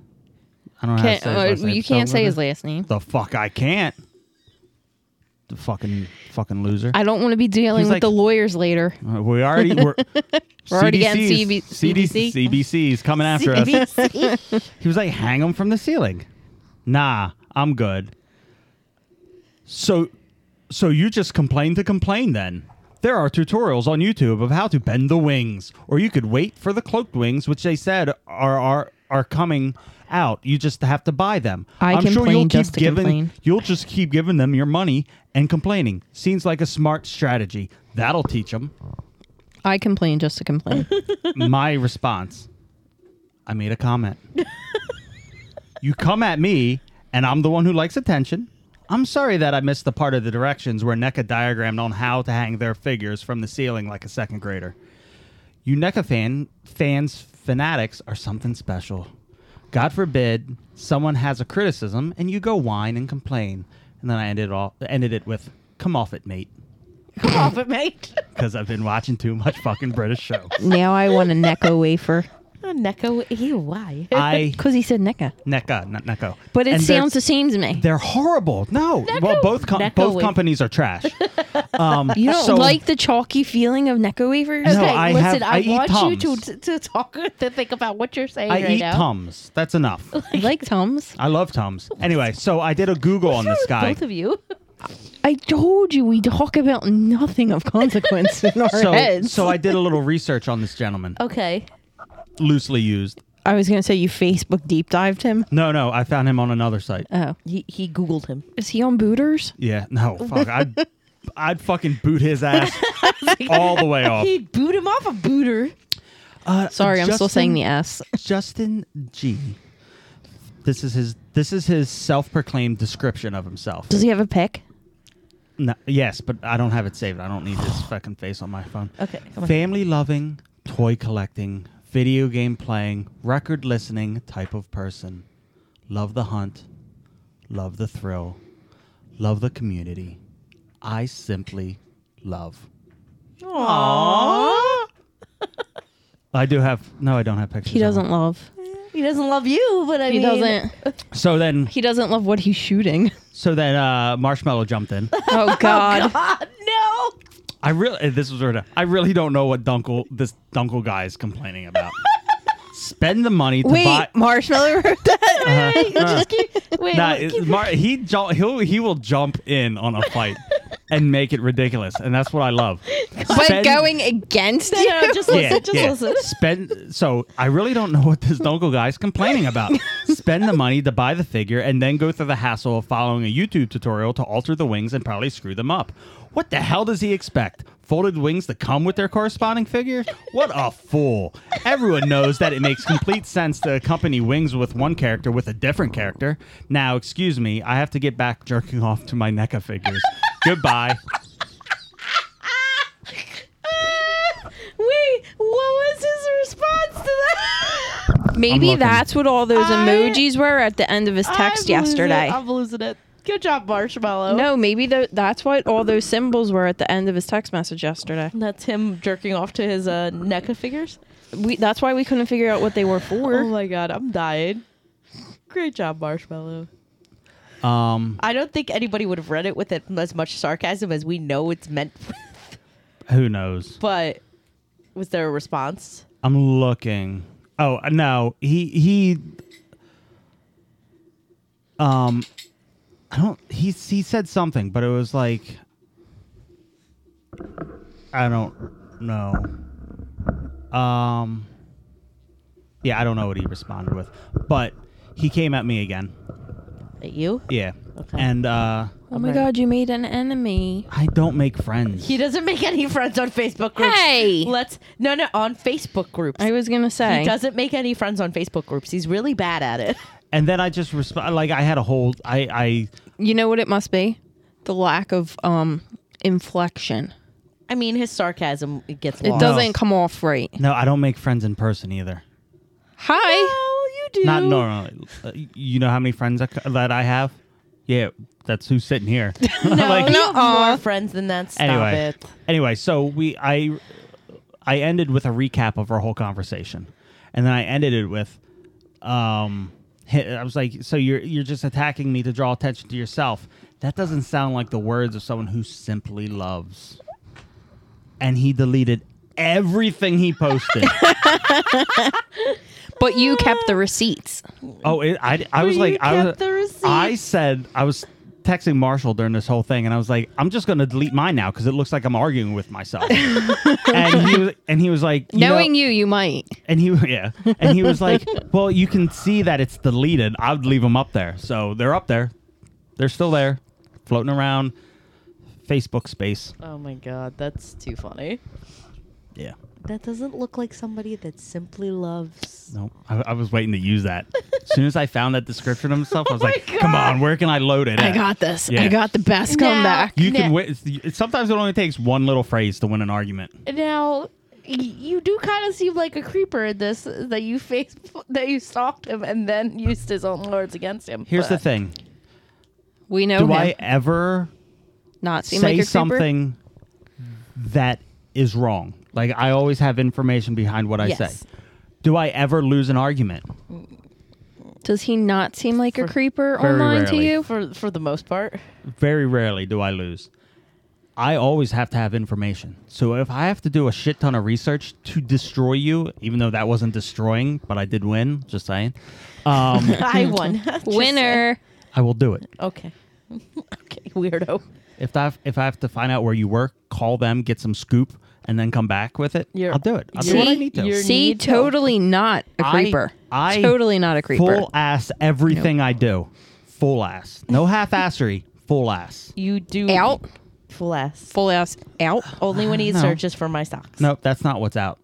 [SPEAKER 1] I don't know
[SPEAKER 2] Can't,
[SPEAKER 1] how to say his
[SPEAKER 2] uh,
[SPEAKER 1] last name.
[SPEAKER 2] you can't
[SPEAKER 1] So-
[SPEAKER 2] say his last name.
[SPEAKER 1] The fuck I can't. The fucking fucking loser.
[SPEAKER 2] I don't want to be dealing
[SPEAKER 1] He's
[SPEAKER 2] with
[SPEAKER 1] like-
[SPEAKER 2] the lawyers later.
[SPEAKER 1] Uh, we already we're,
[SPEAKER 2] We're already getting CB
[SPEAKER 1] CDC, CBC's coming after us. He was like, "Hang him from the ceiling." Nah, I'm good. So, so you just complain to complain then? There are tutorials on YouTube of how to bend the wings, or you could wait for the cloaked wings, which they said are are are coming out. You just have to buy them.
[SPEAKER 2] I
[SPEAKER 1] am sure
[SPEAKER 2] complain
[SPEAKER 1] you'll keep
[SPEAKER 2] just to
[SPEAKER 1] giving
[SPEAKER 2] complain.
[SPEAKER 1] you'll just keep giving them your money and complaining. Seems like a smart strategy. That'll teach them.
[SPEAKER 2] I complain just to complain.
[SPEAKER 1] My response. I made a comment. you come at me and I'm the one who likes attention. I'm sorry that I missed the part of the directions where NECA diagrammed on how to hang their figures from the ceiling like a second grader. You NECA fan fans fanatics are something special. God forbid someone has a criticism and you go whine and complain. And then I ended it all ended it with, "Come off it, mate,"
[SPEAKER 3] Come off it, mate.
[SPEAKER 1] because I've been watching too much fucking British show.
[SPEAKER 2] now I want a Necco wafer
[SPEAKER 3] Neko, E ew, why?
[SPEAKER 1] I
[SPEAKER 2] because he said E Necca.
[SPEAKER 1] NECA, not NECO.
[SPEAKER 2] But it
[SPEAKER 1] And they're-
[SPEAKER 2] sounds the same to me.
[SPEAKER 1] They're horrible. No, well, both com-
[SPEAKER 3] Necco
[SPEAKER 1] both
[SPEAKER 3] wave.
[SPEAKER 1] companies are trash. Um,
[SPEAKER 2] You don't
[SPEAKER 1] so-
[SPEAKER 2] like the chalky feeling of E Necco wafers?
[SPEAKER 1] No,
[SPEAKER 3] okay,
[SPEAKER 1] I
[SPEAKER 3] listen,
[SPEAKER 1] have- I
[SPEAKER 3] I,
[SPEAKER 1] eat
[SPEAKER 3] want you
[SPEAKER 1] Tums.
[SPEAKER 3] to, to talk to think about what you're saying
[SPEAKER 1] I
[SPEAKER 3] right
[SPEAKER 1] eat
[SPEAKER 3] now.
[SPEAKER 1] tums. That's enough.
[SPEAKER 2] I like Tums.
[SPEAKER 1] I love tums. Anyway, so I did a Google on this guy.
[SPEAKER 3] Both of you.
[SPEAKER 2] I told you we talk about nothing of consequence in our
[SPEAKER 1] So,
[SPEAKER 2] heads.
[SPEAKER 1] so I did a little research on this gentleman,
[SPEAKER 3] Okay.
[SPEAKER 1] loosely used.
[SPEAKER 2] I was gonna say you Facebook deep dived him.
[SPEAKER 1] No, no, I found him on another site.
[SPEAKER 2] Oh,
[SPEAKER 3] He he Googled him.
[SPEAKER 2] is he on Booters?
[SPEAKER 1] Yeah, no, fuck, I'd, I'd fucking boot his ass all the way off.
[SPEAKER 3] He boot him off a booter.
[SPEAKER 1] Uh,
[SPEAKER 2] Sorry, I'm still saying
[SPEAKER 1] Justin-
[SPEAKER 2] the S.
[SPEAKER 1] Justin G. This is his. This is his self-proclaimed description of himself.
[SPEAKER 2] Does he have a pick?
[SPEAKER 1] No, yes, but I don't have it saved. I don't need his fucking face on my phone.
[SPEAKER 3] Okay, come on.
[SPEAKER 1] Family loving, toy collecting, video game playing, record listening type of person. Love the hunt, love the thrill, love the community. I simply love.
[SPEAKER 3] Aww.
[SPEAKER 1] I do have no, I don't have pictures.
[SPEAKER 2] He
[SPEAKER 1] of
[SPEAKER 2] doesn't
[SPEAKER 1] him.
[SPEAKER 2] love.
[SPEAKER 3] He doesn't love you, but I
[SPEAKER 2] He
[SPEAKER 3] mean,
[SPEAKER 2] doesn't.
[SPEAKER 1] So then,
[SPEAKER 2] He doesn't love what he's shooting.
[SPEAKER 1] so then, uh, Marshmallow jumped in.
[SPEAKER 2] Oh God.
[SPEAKER 3] God, no.
[SPEAKER 1] I really eh, this was weird. I really don't know what Dunkel this Dunkel guy is complaining about. Spend the money to
[SPEAKER 2] Wait,
[SPEAKER 1] buy.
[SPEAKER 2] Marshmallow wrote that.
[SPEAKER 1] Uh,
[SPEAKER 3] Wait,
[SPEAKER 1] nah,
[SPEAKER 3] wait,
[SPEAKER 1] it-
[SPEAKER 3] keep-
[SPEAKER 1] Mar- he ju- he'll, he will jump in on a fight and make it ridiculous, and that's what I love.
[SPEAKER 2] but
[SPEAKER 1] Spend-
[SPEAKER 2] going against you.
[SPEAKER 3] no, just listen, just listen.
[SPEAKER 1] Spend so I really don't know what this Dunkel guy is complaining about. Spend the money to buy the figure and then go through the hassle of following a YouTube tutorial to alter the wings and probably screw them up. What the hell does he expect? Folded wings to come with their corresponding figure? What a fool. Everyone knows that it makes complete sense to accompany wings with one character with a different character. Now, excuse me, I have to get back jerking off to my NECA figures. Goodbye.
[SPEAKER 3] Wait, what was his response to that?
[SPEAKER 1] I'm
[SPEAKER 2] Maybe
[SPEAKER 1] looking.
[SPEAKER 2] that's what all those
[SPEAKER 3] I-
[SPEAKER 2] emojis were at the end of his text
[SPEAKER 3] I'm
[SPEAKER 2] yesterday.
[SPEAKER 3] Losing, I'm losing it. Good job, Marshmallow.
[SPEAKER 2] No, maybe tho- that's what all those symbols were at the end of his text message yesterday.
[SPEAKER 3] That's him jerking off to his uh, NECA figures.
[SPEAKER 2] We, that's why we couldn't figure out what they were for.
[SPEAKER 3] Oh my god, I'm dying. Great job, Marshmallow.
[SPEAKER 1] Um,
[SPEAKER 3] I don't think anybody would have read it with it, as much sarcasm as we know it's meant with.
[SPEAKER 1] who knows?
[SPEAKER 3] But was there a response?
[SPEAKER 1] I'm looking. Oh no, he he. Um, I don't. He he said something, but it was like, I don't know. Um. Yeah, I don't know what he responded with, but he came at me again.
[SPEAKER 3] At you?
[SPEAKER 1] Yeah,
[SPEAKER 3] Okay.
[SPEAKER 1] and uh,
[SPEAKER 2] Oh my god, you made an enemy.
[SPEAKER 1] I don't make friends.
[SPEAKER 3] He doesn't make any friends on Facebook groups.
[SPEAKER 2] Hey!
[SPEAKER 3] Let's no no on Facebook groups.
[SPEAKER 2] I was gonna say.
[SPEAKER 3] he doesn't make any friends on Facebook groups. He's really bad at it.
[SPEAKER 1] and then I just respond like I had a whole I I
[SPEAKER 2] You know what it must be? The lack of um inflection.
[SPEAKER 3] I mean, his sarcasm it gets
[SPEAKER 2] It
[SPEAKER 3] lost.
[SPEAKER 2] doesn't come off right.
[SPEAKER 1] no I don't make friends in person either.
[SPEAKER 2] Hi.
[SPEAKER 3] Well, you do.
[SPEAKER 1] Not normally. Uh, You know how many friends I c that I have? Yeah, that's who's sitting here.
[SPEAKER 3] No,
[SPEAKER 1] Like-
[SPEAKER 3] you
[SPEAKER 2] No,
[SPEAKER 3] have
[SPEAKER 2] aw.
[SPEAKER 3] more friends than that. Stop
[SPEAKER 1] anyway,
[SPEAKER 3] it.
[SPEAKER 1] anyway, so we I I ended with a recap of our whole conversation, and then I ended it with, um, hi- I was like, so you're you're just attacking me to draw attention to yourself. That doesn't sound like the words of someone who simply loves. And he deleted everything he posted.
[SPEAKER 2] But you kept the receipts.
[SPEAKER 1] Oh, it, I, I was
[SPEAKER 3] you
[SPEAKER 1] like, I
[SPEAKER 3] kept
[SPEAKER 1] was,
[SPEAKER 3] the receipt.
[SPEAKER 1] I said, I was texting Marshall during this whole thing, and I was like, "I'm just going to delete mine now because it looks like I'm arguing with myself." and he was, and he was like, you know-
[SPEAKER 2] Knowing you, you might.
[SPEAKER 1] and he yeah, and he was like, "Well, you can see that it's deleted. I would leave them up there, so they're up there. They're still there, floating around Facebook space."
[SPEAKER 3] Oh my god, that's too funny.
[SPEAKER 1] Yeah.
[SPEAKER 3] That doesn't look like somebody that simply loves.
[SPEAKER 1] No, I, I was waiting to use that. As soon as I found that description of himself, I was
[SPEAKER 3] Oh my
[SPEAKER 1] like, "Come
[SPEAKER 3] God.
[SPEAKER 1] on, where can I load it?"
[SPEAKER 2] I
[SPEAKER 1] at?"
[SPEAKER 2] got this.
[SPEAKER 1] Yeah.
[SPEAKER 2] I got the best
[SPEAKER 3] Now-
[SPEAKER 2] comeback.
[SPEAKER 1] You can
[SPEAKER 3] Nah.
[SPEAKER 1] win. it's- it- Sometimes it only takes one little phrase to win an argument.
[SPEAKER 3] Now, y- you do kind of seem like a creeper in this that you face that you stalked him and then used his own words against him.
[SPEAKER 1] Here's the
[SPEAKER 3] but-
[SPEAKER 1] thing:
[SPEAKER 2] we know
[SPEAKER 1] Do
[SPEAKER 2] him.
[SPEAKER 1] I ever
[SPEAKER 2] Not seem like
[SPEAKER 1] say
[SPEAKER 2] a creeper?
[SPEAKER 1] something that is wrong? Like I always have information behind what I
[SPEAKER 3] Yes.
[SPEAKER 1] say. Do I ever lose an argument?
[SPEAKER 2] Does he not seem like a creeper
[SPEAKER 1] very
[SPEAKER 2] online to
[SPEAKER 1] rarely.
[SPEAKER 2] you?
[SPEAKER 3] for for the most part.
[SPEAKER 1] Very rarely do I lose. I always have to have information. So if I have to do a shit ton of research to destroy you, even though that wasn't destroying, but I did win, just saying, um,
[SPEAKER 3] I won. Just saying.
[SPEAKER 2] Winner.
[SPEAKER 1] I will do it.
[SPEAKER 3] Okay. okay, weirdo.
[SPEAKER 1] If I have, if I have to find out where you work, call them, get some scoop, and then come back with it,
[SPEAKER 3] You're-
[SPEAKER 1] I'll do it. I'll do
[SPEAKER 3] you're-
[SPEAKER 1] what I need to.
[SPEAKER 3] you're-
[SPEAKER 2] See,
[SPEAKER 3] Need to-
[SPEAKER 2] totally not a
[SPEAKER 1] I-
[SPEAKER 2] creeper.
[SPEAKER 1] I
[SPEAKER 2] totally not a creeper.
[SPEAKER 1] Full ass everything I do. Full ass. No half assery. Full ass.
[SPEAKER 3] You do
[SPEAKER 2] out.
[SPEAKER 3] full ass.
[SPEAKER 2] Full ass out. Oh,
[SPEAKER 3] Only when he
[SPEAKER 1] Ah, No.
[SPEAKER 3] searches for my socks.
[SPEAKER 1] Nope, that's not what's out.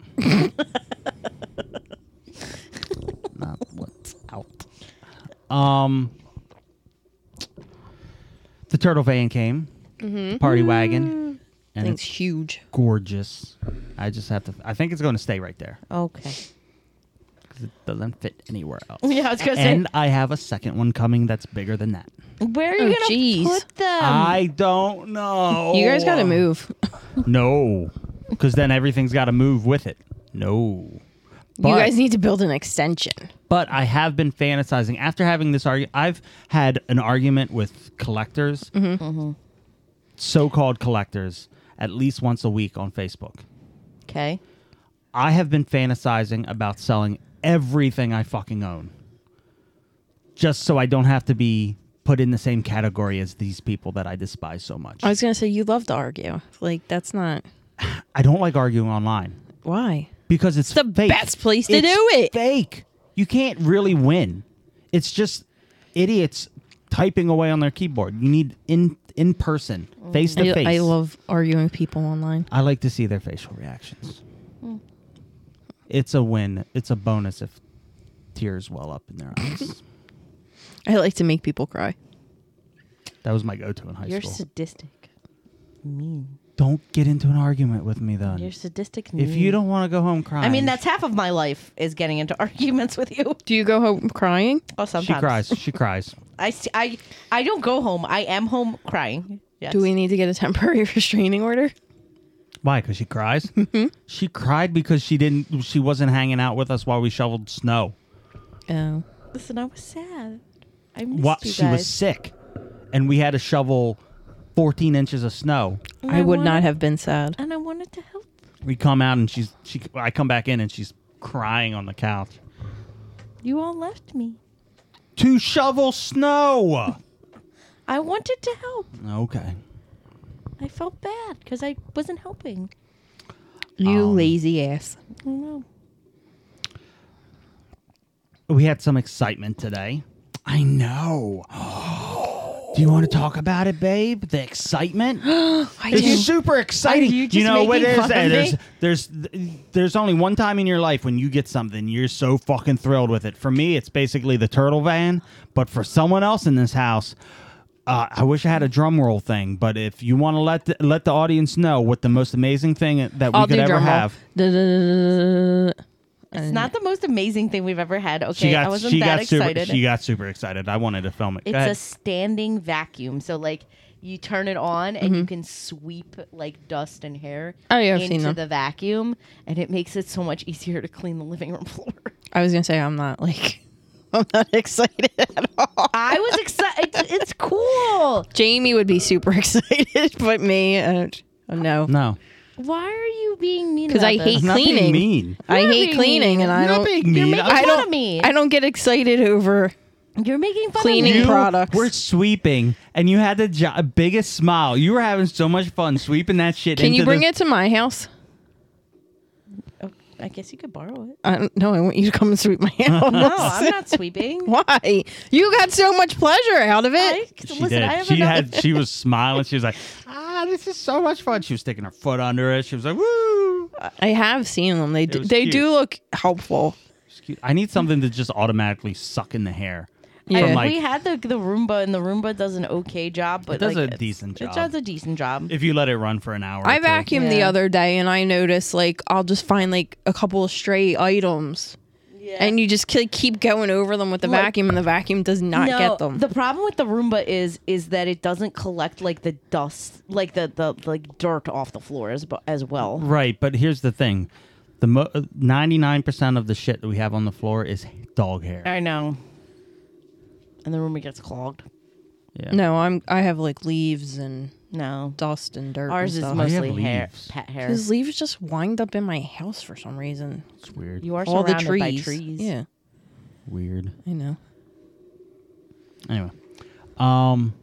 [SPEAKER 1] not what's out. Um, the turtle van came.
[SPEAKER 2] Mm-hmm.
[SPEAKER 1] Party
[SPEAKER 2] Mm.
[SPEAKER 1] wagon. And
[SPEAKER 2] Thing's
[SPEAKER 1] it's
[SPEAKER 2] huge.
[SPEAKER 1] gorgeous. I just have to. I think it's going to stay right there
[SPEAKER 3] Okay.
[SPEAKER 1] because it doesn't fit anywhere else.
[SPEAKER 3] Yeah, I was gonna
[SPEAKER 1] And I have a second one coming that's bigger than that.
[SPEAKER 3] say. Where are you
[SPEAKER 2] Oh,
[SPEAKER 3] gonna
[SPEAKER 2] jeez.
[SPEAKER 3] put them?
[SPEAKER 1] I don't know.
[SPEAKER 2] Um, You guys got to move.
[SPEAKER 1] No, because then everything's got to move with it. No. But,
[SPEAKER 2] you guys need to build an extension.
[SPEAKER 1] but I have been fantasizing after having this argument. I've had an argument with collectors,
[SPEAKER 2] Mm-hmm.
[SPEAKER 1] Mm-hmm. so-called collectors, at least once a week on Facebook.
[SPEAKER 3] okay.
[SPEAKER 1] I have been fantasizing about selling everything I fucking own, just so I don't have to be put in the same category as these people that I despise so much.
[SPEAKER 2] I was gonna say you love to argue. Like that's not
[SPEAKER 1] I don't like arguing online.
[SPEAKER 2] why.
[SPEAKER 1] because it's
[SPEAKER 2] the
[SPEAKER 1] fake.
[SPEAKER 2] best place to
[SPEAKER 1] It's
[SPEAKER 2] do it.
[SPEAKER 1] Fake. You can't really win. It's just idiots typing away on their keyboard. You need in in person, face to face.
[SPEAKER 2] Oh. I, I love arguing with people online.
[SPEAKER 1] I like to see their facial reactions.
[SPEAKER 3] Hmm.
[SPEAKER 1] It's a win. It's a bonus if tears well up in their eyes.
[SPEAKER 2] I like to make people cry.
[SPEAKER 1] that was my go-to in high
[SPEAKER 3] You're
[SPEAKER 1] school.
[SPEAKER 3] sadistic. Mean.
[SPEAKER 1] don't get into an argument with me, then.
[SPEAKER 3] You're sadistic.
[SPEAKER 1] If you don't want to go home crying,
[SPEAKER 3] I mean, that's half of my life is getting into arguments with you.
[SPEAKER 2] Do you go home crying?
[SPEAKER 3] Oh, sometimes
[SPEAKER 1] she cries. She cries.
[SPEAKER 3] I, s- I, I don't go home. I am home crying. Yes.
[SPEAKER 2] Do we need to get a temporary restraining order?
[SPEAKER 1] Why? Because she cries.
[SPEAKER 3] Mm-hmm.
[SPEAKER 1] she cried because she didn't. She wasn't hanging out with us while we shoveled snow.
[SPEAKER 2] Oh.
[SPEAKER 3] Listen, I was sad. I missed
[SPEAKER 1] What?
[SPEAKER 3] you
[SPEAKER 1] She was
[SPEAKER 3] guys.
[SPEAKER 1] sick, and we had to shovel 14 inches of snow.
[SPEAKER 3] And
[SPEAKER 2] I would
[SPEAKER 3] wanted-
[SPEAKER 2] not have been sad.
[SPEAKER 3] And I wanted to help.
[SPEAKER 1] We come out, and she's she. I come back in, and she's crying on the couch
[SPEAKER 3] You all left me.
[SPEAKER 1] to shovel snow.
[SPEAKER 3] I wanted to help.
[SPEAKER 1] okay.
[SPEAKER 3] I felt bad because I wasn't helping.
[SPEAKER 2] You
[SPEAKER 1] Um,
[SPEAKER 2] lazy ass.
[SPEAKER 3] I don't know.
[SPEAKER 1] We had some excitement today. I know. Do you want to talk about it, babe? The excitement.
[SPEAKER 2] I
[SPEAKER 1] It's
[SPEAKER 2] do.
[SPEAKER 1] super exciting.
[SPEAKER 3] you just
[SPEAKER 1] know what
[SPEAKER 3] making
[SPEAKER 1] is
[SPEAKER 3] fun
[SPEAKER 1] that?
[SPEAKER 3] of
[SPEAKER 1] There's,
[SPEAKER 3] me?
[SPEAKER 1] there's there's only one time in your life when you get something you're so fucking thrilled with it. For me, it's basically the turtle van, but for someone else in this house, uh, I wish I had a drum roll thing. But if you want to let the, let the audience know what the most amazing thing that we
[SPEAKER 2] I'll
[SPEAKER 1] could
[SPEAKER 2] do
[SPEAKER 1] ever
[SPEAKER 2] drum roll.
[SPEAKER 1] have,
[SPEAKER 2] Da-da-da-da-da-da.
[SPEAKER 3] It's not the most amazing thing we've ever had. Okay,
[SPEAKER 1] she got
[SPEAKER 3] I wasn't
[SPEAKER 1] she
[SPEAKER 3] that
[SPEAKER 1] got
[SPEAKER 3] excited.
[SPEAKER 1] super she got super excited. I wanted to film it. Go
[SPEAKER 3] it's
[SPEAKER 1] ahead.
[SPEAKER 3] a standing vacuum. So like you turn it on and you can sweep like dust and hair
[SPEAKER 2] Mm-hmm. Oh, yeah, I've seen
[SPEAKER 3] into
[SPEAKER 2] them.
[SPEAKER 3] the vacuum, and it makes it so much easier to clean the living room floor.
[SPEAKER 2] I was gonna say I'm not like I'm not excited at all.
[SPEAKER 3] I was excited. it's, it's cool.
[SPEAKER 2] Jamie would be super excited, but me, I don't, oh, no,
[SPEAKER 1] no,
[SPEAKER 3] Why are you being mean?
[SPEAKER 2] because
[SPEAKER 3] about
[SPEAKER 2] I
[SPEAKER 3] this?
[SPEAKER 2] hate
[SPEAKER 1] It's not being
[SPEAKER 2] cleaning.
[SPEAKER 1] mean.
[SPEAKER 2] I
[SPEAKER 3] You're
[SPEAKER 2] hate
[SPEAKER 3] being
[SPEAKER 2] cleaning,
[SPEAKER 3] mean.
[SPEAKER 2] and I
[SPEAKER 1] You're not
[SPEAKER 2] don't.
[SPEAKER 1] being
[SPEAKER 3] You're
[SPEAKER 1] mean.
[SPEAKER 3] making
[SPEAKER 1] I-
[SPEAKER 2] I
[SPEAKER 3] fun
[SPEAKER 2] don't.
[SPEAKER 3] of me.
[SPEAKER 2] I don't get excited over
[SPEAKER 3] You're making fun
[SPEAKER 2] Cleaning
[SPEAKER 3] of me.
[SPEAKER 1] you
[SPEAKER 2] products.
[SPEAKER 1] were sweeping, and you had the jo- biggest smile. You were having so much fun sweeping that shit.
[SPEAKER 2] Can
[SPEAKER 1] into
[SPEAKER 2] you bring
[SPEAKER 1] the-
[SPEAKER 2] it to my house?
[SPEAKER 3] Oh, I guess you could borrow it.
[SPEAKER 2] I don't know. I want you to come and sweep my house.
[SPEAKER 3] No, I'm not sweeping.
[SPEAKER 2] Why? You got so much pleasure out of
[SPEAKER 3] I,
[SPEAKER 2] it.
[SPEAKER 1] She
[SPEAKER 3] listen,
[SPEAKER 1] did.
[SPEAKER 3] I have
[SPEAKER 1] she
[SPEAKER 3] another.
[SPEAKER 1] had. She was smiling. She was like, "Ah, this is so much fun." She was sticking her foot under it. She was like, "Woo!"
[SPEAKER 2] I have seen them. They do,
[SPEAKER 1] was
[SPEAKER 2] they
[SPEAKER 1] cute.
[SPEAKER 2] do look helpful.
[SPEAKER 1] It's cute. I need something to just automatically suck in the hair.
[SPEAKER 2] Yeah.
[SPEAKER 1] From like,
[SPEAKER 3] we had the the Roomba, and the Roomba does an okay job, but
[SPEAKER 1] does
[SPEAKER 3] like,
[SPEAKER 1] a
[SPEAKER 3] it's-
[SPEAKER 1] decent
[SPEAKER 3] It
[SPEAKER 1] job.
[SPEAKER 3] does a decent job.
[SPEAKER 1] if you let it run for an hour,
[SPEAKER 2] I
[SPEAKER 1] or two.
[SPEAKER 2] vacuumed the
[SPEAKER 3] Yeah.
[SPEAKER 2] other day and I noticed like I'll just find like a couple of stray items. And you just ke- keep going over them with the
[SPEAKER 3] Like-
[SPEAKER 2] vacuum, and the vacuum does not
[SPEAKER 3] no,
[SPEAKER 2] get them.
[SPEAKER 3] The problem with the Roomba is is that it doesn't collect like the dust, like the the like dirt off the floor as, bu- as well.
[SPEAKER 1] Right, but here's the thing: the uh, ninety-nine percent of the shit that we have on the floor is dog hair.
[SPEAKER 3] I know. And the Roomba gets clogged.
[SPEAKER 1] Yeah.
[SPEAKER 2] no, I'm I have like leaves and
[SPEAKER 3] No,
[SPEAKER 2] dust and dirt.
[SPEAKER 3] ours is
[SPEAKER 2] and
[SPEAKER 1] most-
[SPEAKER 2] stuff.
[SPEAKER 3] mostly hair,
[SPEAKER 1] leaves.
[SPEAKER 3] pet hair.
[SPEAKER 2] His leaves just wind up in my house for some reason.
[SPEAKER 1] it's weird.
[SPEAKER 3] You are
[SPEAKER 2] All the
[SPEAKER 3] surrounded
[SPEAKER 2] trees.
[SPEAKER 3] by trees.
[SPEAKER 2] Yeah,
[SPEAKER 1] weird.
[SPEAKER 2] I know.
[SPEAKER 1] Anyway, um,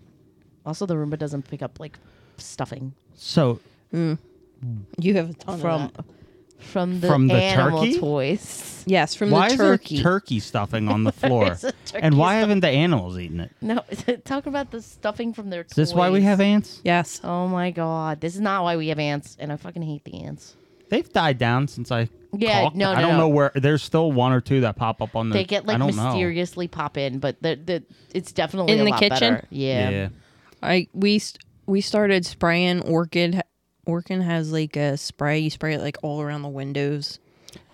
[SPEAKER 3] Also, the Roomba doesn't pick up like stuffing
[SPEAKER 1] so
[SPEAKER 2] You have a ton
[SPEAKER 3] from
[SPEAKER 2] of that.
[SPEAKER 3] from the
[SPEAKER 1] From the
[SPEAKER 3] animal
[SPEAKER 1] turkey?
[SPEAKER 3] toys.
[SPEAKER 2] Yes, from
[SPEAKER 1] why
[SPEAKER 2] the
[SPEAKER 1] is
[SPEAKER 2] turkey.
[SPEAKER 1] there turkey stuffing on the floor?
[SPEAKER 3] is a turkey
[SPEAKER 1] and why
[SPEAKER 3] stuff-
[SPEAKER 1] haven't the animals eaten it?
[SPEAKER 3] No, talk about the stuffing from their.
[SPEAKER 1] Is this why we have ants?
[SPEAKER 2] yes.
[SPEAKER 3] Oh my god, this is not why we have ants, and I fucking hate the ants.
[SPEAKER 1] They've died down since I.
[SPEAKER 3] Yeah,
[SPEAKER 1] caulked.
[SPEAKER 3] no,
[SPEAKER 1] I
[SPEAKER 3] no,
[SPEAKER 1] don't
[SPEAKER 3] no.
[SPEAKER 1] know where. There's still one or two that pop up on the.
[SPEAKER 3] They get like
[SPEAKER 1] I don't know.
[SPEAKER 3] mysteriously pop in, but they're, they're, it's definitely
[SPEAKER 2] In
[SPEAKER 3] a
[SPEAKER 2] the
[SPEAKER 3] lot
[SPEAKER 2] kitchen?
[SPEAKER 3] Better. Yeah.
[SPEAKER 1] Yeah.
[SPEAKER 2] I we st- we started spraying orchid. Orchid has like a spray. You spray it like all around the windows.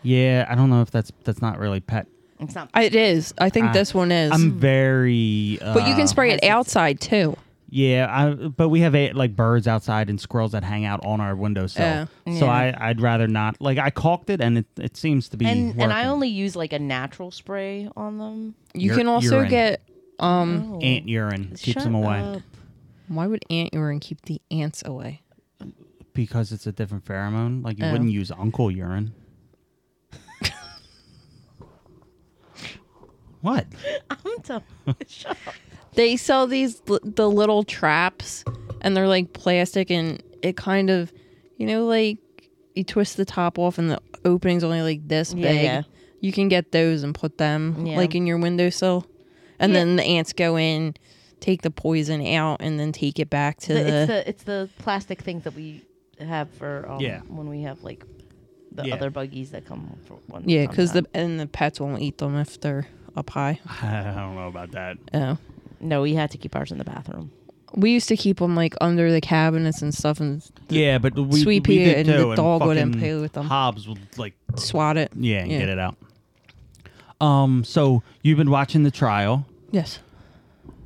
[SPEAKER 1] Yeah, I don't know if that's that's not really pet.
[SPEAKER 3] it's not.
[SPEAKER 2] I- It is. I think
[SPEAKER 1] Ah,
[SPEAKER 2] this one is.
[SPEAKER 1] I'm very. Uh,
[SPEAKER 2] but you can spray
[SPEAKER 3] Has
[SPEAKER 2] it
[SPEAKER 3] its-
[SPEAKER 2] outside too.
[SPEAKER 1] Yeah, I, but we have a, like birds outside and squirrels that hang out on our windowsill.
[SPEAKER 2] Oh,
[SPEAKER 1] so I, I'd rather not. Like I caulked it, and it, it seems to be.
[SPEAKER 3] and and I
[SPEAKER 1] working.
[SPEAKER 3] only use like a natural spray on them.
[SPEAKER 2] You
[SPEAKER 1] Ur-
[SPEAKER 2] can also
[SPEAKER 1] urine.
[SPEAKER 2] get. Um,
[SPEAKER 3] Oh.
[SPEAKER 1] ant urine keeps
[SPEAKER 3] Shut
[SPEAKER 1] them away
[SPEAKER 3] up.
[SPEAKER 2] why would ant urine keep the ants away?
[SPEAKER 1] because it's a different pheromone. Like you
[SPEAKER 2] Oh.
[SPEAKER 1] wouldn't use uncle urine. what?
[SPEAKER 3] I'm done. Shut up.
[SPEAKER 2] They sell these l- the little traps, and they're like plastic, and it kind of, you know, like you twist the top off, and the opening's only like this
[SPEAKER 3] Yeah,
[SPEAKER 2] big.
[SPEAKER 3] yeah.
[SPEAKER 2] You can get those and put them
[SPEAKER 3] Yeah.
[SPEAKER 2] like in your windowsill, and then the ants go in, take the poison out, and then take it back to
[SPEAKER 3] The- uh,
[SPEAKER 2] the.
[SPEAKER 3] it's the it's the plastic things that we have for um,
[SPEAKER 1] Yeah.
[SPEAKER 3] when we have like the
[SPEAKER 1] Yeah.
[SPEAKER 3] other buggies that come for one.
[SPEAKER 2] yeah, because the and the pets won't eat them if they're up high.
[SPEAKER 1] I don't know about that.
[SPEAKER 2] Oh.
[SPEAKER 3] no, we had to keep ours in the bathroom.
[SPEAKER 2] We used to keep them like under the cabinets and stuff, and
[SPEAKER 1] yeah, but we,
[SPEAKER 2] Sweet
[SPEAKER 1] we
[SPEAKER 2] pea
[SPEAKER 1] did
[SPEAKER 2] and the
[SPEAKER 1] too,
[SPEAKER 2] dog wouldn't
[SPEAKER 1] fucking
[SPEAKER 2] play with them.
[SPEAKER 1] Hobbs would like
[SPEAKER 2] swat it.
[SPEAKER 1] yeah, and get it out. Um, so you've been watching the trial.
[SPEAKER 2] Yes.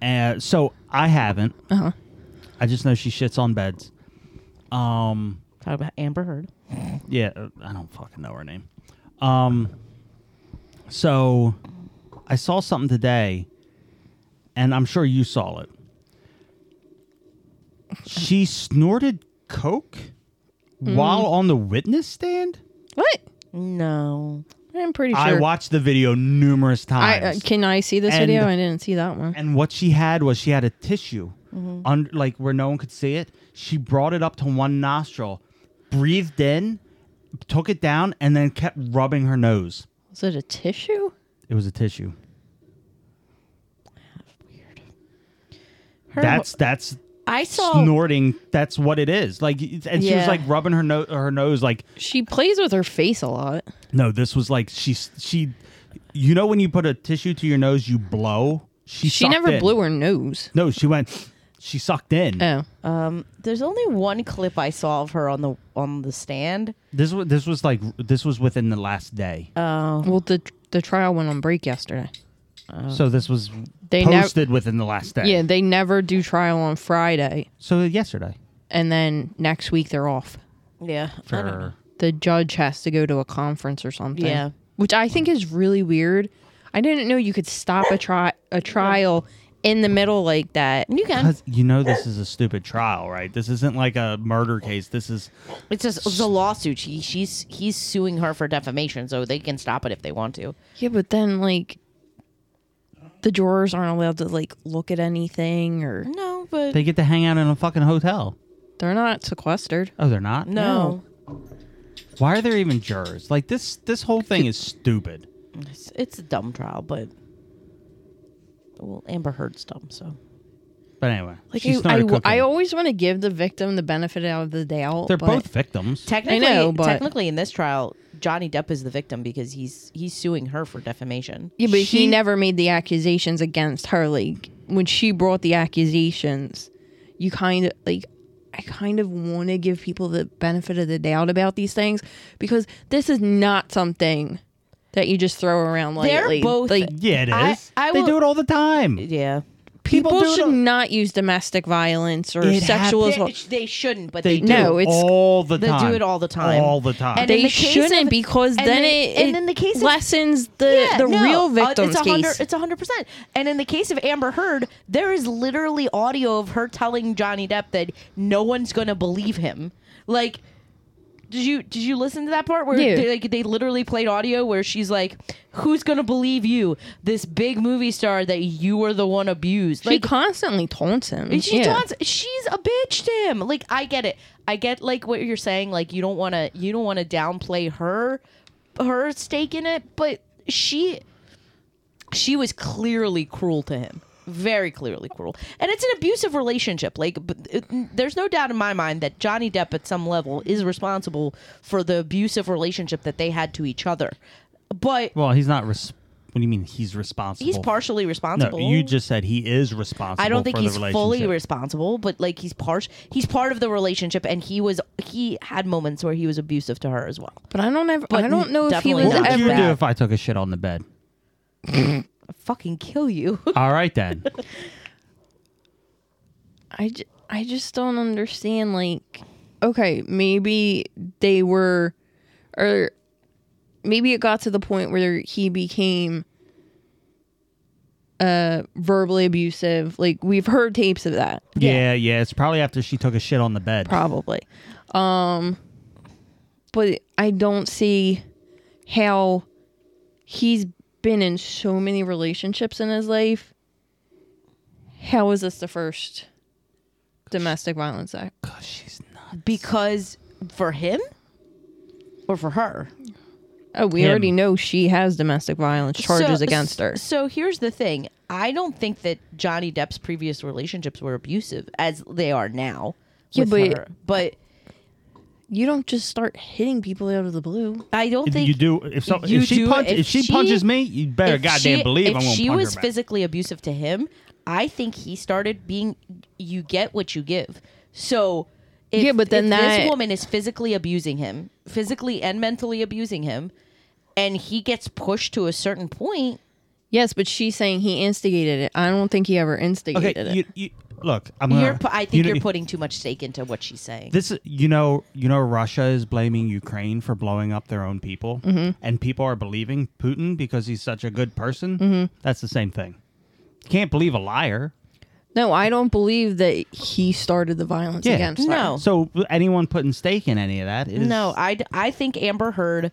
[SPEAKER 1] Uh, so I haven't.
[SPEAKER 2] Uh huh.
[SPEAKER 1] I just know she shits on beds. Um,
[SPEAKER 3] Talk about Amber Heard.
[SPEAKER 1] yeah, uh, I don't fucking know her name. Um, so I saw something today, and I'm sure you saw it. She snorted coke
[SPEAKER 2] Mm-hmm.
[SPEAKER 1] while on the witness stand.
[SPEAKER 2] What?
[SPEAKER 3] No,
[SPEAKER 2] I'm pretty sure.
[SPEAKER 1] I watched the video numerous
[SPEAKER 2] I
[SPEAKER 1] times.
[SPEAKER 2] uh, can I see this
[SPEAKER 1] And-
[SPEAKER 2] video? I didn't see that one.
[SPEAKER 1] And what she had was she had a tissue
[SPEAKER 2] Mm-hmm.
[SPEAKER 1] under like where no one could see it. She brought it up to one nostril, breathed in, took it down, and then kept rubbing her nose.
[SPEAKER 2] Was it a tissue?
[SPEAKER 1] It was a tissue.
[SPEAKER 3] Her-
[SPEAKER 1] that's that's
[SPEAKER 3] I saw.
[SPEAKER 1] snorting. That's what it is. Like, it's- and she was
[SPEAKER 3] Yeah.
[SPEAKER 1] like rubbing her nose. Her nose. Like,
[SPEAKER 2] She plays with her face a lot.
[SPEAKER 1] no, this was like she she. You know when you put a tissue to your nose, you blow. She
[SPEAKER 2] She
[SPEAKER 1] sucked
[SPEAKER 2] never
[SPEAKER 1] in.
[SPEAKER 2] blew her nose.
[SPEAKER 1] No, she went. She sucked in.
[SPEAKER 2] Oh,
[SPEAKER 3] Um, there's only one clip I saw of her on the on the stand.
[SPEAKER 1] This was this was like this was within the last day.
[SPEAKER 3] Oh,
[SPEAKER 2] well the the trial went on break yesterday.
[SPEAKER 1] so this was
[SPEAKER 2] They nev-
[SPEAKER 1] posted within the last day.
[SPEAKER 2] Yeah, they never do trial on Friday,
[SPEAKER 1] So yesterday
[SPEAKER 2] and then next week they're off.
[SPEAKER 3] yeah. I don't know.
[SPEAKER 1] for
[SPEAKER 2] The judge has to go to a conference or something.
[SPEAKER 3] Yeah.
[SPEAKER 2] which I think is really weird. I didn't know you could stop a tri- a trial in the middle like that.
[SPEAKER 3] you can.
[SPEAKER 1] because you know this is a stupid trial, right? This isn't like a murder case. This is
[SPEAKER 3] It's just it's a lawsuit. She, she's he's suing her for defamation, so they can stop it if they want to.
[SPEAKER 2] Yeah, but then like the drawers aren't allowed to like look at anything or
[SPEAKER 3] No, but
[SPEAKER 1] They get to hang out in a fucking hotel.
[SPEAKER 2] they're not sequestered.
[SPEAKER 1] Oh, they're not.
[SPEAKER 3] no.
[SPEAKER 1] Why are there even jurors? Like this. This whole thing is stupid.
[SPEAKER 3] It's, it's a dumb trial, but well, Amber Heard's dumb, so
[SPEAKER 1] But anyway,
[SPEAKER 2] Like
[SPEAKER 1] she
[SPEAKER 2] I, I,
[SPEAKER 1] started
[SPEAKER 2] w- I
[SPEAKER 1] cooking.
[SPEAKER 2] always want to give the victim the benefit out of the doubt.
[SPEAKER 1] They're
[SPEAKER 2] but
[SPEAKER 1] both victims.
[SPEAKER 3] technically,
[SPEAKER 2] know, but-
[SPEAKER 3] technically in this trial, Johnny Depp is the victim because he's he's suing her for defamation.
[SPEAKER 2] Yeah, but
[SPEAKER 1] She-
[SPEAKER 2] he never made the accusations against her. Like when she brought the accusations, you kind of like I kind of want to give people the benefit of the doubt about these things because this is not something that you just throw around
[SPEAKER 3] They're
[SPEAKER 2] lightly.
[SPEAKER 3] both-
[SPEAKER 2] like
[SPEAKER 1] yeah, it is.
[SPEAKER 3] I- I
[SPEAKER 1] they
[SPEAKER 3] will-
[SPEAKER 1] do it all the time.
[SPEAKER 3] Yeah,
[SPEAKER 2] people,
[SPEAKER 1] People do it
[SPEAKER 2] should
[SPEAKER 1] all-
[SPEAKER 2] not use domestic violence or
[SPEAKER 1] It happens.
[SPEAKER 2] sexual
[SPEAKER 3] they,
[SPEAKER 2] assault.
[SPEAKER 3] they shouldn't, but
[SPEAKER 1] They
[SPEAKER 3] they,
[SPEAKER 1] do
[SPEAKER 3] do.
[SPEAKER 2] No,
[SPEAKER 1] it
[SPEAKER 2] it's-
[SPEAKER 1] all the
[SPEAKER 3] They do
[SPEAKER 1] time.
[SPEAKER 3] it all the time.
[SPEAKER 1] All the time.
[SPEAKER 3] And
[SPEAKER 2] They
[SPEAKER 3] in the case of-
[SPEAKER 2] shouldn't because
[SPEAKER 3] and
[SPEAKER 2] then
[SPEAKER 3] the-
[SPEAKER 2] it,
[SPEAKER 3] and
[SPEAKER 2] it
[SPEAKER 3] in the case of-
[SPEAKER 2] lessens the
[SPEAKER 3] Yeah,
[SPEAKER 2] the
[SPEAKER 3] no,
[SPEAKER 2] real
[SPEAKER 3] uh,
[SPEAKER 2] victim's
[SPEAKER 3] it's a hundred-
[SPEAKER 2] case.
[SPEAKER 3] It's hundred percent. And in the case of Amber Heard, there is literally audio of her telling Johnny Depp that no one's going to believe him. Like, did you did you listen to that part where
[SPEAKER 2] Yeah.
[SPEAKER 3] they, like they literally played audio where she's like, "Who's going to believe you, this big movie star that you were the one abused?"
[SPEAKER 2] she
[SPEAKER 3] Like,
[SPEAKER 2] constantly taunts him.
[SPEAKER 3] and She
[SPEAKER 2] Yeah.
[SPEAKER 3] taunts. She's a bitch to him. Like I get it. I get like what you're saying. Like you don't want to. You don't want to downplay her, her stake in it. But she, she was clearly cruel to him. Very clearly cruel. And it's an abusive relationship. Like but it, there's no doubt in my mind that Johnny Depp at some level is responsible for the abusive relationship that they had to each other. But
[SPEAKER 1] well, he's not. Res- what do you mean he's responsible?
[SPEAKER 3] he's partially
[SPEAKER 1] No,
[SPEAKER 3] responsible.
[SPEAKER 1] you just said he is responsible.
[SPEAKER 3] I don't think
[SPEAKER 1] for the
[SPEAKER 3] he's fully
[SPEAKER 1] relationship.
[SPEAKER 3] responsible, but like he's part he's part of the relationship and he was he had moments where he was abusive to her as well.
[SPEAKER 2] But I don't ever. I
[SPEAKER 3] But
[SPEAKER 2] don't know if he
[SPEAKER 3] definitely
[SPEAKER 2] was
[SPEAKER 3] not.
[SPEAKER 1] What would
[SPEAKER 2] ever.
[SPEAKER 1] you do
[SPEAKER 3] bad.
[SPEAKER 1] if I took a shit on the bed?
[SPEAKER 3] I'd fucking kill you.
[SPEAKER 1] All right then.
[SPEAKER 2] I, ju- I just don't understand. Like, okay, maybe they were, or maybe it got to the point where he became uh verbally abusive. Like we've heard tapes of that,
[SPEAKER 1] yeah, yeah. It's probably after she took a shit on the bed.
[SPEAKER 2] probably. Um, but I don't see how he's been in so many relationships in his life. How is this the first domestic violence act?
[SPEAKER 1] God, she's nuts.
[SPEAKER 3] because for him or for her.
[SPEAKER 2] Oh, we
[SPEAKER 1] Him.
[SPEAKER 2] already know she has domestic violence charges
[SPEAKER 3] So-
[SPEAKER 2] against her.
[SPEAKER 3] So here's the thing. I don't think that Johnny Depp's previous relationships were abusive as they are now.
[SPEAKER 2] Yeah,
[SPEAKER 3] with
[SPEAKER 2] but-
[SPEAKER 3] her. but
[SPEAKER 2] You don't just start hitting people out of the blue.
[SPEAKER 3] I don't
[SPEAKER 1] If
[SPEAKER 3] think
[SPEAKER 1] you do, if, so,
[SPEAKER 3] you
[SPEAKER 1] if she
[SPEAKER 3] do-
[SPEAKER 1] punch,
[SPEAKER 3] if
[SPEAKER 1] if, she,
[SPEAKER 3] she-
[SPEAKER 1] punches me, you better
[SPEAKER 3] if
[SPEAKER 1] goddamn
[SPEAKER 3] she-
[SPEAKER 1] believe
[SPEAKER 3] if
[SPEAKER 1] I'm gonna
[SPEAKER 3] she
[SPEAKER 1] punch
[SPEAKER 3] was
[SPEAKER 1] her back.
[SPEAKER 3] physically abusive to him i think he started being you get what you give so if,
[SPEAKER 2] Yeah, but then
[SPEAKER 3] if
[SPEAKER 2] that-
[SPEAKER 3] this woman is physically abusing him physically and mentally abusing him and he gets pushed to a certain point
[SPEAKER 2] Yes, but she's saying he instigated it. I don't think he ever instigated
[SPEAKER 1] Okay,
[SPEAKER 2] it.
[SPEAKER 1] you, you, look, I'm
[SPEAKER 3] you're
[SPEAKER 1] gonna.
[SPEAKER 3] pu- i
[SPEAKER 1] you e-
[SPEAKER 3] think
[SPEAKER 1] know-
[SPEAKER 3] you are putting too much stake into what she's saying
[SPEAKER 1] This is- you know you know Russia is blaming Ukraine for blowing up their own people,
[SPEAKER 3] Mm-hmm.
[SPEAKER 1] and people are believing Putin because he's such a good person.
[SPEAKER 3] Mm-hmm.
[SPEAKER 1] That's the same thing. You can't believe a liar.
[SPEAKER 2] no, I don't believe that he started the violence
[SPEAKER 1] Yeah.
[SPEAKER 2] against her.
[SPEAKER 3] No.
[SPEAKER 1] So anyone putting stake in any of that is
[SPEAKER 3] no I, d- I think amber heard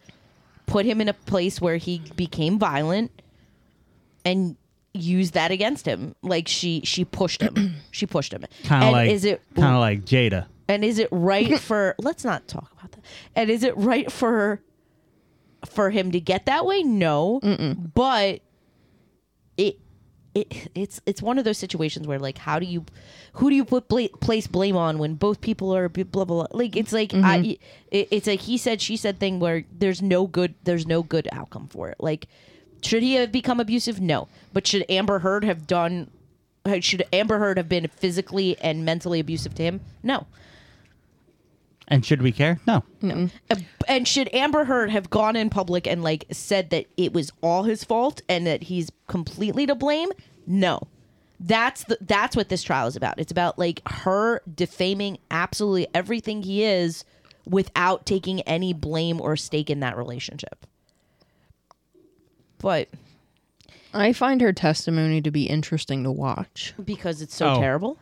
[SPEAKER 3] put him in a place where he became violent and used that against him like she she pushed him she pushed him
[SPEAKER 1] kind of
[SPEAKER 3] And
[SPEAKER 1] like
[SPEAKER 3] is it
[SPEAKER 1] kind of like Jada.
[SPEAKER 3] And is it right for let's not talk about that. And is it right for for him to get that way? No. But it it it's it's one of those situations where like how do you who do you put bla- place blame on when both people are blah blah, blah. like it's like I it, it's a he said she said thing where there's no good there's no good outcome for it. Like should he have become abusive? No. But should Amber Heard have done should Amber Heard have been physically and mentally abusive to him? No.
[SPEAKER 1] And should we care? No.
[SPEAKER 3] And should Amber Heard have gone in public and like said that it was all his fault and that he's completely to blame? No. That's the that's what this trial is about. It's about like her defaming absolutely everything he is without taking any blame or stake in that relationship. But
[SPEAKER 2] I find her testimony to be interesting to watch.
[SPEAKER 3] because it's so
[SPEAKER 1] Oh.
[SPEAKER 3] terrible.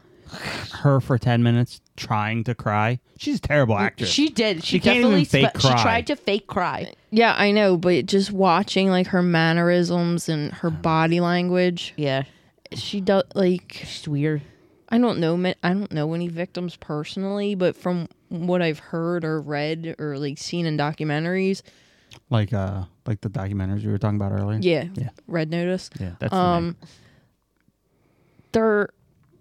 [SPEAKER 1] Her for ten minutes trying to cry. She's a terrible actress.
[SPEAKER 3] She did. She,
[SPEAKER 1] She can't even
[SPEAKER 3] definitely
[SPEAKER 1] fake
[SPEAKER 3] spe- she
[SPEAKER 1] cry.
[SPEAKER 3] tried to fake cry.
[SPEAKER 2] Yeah, I know, but just watching like her mannerisms and
[SPEAKER 1] Oh.
[SPEAKER 2] her body language,
[SPEAKER 3] Yeah,
[SPEAKER 2] she does like
[SPEAKER 3] it's weird.
[SPEAKER 2] I don't know ma- I don't know any victims personally, but from what I've heard or read or like seen in documentaries,
[SPEAKER 1] like uh like the documentaries we were talking about earlier.
[SPEAKER 2] yeah,
[SPEAKER 1] Yeah.
[SPEAKER 2] Red Notice,
[SPEAKER 1] yeah, that's
[SPEAKER 2] um, they're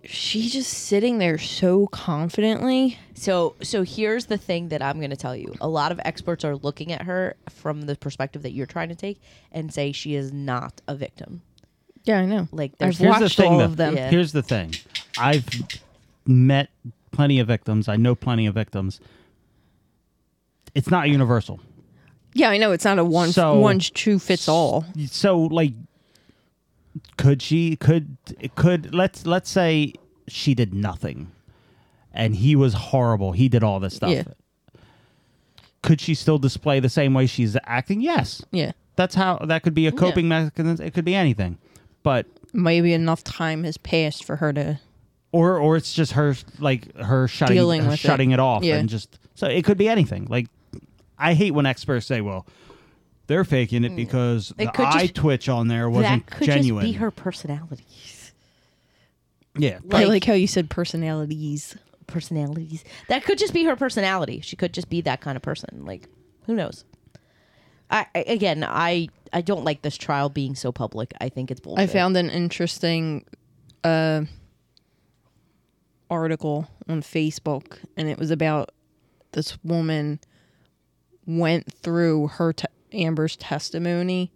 [SPEAKER 2] she's just sitting there so confidently.
[SPEAKER 3] So, so here's the thing that I'm going to tell you. A lot of experts are looking at her from the perspective that you're trying to take and say she is not a victim.
[SPEAKER 2] Yeah, I know.
[SPEAKER 3] Like
[SPEAKER 2] I've
[SPEAKER 3] there's
[SPEAKER 1] Here's the
[SPEAKER 2] watched
[SPEAKER 1] thing,
[SPEAKER 2] all
[SPEAKER 1] though.
[SPEAKER 2] of them.
[SPEAKER 3] Yeah.
[SPEAKER 1] Here's the thing. I've met plenty of victims. I know plenty of victims. It's not universal.
[SPEAKER 2] Yeah, I know it's not a one
[SPEAKER 1] So-
[SPEAKER 2] one shoe fits all.
[SPEAKER 1] So like could she could could let's let's say she did nothing and he was horrible. He did all this stuff.
[SPEAKER 2] Yeah.
[SPEAKER 1] Could she still display the same way she's acting? Yes.
[SPEAKER 2] Yeah,
[SPEAKER 1] That's how that could be a coping mechanism. It could be anything. But
[SPEAKER 2] maybe enough time has passed for her to.
[SPEAKER 1] or or it's just her like her shutting
[SPEAKER 2] Dealing
[SPEAKER 1] her
[SPEAKER 2] with it.
[SPEAKER 1] shutting it, off
[SPEAKER 2] Yeah.
[SPEAKER 1] and just so it could be anything. Like I hate when experts say, "Well, they're faking it because
[SPEAKER 3] Mm. It
[SPEAKER 1] the
[SPEAKER 3] could
[SPEAKER 1] eye
[SPEAKER 3] just-
[SPEAKER 1] twitch on there wasn't
[SPEAKER 3] That could
[SPEAKER 1] genuine."
[SPEAKER 3] just be her personalities.
[SPEAKER 1] yeah,
[SPEAKER 2] I
[SPEAKER 3] Like-
[SPEAKER 2] like how you said personalities.
[SPEAKER 3] Personalities. That could just be her personality. She could just be that kind of person. Like, who knows? I I- again, I I don't like this trial being so public. I think it's bullshit.
[SPEAKER 2] I found an interesting uh, article on Facebook, and it was about this woman went through her te- Amber's testimony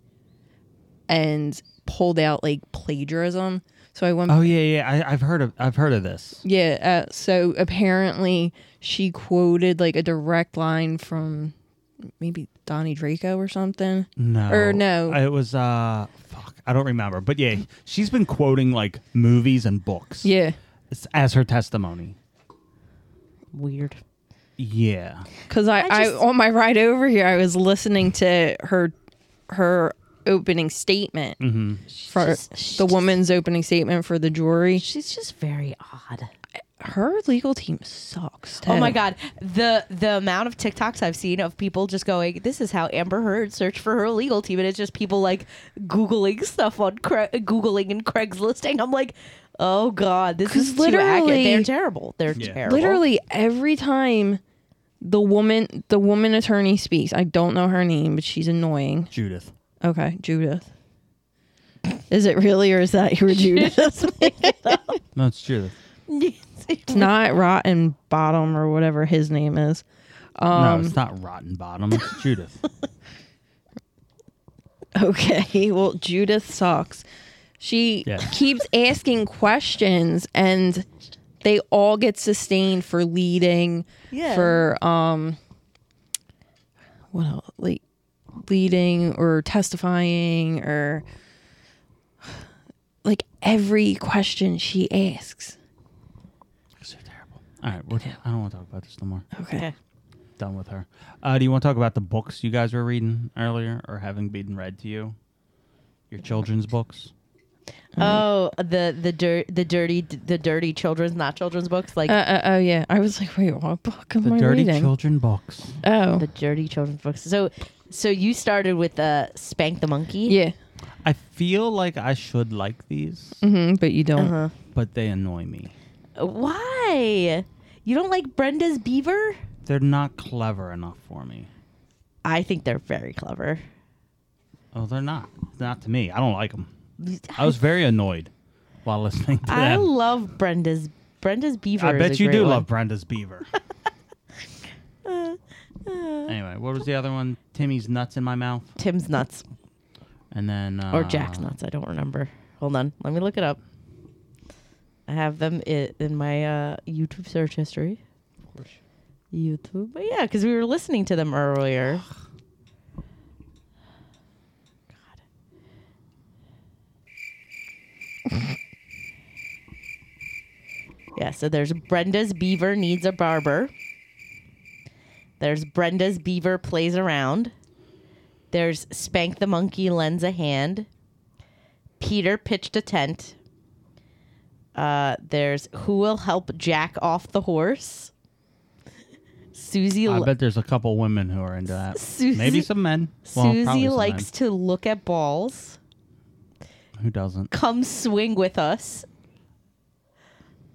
[SPEAKER 2] and pulled out like plagiarism. So I went
[SPEAKER 1] Oh yeah, yeah. I, I've heard of I've heard of this.
[SPEAKER 2] Yeah. Uh, so apparently she quoted like a direct line from maybe Donnie Draco or something.
[SPEAKER 1] No,
[SPEAKER 2] Or no.
[SPEAKER 1] it was uh, fuck, I don't remember. But yeah, she's been quoting like movies and books.
[SPEAKER 2] yeah.
[SPEAKER 1] as- as her testimony.
[SPEAKER 3] weird.
[SPEAKER 1] Yeah,
[SPEAKER 2] Cause I, I,
[SPEAKER 3] I just-
[SPEAKER 2] on my ride over here, I was listening to her, her opening statement for
[SPEAKER 3] just- she's
[SPEAKER 2] the
[SPEAKER 3] just-
[SPEAKER 2] woman's opening statement for the jury.
[SPEAKER 3] She's just very odd.
[SPEAKER 2] Her legal team sucks.
[SPEAKER 3] Oh my
[SPEAKER 2] too.
[SPEAKER 3] god, the the amount of TikToks I've seen of people just going, "This is how Amber Heard searched for her legal team," and it's just people like googling stuff on Cra- googling and Craigslisting. I'm like, "Oh god, this
[SPEAKER 2] 'Cause
[SPEAKER 3] is literally, too accurate.
[SPEAKER 2] literally-
[SPEAKER 3] They're terrible. They're
[SPEAKER 1] Yeah.
[SPEAKER 3] terrible."
[SPEAKER 2] Literally every time the woman, the woman attorney speaks, I don't know her name, but she's annoying.
[SPEAKER 1] Judith.
[SPEAKER 2] Okay, Judith. Is it really, or is that your Judith?
[SPEAKER 1] No, it's Judith.
[SPEAKER 2] it's not Rotten Bottom or whatever his name is. Um,
[SPEAKER 1] no, it's not Rotten Bottom. It's Judith.
[SPEAKER 2] Okay, well, Judith sucks. She
[SPEAKER 1] Yeah.
[SPEAKER 2] keeps asking questions, and they all get sustained for leading,
[SPEAKER 3] Yeah.
[SPEAKER 2] for um, what else? Like leading or testifying or like every question she asks.
[SPEAKER 1] Because they're terrible. All right, we're, I don't want to talk about this no more.
[SPEAKER 2] Okay.
[SPEAKER 1] Done with her. Uh, do you want to talk about the books you guys were reading earlier, or having been read to you? Your children's books.
[SPEAKER 2] Mm.
[SPEAKER 3] Oh, the the dir- the dirty the dirty children's not children's books like
[SPEAKER 2] Uh, uh, oh yeah, I was like, wait, what book am
[SPEAKER 1] The
[SPEAKER 2] I
[SPEAKER 1] dirty
[SPEAKER 2] reading?
[SPEAKER 1] children books.
[SPEAKER 2] oh
[SPEAKER 3] the dirty children's books. So so you started with uh, Spank the Monkey.
[SPEAKER 2] yeah,
[SPEAKER 1] I feel like I should like these,
[SPEAKER 2] hmm but you don't.
[SPEAKER 3] Uh-huh.
[SPEAKER 1] but they annoy me.
[SPEAKER 3] Why? You don't like Brenda's Beaver?
[SPEAKER 1] They're not clever enough for me.
[SPEAKER 3] I think they're very clever.
[SPEAKER 1] Oh, they're not. Not to me. I don't like them. I was very annoyed while listening to
[SPEAKER 3] I
[SPEAKER 1] them.
[SPEAKER 3] love Brenda's Brenda's Beaver.
[SPEAKER 1] I
[SPEAKER 3] is
[SPEAKER 1] bet
[SPEAKER 3] a
[SPEAKER 1] you
[SPEAKER 3] great
[SPEAKER 1] do
[SPEAKER 3] one.
[SPEAKER 1] love Brenda's Beaver. anyway, what was the other one? Timmy's nuts in my mouth,
[SPEAKER 3] Tim's nuts
[SPEAKER 1] and then uh,
[SPEAKER 3] or Jack's nuts. I don't remember. Hold on, let me look it up. I have them i- in my uh, YouTube search history. YouTube, but yeah, because we were listening to them earlier. Yeah, so there's Brenda's Beaver Needs a Barber. There's Brenda's Beaver Plays Around. There's Spank the Monkey Lends a Hand. Peter Pitched a Tent. Uh, there's Who Will Help Jack Off the Horse. Susie.
[SPEAKER 1] I
[SPEAKER 3] li-
[SPEAKER 1] bet there's a couple women who are into that.
[SPEAKER 3] Susie-
[SPEAKER 1] Maybe some men. Well, probably
[SPEAKER 3] Susie
[SPEAKER 1] some
[SPEAKER 3] likes to look at balls.
[SPEAKER 1] men. Who doesn't?
[SPEAKER 3] Come swing with us.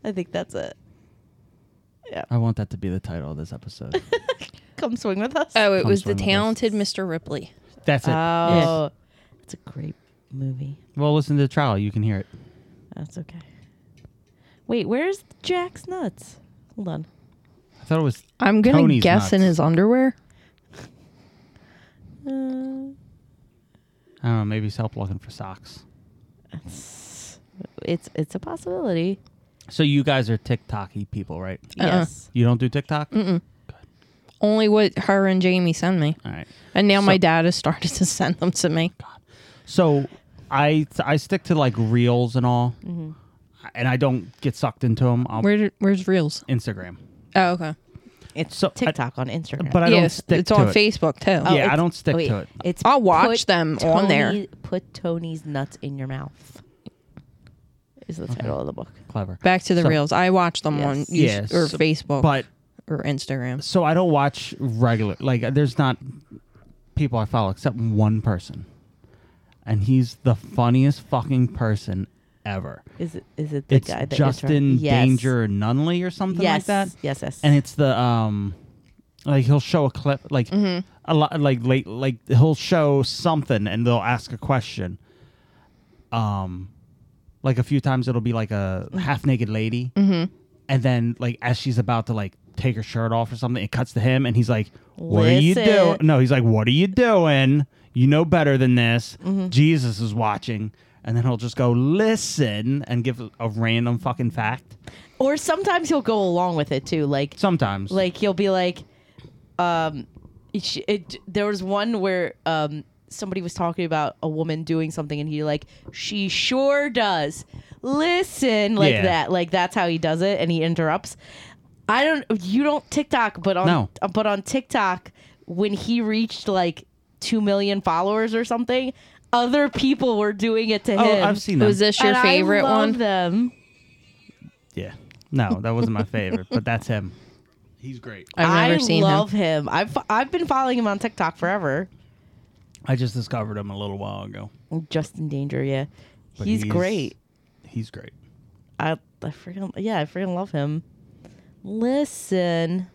[SPEAKER 3] I think that's it.
[SPEAKER 1] I want that to be the title of this episode.
[SPEAKER 3] Come swing with us.
[SPEAKER 2] Oh, it
[SPEAKER 1] Comes
[SPEAKER 2] was the
[SPEAKER 1] from the
[SPEAKER 2] talented Mr. Ripley.
[SPEAKER 1] That's it.
[SPEAKER 3] Oh, that's a great movie.
[SPEAKER 1] Well, listen to the trial. You can hear it.
[SPEAKER 3] That's okay. Wait, where's Jack's nuts? Hold on.
[SPEAKER 1] I thought it was.
[SPEAKER 2] I'm gonna
[SPEAKER 1] Tony's
[SPEAKER 2] guess in
[SPEAKER 1] nuts.
[SPEAKER 2] his underwear.
[SPEAKER 1] I
[SPEAKER 3] Uh,
[SPEAKER 1] don't know. Maybe he's help looking for socks.
[SPEAKER 3] it's it's it's a possibility.
[SPEAKER 1] So you guys are TikToky people, right?
[SPEAKER 2] Uh-uh.
[SPEAKER 3] Yes.
[SPEAKER 1] You don't do TikTok.
[SPEAKER 2] Only what her and Jamie send me,
[SPEAKER 1] All right.
[SPEAKER 2] and now
[SPEAKER 1] So-
[SPEAKER 2] my dad has started to send them to me.
[SPEAKER 1] So I I stick to like reels and all,
[SPEAKER 3] Mm-hmm.
[SPEAKER 1] and I don't get sucked into them. I'll
[SPEAKER 2] Where where's reels?
[SPEAKER 1] Instagram,
[SPEAKER 2] Oh, okay.
[SPEAKER 3] It's
[SPEAKER 1] So, I-
[SPEAKER 3] TikTok on Instagram.
[SPEAKER 1] but I don't
[SPEAKER 2] yes,
[SPEAKER 1] stick
[SPEAKER 2] it's
[SPEAKER 1] to
[SPEAKER 2] on
[SPEAKER 1] it.
[SPEAKER 2] Facebook too. Oh,
[SPEAKER 1] yeah, I
[SPEAKER 3] it's-
[SPEAKER 1] don't stick
[SPEAKER 3] wait,
[SPEAKER 1] to it.
[SPEAKER 3] It's
[SPEAKER 2] I'll watch
[SPEAKER 3] put
[SPEAKER 2] them on there.
[SPEAKER 3] Tony- Put Tony's nuts in your mouth. Is the title of the book.
[SPEAKER 1] Clever.
[SPEAKER 2] Back to the
[SPEAKER 1] So-
[SPEAKER 2] reels. I watch them
[SPEAKER 3] Yes.
[SPEAKER 2] on YouTube
[SPEAKER 1] Yes,
[SPEAKER 2] or Facebook
[SPEAKER 1] But
[SPEAKER 2] or Instagram.
[SPEAKER 1] so I don't watch regular. Like there's not people I follow except one person, and he's the funniest fucking person ever.
[SPEAKER 3] Is it? Is it the
[SPEAKER 1] it's
[SPEAKER 3] guy that you're
[SPEAKER 1] Justin
[SPEAKER 3] trying- Yes.
[SPEAKER 1] Danger Nunley or something like
[SPEAKER 3] Yes.
[SPEAKER 1] that.
[SPEAKER 3] Yes. Yes.
[SPEAKER 1] and it's the um like he'll show a clip like
[SPEAKER 3] Mm-hmm.
[SPEAKER 1] a lot like late like he'll show something and they'll ask a question um like a few times it'll be like a half naked lady
[SPEAKER 3] Mm-hmm.
[SPEAKER 1] and then like as she's about to like take her shirt off or something it cuts to him and he's like what are you doing
[SPEAKER 3] Listen.
[SPEAKER 1] no he's like what are you doing you know better than this
[SPEAKER 3] Mm-hmm.
[SPEAKER 1] jesus is watching and then he'll just go listen and give a- a random fucking fact
[SPEAKER 3] or sometimes he'll go along with it too. Like
[SPEAKER 1] sometimes
[SPEAKER 3] like he'll be like um it, it, there was one where um somebody was talking about a woman doing something and he like she sure does listen like
[SPEAKER 1] Yeah.
[SPEAKER 3] that like that's how he does it and he interrupts i don't you don't tiktok but on
[SPEAKER 1] No.
[SPEAKER 3] uh, but on tiktok when he reached like 2 million followers or something other people were doing it to
[SPEAKER 1] oh
[SPEAKER 3] him
[SPEAKER 1] i've seen that
[SPEAKER 2] Was this your
[SPEAKER 3] And I
[SPEAKER 2] favorite
[SPEAKER 3] love
[SPEAKER 2] one?
[SPEAKER 3] them
[SPEAKER 1] Yeah. No, that wasn't my favorite, but that's him. He's great.
[SPEAKER 2] I've never
[SPEAKER 3] I
[SPEAKER 2] seen
[SPEAKER 3] love
[SPEAKER 2] him.
[SPEAKER 3] him. I've fo- I've been following him on TikTok forever.
[SPEAKER 1] I just discovered him a little while ago.
[SPEAKER 3] Justin Danger, yeah.
[SPEAKER 1] but
[SPEAKER 3] He's, great.
[SPEAKER 1] He's great.
[SPEAKER 3] I I freaking yeah, I freaking love him. Listen.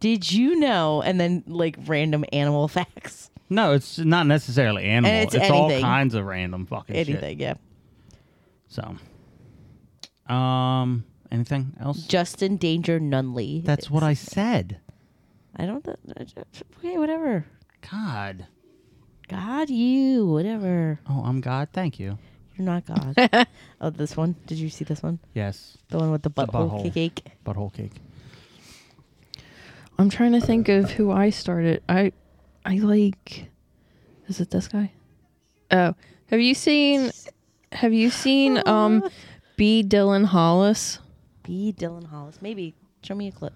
[SPEAKER 3] Did you know? And then like random animal facts.
[SPEAKER 1] No, it's not necessarily animal.
[SPEAKER 3] And
[SPEAKER 1] It's,
[SPEAKER 3] it's
[SPEAKER 1] all
[SPEAKER 3] anything.
[SPEAKER 1] kinds of random fucking
[SPEAKER 3] Anything, yeah.
[SPEAKER 1] shit. So, um, anything else?
[SPEAKER 3] Justin Danger Nunley.
[SPEAKER 1] That's what I said.
[SPEAKER 3] I don't th- okay, whatever.
[SPEAKER 1] God.
[SPEAKER 3] God you, whatever.
[SPEAKER 1] Oh, I'm God. Thank you.
[SPEAKER 3] You're not God. oh, this one. Did you see this one?
[SPEAKER 1] Yes,
[SPEAKER 3] The one with the butthole,
[SPEAKER 1] butthole.
[SPEAKER 3] cake.
[SPEAKER 1] butthole cake.
[SPEAKER 2] I'm trying to think of who I started. I I like is it this guy? Oh, have you seen have you seen um B Dylan Hollis?
[SPEAKER 3] B. Dylan Hollis. Maybe show me a clip.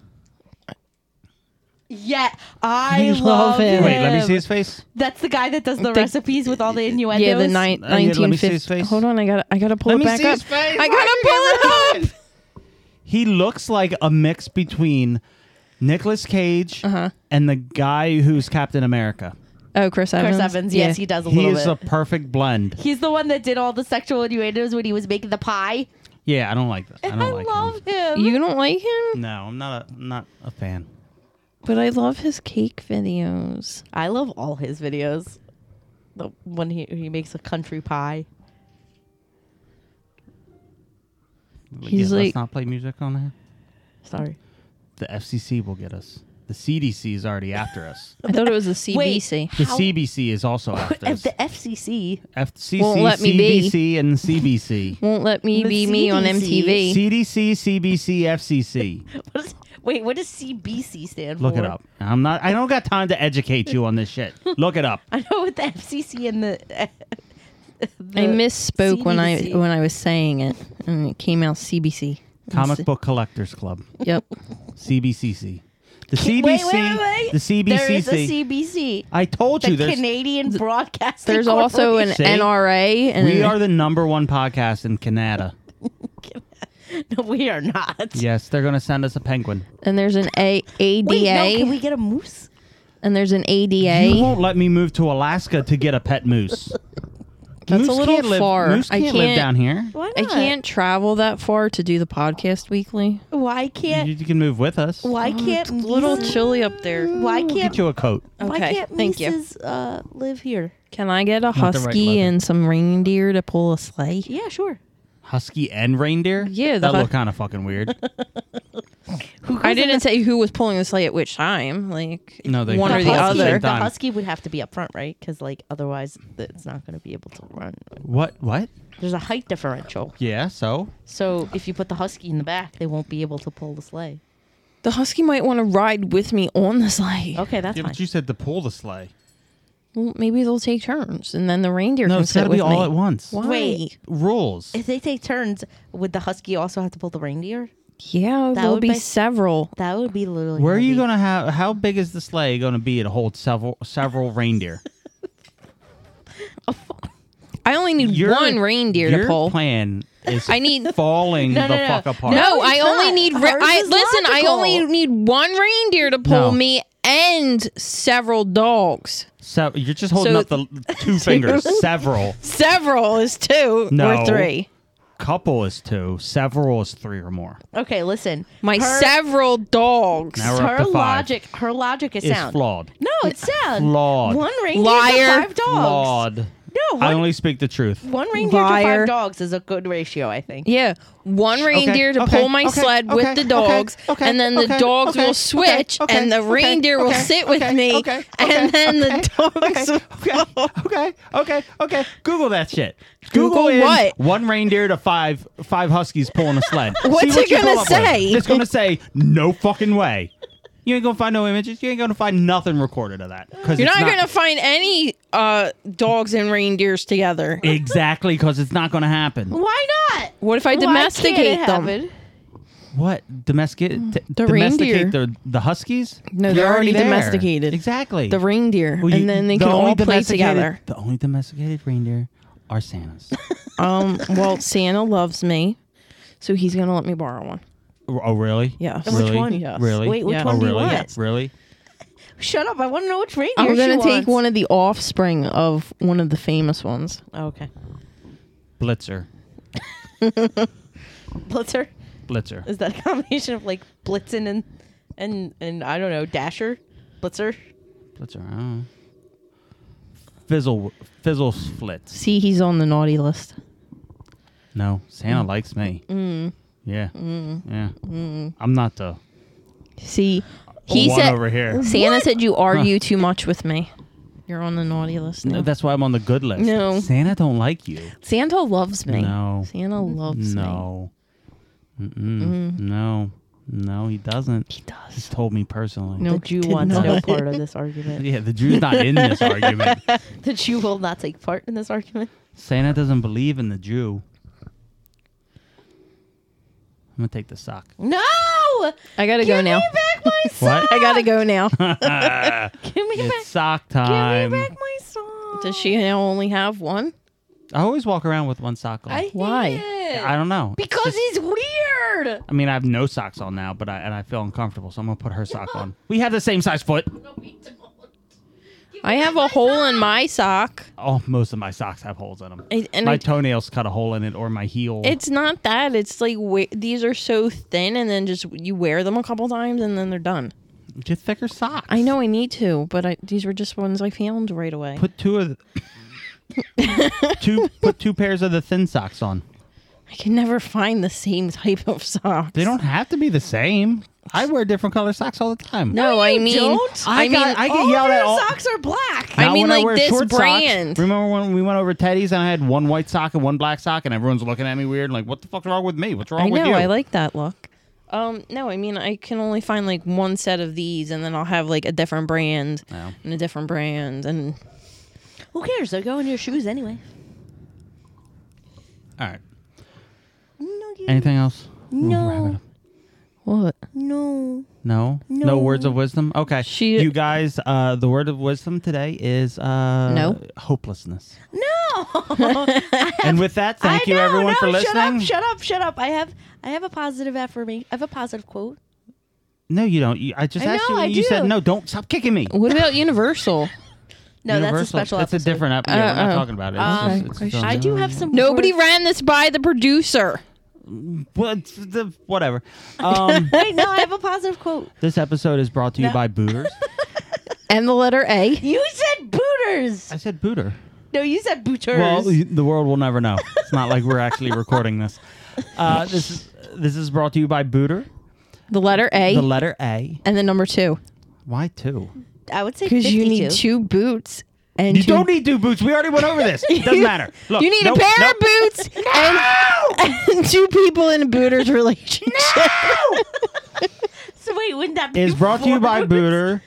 [SPEAKER 3] Yeah, I love, him.
[SPEAKER 1] Wait, let me see his face.
[SPEAKER 3] That's the guy that does the
[SPEAKER 2] The-
[SPEAKER 3] recipes with all the innuendos.
[SPEAKER 2] Yeah, the ni-
[SPEAKER 1] Uh, yeah, let me see his
[SPEAKER 2] 1950
[SPEAKER 1] face.
[SPEAKER 2] Hold on, I got to I got to pull
[SPEAKER 1] Let
[SPEAKER 2] it
[SPEAKER 1] me
[SPEAKER 2] back
[SPEAKER 1] see
[SPEAKER 2] up.
[SPEAKER 1] his face.
[SPEAKER 2] I
[SPEAKER 1] Why did you
[SPEAKER 2] got to pull it up.
[SPEAKER 1] He looks like a mix between Nicolas Cage
[SPEAKER 3] Uh-huh.
[SPEAKER 1] and the guy who's Captain America.
[SPEAKER 2] Uh-huh. Oh, Chris Evans.
[SPEAKER 3] Chris Evans. Yes, he does a
[SPEAKER 1] He
[SPEAKER 3] little
[SPEAKER 1] is
[SPEAKER 3] bit.
[SPEAKER 1] a perfect blend.
[SPEAKER 3] He's the one that did all the sexual innuendos when he was making the pie.
[SPEAKER 1] Yeah, I don't like that. I don't
[SPEAKER 3] I,
[SPEAKER 1] like
[SPEAKER 3] love
[SPEAKER 1] him.
[SPEAKER 3] him.
[SPEAKER 2] You don't like him?
[SPEAKER 1] No, I'm not a I'm not a fan.
[SPEAKER 2] But I love his cake videos.
[SPEAKER 3] I love all his videos. The when he he makes a country pie.
[SPEAKER 2] He's
[SPEAKER 1] yeah,
[SPEAKER 2] like-
[SPEAKER 1] let's not play music on that.
[SPEAKER 3] Sorry.
[SPEAKER 1] The FCC will get us. The CDC is already after us.
[SPEAKER 2] I thought it was a CBC.
[SPEAKER 1] The
[SPEAKER 3] How-
[SPEAKER 1] CBC is also after
[SPEAKER 3] At
[SPEAKER 1] us.
[SPEAKER 3] the FCC.
[SPEAKER 1] FCC,
[SPEAKER 2] Won't let me be.
[SPEAKER 1] CBC, and CBC.
[SPEAKER 2] Won't let me
[SPEAKER 3] The
[SPEAKER 2] be me on
[SPEAKER 3] CDC.
[SPEAKER 2] MTV.
[SPEAKER 1] CDC, CBC, FCC.
[SPEAKER 3] What is, wait, what does CBC stand
[SPEAKER 1] Look
[SPEAKER 3] for?
[SPEAKER 1] it up. I'm not. I don't got time to educate you on this shit. Look it up.
[SPEAKER 3] I know what the FCC and the.
[SPEAKER 1] E
[SPEAKER 2] I misspoke when I
[SPEAKER 3] CBC.
[SPEAKER 2] when I was saying it, and it came out CBC.
[SPEAKER 1] Comic Book Collectors Club.
[SPEAKER 2] Yep.
[SPEAKER 1] CBCC. The CBC.
[SPEAKER 3] Wait, wait, wait, wait.
[SPEAKER 1] The CBCC.
[SPEAKER 3] There is a CBC.
[SPEAKER 1] I told
[SPEAKER 3] The
[SPEAKER 1] you there's
[SPEAKER 3] Canadian Broadcasting
[SPEAKER 2] There's also an
[SPEAKER 1] See?
[SPEAKER 2] NRA, and
[SPEAKER 1] We are the number one podcast in Canada.
[SPEAKER 3] No, we are not.
[SPEAKER 1] Yes, they're gonna send us a penguin.
[SPEAKER 2] And there's an a- ADA.
[SPEAKER 3] Wait, no, can we get a moose?
[SPEAKER 2] and there's an
[SPEAKER 1] You
[SPEAKER 2] ADA.
[SPEAKER 1] won't let me move to Alaska to get a pet moose.
[SPEAKER 2] That's
[SPEAKER 1] moose
[SPEAKER 2] a little
[SPEAKER 1] can't live,
[SPEAKER 2] far.
[SPEAKER 1] Moose
[SPEAKER 2] I
[SPEAKER 1] can't, live
[SPEAKER 2] can't-
[SPEAKER 1] down here.
[SPEAKER 3] Why not?
[SPEAKER 2] I can't travel that far to do the podcast weekly.
[SPEAKER 3] Why
[SPEAKER 1] You,
[SPEAKER 3] can't?
[SPEAKER 1] you can move with us.
[SPEAKER 3] Why
[SPEAKER 2] It's
[SPEAKER 3] can't
[SPEAKER 2] a little
[SPEAKER 3] Mises-
[SPEAKER 2] chilly up there.
[SPEAKER 3] Mm-hmm. Why
[SPEAKER 1] We'll
[SPEAKER 3] can't?
[SPEAKER 1] get you a coat.
[SPEAKER 3] Why
[SPEAKER 2] Okay,
[SPEAKER 3] can't
[SPEAKER 2] thank you.
[SPEAKER 3] Mises, uh, live here?
[SPEAKER 2] Can I get a
[SPEAKER 1] right
[SPEAKER 2] husky
[SPEAKER 1] leather.
[SPEAKER 2] and some reindeer to pull a sleigh?
[SPEAKER 3] Yeah, sure.
[SPEAKER 1] Husky and reindeer.
[SPEAKER 2] Yeah, the
[SPEAKER 1] that
[SPEAKER 2] hu-
[SPEAKER 1] look kind of fucking weird.
[SPEAKER 3] Who
[SPEAKER 2] I
[SPEAKER 3] goes in
[SPEAKER 2] didn't say who was pulling the sleigh at which time. Like
[SPEAKER 1] No, they
[SPEAKER 2] one
[SPEAKER 1] pull
[SPEAKER 2] or
[SPEAKER 1] it
[SPEAKER 2] the
[SPEAKER 1] at the same
[SPEAKER 2] other.
[SPEAKER 1] time.
[SPEAKER 3] The husky would have to be up front, right? Because like otherwise, th- it's not going to be able to run.
[SPEAKER 1] what? What?
[SPEAKER 3] There's a height differential,
[SPEAKER 1] Yeah. So
[SPEAKER 3] so if you put the husky in the back, they won't be able to pull the sleigh.
[SPEAKER 2] The husky might want to ride with me on the sleigh.
[SPEAKER 3] Okay, that's
[SPEAKER 1] yeah,
[SPEAKER 3] fine.
[SPEAKER 1] but you said to pull the sleigh.
[SPEAKER 2] Well, maybe they'll take turns, and then the reindeer
[SPEAKER 1] No,
[SPEAKER 2] can
[SPEAKER 1] it's
[SPEAKER 2] sit
[SPEAKER 1] gotta
[SPEAKER 2] with
[SPEAKER 1] be all
[SPEAKER 2] me.
[SPEAKER 1] at once.
[SPEAKER 2] Why?
[SPEAKER 3] Wait.
[SPEAKER 1] Rules.
[SPEAKER 3] if they take turns, would the husky also have to pull the reindeer?
[SPEAKER 2] Yeah,
[SPEAKER 3] That
[SPEAKER 2] there'll
[SPEAKER 3] would
[SPEAKER 2] be
[SPEAKER 3] make-
[SPEAKER 2] several.
[SPEAKER 3] That would be literally.
[SPEAKER 1] Where are you
[SPEAKER 3] heavy.
[SPEAKER 1] gonna have? How big is the sleigh gonna be to hold several several reindeer?
[SPEAKER 2] I only need
[SPEAKER 1] Your-
[SPEAKER 2] one reindeer
[SPEAKER 1] your
[SPEAKER 2] to pull.
[SPEAKER 1] plan is
[SPEAKER 2] I need-
[SPEAKER 1] falling
[SPEAKER 3] No,
[SPEAKER 1] the
[SPEAKER 3] no, no.
[SPEAKER 1] fuck apart.
[SPEAKER 2] No,
[SPEAKER 3] No,
[SPEAKER 2] I
[SPEAKER 3] it's
[SPEAKER 2] only
[SPEAKER 3] not.
[SPEAKER 2] need. Re-
[SPEAKER 3] Ours
[SPEAKER 2] I
[SPEAKER 3] is
[SPEAKER 2] listen. I
[SPEAKER 3] logical.
[SPEAKER 2] only need one reindeer to
[SPEAKER 1] No.
[SPEAKER 2] pull me and several dogs.
[SPEAKER 1] So you're just holding
[SPEAKER 2] So-
[SPEAKER 1] up the two fingers. Several.
[SPEAKER 2] Several is two
[SPEAKER 1] No.
[SPEAKER 2] or three.
[SPEAKER 1] Couple is two. Several is three or more.
[SPEAKER 3] Okay, listen.
[SPEAKER 2] My
[SPEAKER 3] her,
[SPEAKER 2] several dogs.
[SPEAKER 1] Now we're up
[SPEAKER 3] her
[SPEAKER 1] to five.
[SPEAKER 3] logic. Her logic is
[SPEAKER 1] It's
[SPEAKER 3] sound.
[SPEAKER 1] flawed.
[SPEAKER 3] No, it's sound.
[SPEAKER 1] Flawed.
[SPEAKER 3] One reindeer
[SPEAKER 2] Liar.
[SPEAKER 3] to five dogs.
[SPEAKER 1] Flawed.
[SPEAKER 3] No,
[SPEAKER 1] I
[SPEAKER 3] one,
[SPEAKER 1] only speak the truth.
[SPEAKER 3] one reindeer to
[SPEAKER 2] Liar.
[SPEAKER 3] five dogs is a good ratio, I think.
[SPEAKER 2] Yeah, one reindeer to
[SPEAKER 1] okay,
[SPEAKER 2] pull my
[SPEAKER 1] okay,
[SPEAKER 2] sled
[SPEAKER 1] okay,
[SPEAKER 2] with the
[SPEAKER 1] okay,
[SPEAKER 2] dogs,
[SPEAKER 1] okay,
[SPEAKER 2] and then the
[SPEAKER 1] okay,
[SPEAKER 2] dogs
[SPEAKER 1] okay,
[SPEAKER 2] will switch,
[SPEAKER 1] okay,
[SPEAKER 2] and the
[SPEAKER 1] okay,
[SPEAKER 2] reindeer will
[SPEAKER 1] okay,
[SPEAKER 2] sit with
[SPEAKER 1] okay,
[SPEAKER 2] me,
[SPEAKER 1] okay, okay,
[SPEAKER 2] and then the
[SPEAKER 1] okay,
[SPEAKER 2] dogs.
[SPEAKER 1] okay, okay, okay, okay. Google that shit. Google,
[SPEAKER 2] Google
[SPEAKER 1] in
[SPEAKER 2] what?
[SPEAKER 1] One reindeer to five five huskies pulling a sled.
[SPEAKER 2] What's
[SPEAKER 1] See
[SPEAKER 2] it
[SPEAKER 1] what you
[SPEAKER 2] gonna
[SPEAKER 1] come up with.
[SPEAKER 2] say?
[SPEAKER 1] It's gonna say no fucking way. You ain't gonna find no images. You ain't gonna find nothing recorded of that. Cause
[SPEAKER 2] You're
[SPEAKER 1] it's
[SPEAKER 2] not,
[SPEAKER 1] not
[SPEAKER 2] gonna find any uh, dogs and reindeers together.
[SPEAKER 1] exactly because it's not gonna happen.
[SPEAKER 3] Why not?
[SPEAKER 2] What if I
[SPEAKER 3] Why can't
[SPEAKER 2] domesticate
[SPEAKER 3] it
[SPEAKER 2] them?
[SPEAKER 3] happen?
[SPEAKER 1] What domesticate? t-
[SPEAKER 2] The
[SPEAKER 1] domesticate
[SPEAKER 2] reindeer.
[SPEAKER 1] the the huskies?
[SPEAKER 2] No, they're
[SPEAKER 1] You're
[SPEAKER 2] already
[SPEAKER 1] there.
[SPEAKER 2] domesticated.
[SPEAKER 1] Exactly.
[SPEAKER 2] The reindeer,
[SPEAKER 1] Well, you-
[SPEAKER 2] and then they
[SPEAKER 1] the
[SPEAKER 2] can
[SPEAKER 1] only
[SPEAKER 2] all play
[SPEAKER 1] domesticated-
[SPEAKER 2] together.
[SPEAKER 1] The only domesticated reindeer are Santas.
[SPEAKER 2] Um, well, Santa loves me, so he's gonna let me borrow one.
[SPEAKER 1] oh, really?
[SPEAKER 2] Yes. Which
[SPEAKER 1] Really?
[SPEAKER 3] one? Yes.
[SPEAKER 1] Really?
[SPEAKER 3] Wait, which
[SPEAKER 2] Yeah.
[SPEAKER 1] Oh,
[SPEAKER 3] one do
[SPEAKER 1] really?
[SPEAKER 3] you want?
[SPEAKER 1] Really?
[SPEAKER 3] Shut up! I want to know which reindeer
[SPEAKER 2] I'm gonna
[SPEAKER 3] she
[SPEAKER 2] take
[SPEAKER 3] wants.
[SPEAKER 2] one of the offspring of one of the famous ones.
[SPEAKER 3] okay,
[SPEAKER 1] Blitzer.
[SPEAKER 3] Blitzer.
[SPEAKER 1] Blitzer.
[SPEAKER 3] Is that a combination of like Blitzen and and and I don't know Dasher, Blitzer?
[SPEAKER 1] Blitzer. I don't know. Fizzle. Fizzle flits.
[SPEAKER 2] See, he's on the naughty list.
[SPEAKER 1] No,
[SPEAKER 2] Mm.
[SPEAKER 1] Santa likes me. Yeah. Yeah. I'm not the
[SPEAKER 2] See, Mm. he
[SPEAKER 1] one
[SPEAKER 2] said
[SPEAKER 1] over here.
[SPEAKER 2] Santa said you argue too much with me. You're on the naughty list now.
[SPEAKER 1] No, that's why I'm on the good list.
[SPEAKER 2] No.
[SPEAKER 1] Santa don't like you.
[SPEAKER 2] Santa loves me.
[SPEAKER 1] No.
[SPEAKER 2] Santa loves me.
[SPEAKER 1] No. Mm-mm.
[SPEAKER 3] Mm-hmm.
[SPEAKER 1] No. No, he doesn't.
[SPEAKER 2] He
[SPEAKER 1] He's
[SPEAKER 2] does.
[SPEAKER 1] told me personally.
[SPEAKER 2] No,
[SPEAKER 3] the Jew
[SPEAKER 2] did
[SPEAKER 3] wants no
[SPEAKER 2] not.
[SPEAKER 3] part of this argument.
[SPEAKER 1] Yeah, the Jew's not in this argument.
[SPEAKER 3] the Jew will not take part in this argument.
[SPEAKER 1] Santa doesn't believe in the Jew. I'm gonna take the sock.
[SPEAKER 3] No!
[SPEAKER 2] I gotta go
[SPEAKER 3] Give
[SPEAKER 2] now.
[SPEAKER 3] me back my sock!
[SPEAKER 1] What?
[SPEAKER 2] I gotta go now.
[SPEAKER 3] Give me back,
[SPEAKER 1] It's sock
[SPEAKER 3] give
[SPEAKER 1] time.
[SPEAKER 3] me back my sock.
[SPEAKER 2] Does she now only have one?
[SPEAKER 1] I always walk around with one sock on.
[SPEAKER 3] I hate
[SPEAKER 2] Why?
[SPEAKER 3] it.
[SPEAKER 1] I don't know. It's
[SPEAKER 3] because
[SPEAKER 1] just-
[SPEAKER 3] he's weird.
[SPEAKER 1] I mean, I have no socks on now, but I and I feel uncomfortable, so I'm gonna put her sock on. We have the same size foot.
[SPEAKER 2] I have a hole in my sock.
[SPEAKER 1] Oh, most of my socks have holes in them.
[SPEAKER 2] I- and
[SPEAKER 1] my
[SPEAKER 2] I-
[SPEAKER 1] toenails cut a hole in it, or my heel.
[SPEAKER 2] It's not that. It's like we- these are so thin, and then just you wear them a couple times, and then they're done.
[SPEAKER 1] Get thicker socks.
[SPEAKER 2] I know I need to, but I, these were just ones I found right away.
[SPEAKER 1] Put two of the, two put two pairs of the thin socks on.
[SPEAKER 2] I can never find the same type of socks.
[SPEAKER 1] They don't have to be the same. I wear different color socks all the time.
[SPEAKER 2] No, I mean,
[SPEAKER 3] don't.
[SPEAKER 2] I,
[SPEAKER 1] I got-
[SPEAKER 2] mean,
[SPEAKER 1] I get
[SPEAKER 3] All
[SPEAKER 1] yelled
[SPEAKER 3] of
[SPEAKER 1] at
[SPEAKER 3] your
[SPEAKER 1] all-
[SPEAKER 3] socks are black.
[SPEAKER 2] I
[SPEAKER 1] Not
[SPEAKER 2] mean,
[SPEAKER 1] when
[SPEAKER 2] like
[SPEAKER 1] wear
[SPEAKER 2] this
[SPEAKER 1] short socks.
[SPEAKER 2] brand.
[SPEAKER 1] Remember when we went over Teddy's and I had one white sock and one black sock, and everyone's looking at me weird, and like, "What the fuck's wrong with me? What's wrong
[SPEAKER 2] I
[SPEAKER 1] with
[SPEAKER 2] know.
[SPEAKER 1] you?"
[SPEAKER 2] I like that look. Um, no, I mean, I can only find like one set of these, and then I'll have like a different brand
[SPEAKER 1] No.
[SPEAKER 2] and a different brand, and
[SPEAKER 3] Who cares? They're going in your shoes anyway.
[SPEAKER 1] All right.
[SPEAKER 3] No, you-
[SPEAKER 1] Anything else? We'll
[SPEAKER 3] No.
[SPEAKER 1] wrap it up.
[SPEAKER 2] what?
[SPEAKER 3] no.
[SPEAKER 1] No? no.
[SPEAKER 3] No.
[SPEAKER 1] words of wisdom. Okay.
[SPEAKER 2] She-
[SPEAKER 1] you guys, uh, the word of wisdom today is uh,
[SPEAKER 2] No.
[SPEAKER 1] hopelessness.
[SPEAKER 3] No.
[SPEAKER 1] and with that, thank
[SPEAKER 3] I
[SPEAKER 1] you
[SPEAKER 3] know,
[SPEAKER 1] everyone
[SPEAKER 3] no,
[SPEAKER 1] for
[SPEAKER 3] Shut
[SPEAKER 1] listening.
[SPEAKER 3] up, shut up, shut up. I have I have a positive affirmation. I have a positive quote.
[SPEAKER 1] No, you don't. You, I just
[SPEAKER 3] I
[SPEAKER 1] asked
[SPEAKER 3] know,
[SPEAKER 1] you. And
[SPEAKER 3] I
[SPEAKER 1] you said
[SPEAKER 3] do.
[SPEAKER 1] no. Don't stop kicking me.
[SPEAKER 2] What about Universal?
[SPEAKER 3] No, that's a
[SPEAKER 1] Universal.
[SPEAKER 3] special
[SPEAKER 1] That's
[SPEAKER 3] episode.
[SPEAKER 1] a different app. Yeah, we're not
[SPEAKER 2] Uh-oh.
[SPEAKER 1] talking about it.
[SPEAKER 3] Um,
[SPEAKER 1] It's just- it's its own
[SPEAKER 3] I
[SPEAKER 1] thing.
[SPEAKER 3] do have some
[SPEAKER 2] Nobody
[SPEAKER 3] words.
[SPEAKER 2] ran this by the producer.
[SPEAKER 1] Well, it's the, whatever. Um,
[SPEAKER 3] Wait, no, I have a positive quote.
[SPEAKER 1] this episode is brought to you by Booters.
[SPEAKER 2] And the letter A.
[SPEAKER 3] You said booters.
[SPEAKER 1] I said Booter.
[SPEAKER 3] No, you said booters.
[SPEAKER 1] Well, y- the world will never know. It's not like we're actually recording this. Uh, this is this is brought to you by Booter.
[SPEAKER 2] The letter A.
[SPEAKER 1] The letter A.
[SPEAKER 2] and the number two.
[SPEAKER 1] Why two?
[SPEAKER 3] I would say
[SPEAKER 2] Because
[SPEAKER 3] 52.
[SPEAKER 2] you need two boots and
[SPEAKER 1] You
[SPEAKER 2] two-
[SPEAKER 1] don't need two boots. We already went over this. Doesn't matter. Look,
[SPEAKER 2] You need
[SPEAKER 1] nope,
[SPEAKER 2] a pair
[SPEAKER 1] nope.
[SPEAKER 2] of boots and, and two people in a booter's relationship.
[SPEAKER 3] So wait, wouldn't that be
[SPEAKER 1] Is brought to you by
[SPEAKER 3] four?
[SPEAKER 1] Booter.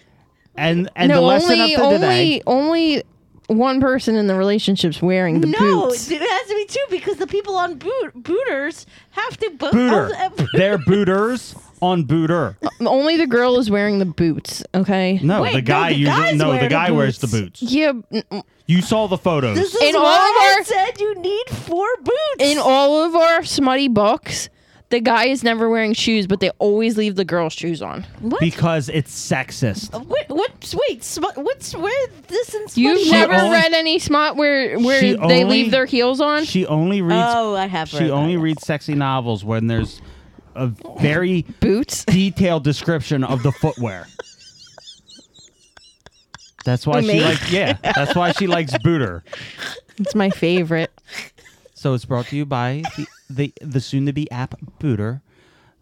[SPEAKER 1] And and the lesson
[SPEAKER 2] only
[SPEAKER 1] up to
[SPEAKER 2] only
[SPEAKER 1] today.
[SPEAKER 2] only one person in the relationship's wearing the
[SPEAKER 3] No,
[SPEAKER 2] boots.
[SPEAKER 3] it has to be two because the people on boot booters have to boot.
[SPEAKER 1] Booter.
[SPEAKER 3] oh, uh,
[SPEAKER 1] They're booters on Booter.
[SPEAKER 2] Only the girl is wearing the boots. Okay.
[SPEAKER 1] No,
[SPEAKER 3] Wait,
[SPEAKER 1] the
[SPEAKER 3] no,
[SPEAKER 1] guy
[SPEAKER 3] the
[SPEAKER 1] usually
[SPEAKER 3] guys
[SPEAKER 1] no,
[SPEAKER 3] wear
[SPEAKER 1] the
[SPEAKER 3] the
[SPEAKER 1] guy wears the
[SPEAKER 3] boots.
[SPEAKER 1] boots.
[SPEAKER 2] Yeah. n-
[SPEAKER 1] You saw the photos.
[SPEAKER 3] This is
[SPEAKER 2] In all
[SPEAKER 3] why
[SPEAKER 2] of
[SPEAKER 3] I
[SPEAKER 2] our-
[SPEAKER 3] said you need four boots.
[SPEAKER 2] In all of our smutty books, the guy is never wearing shoes, but they always leave the girl's shoes on.
[SPEAKER 3] what?
[SPEAKER 1] because it's sexist.
[SPEAKER 3] Wait, what? Wait, sm- what's where this in?
[SPEAKER 2] You've
[SPEAKER 3] Smudge-
[SPEAKER 2] never
[SPEAKER 1] only-
[SPEAKER 2] read any smut where where
[SPEAKER 1] She
[SPEAKER 2] they
[SPEAKER 1] only-
[SPEAKER 2] leave their heels on?
[SPEAKER 1] She only reads
[SPEAKER 3] Oh, I have. read
[SPEAKER 1] she
[SPEAKER 3] that,
[SPEAKER 1] only
[SPEAKER 3] yes.
[SPEAKER 1] reads sexy novels when there's a very
[SPEAKER 2] boots.
[SPEAKER 1] detailed description of the footwear. That's why she
[SPEAKER 2] Me?
[SPEAKER 1] likes yeah, that's why she likes Booter.
[SPEAKER 2] It's my favorite.
[SPEAKER 1] So it's brought to you by the the, the soon to be app Booter,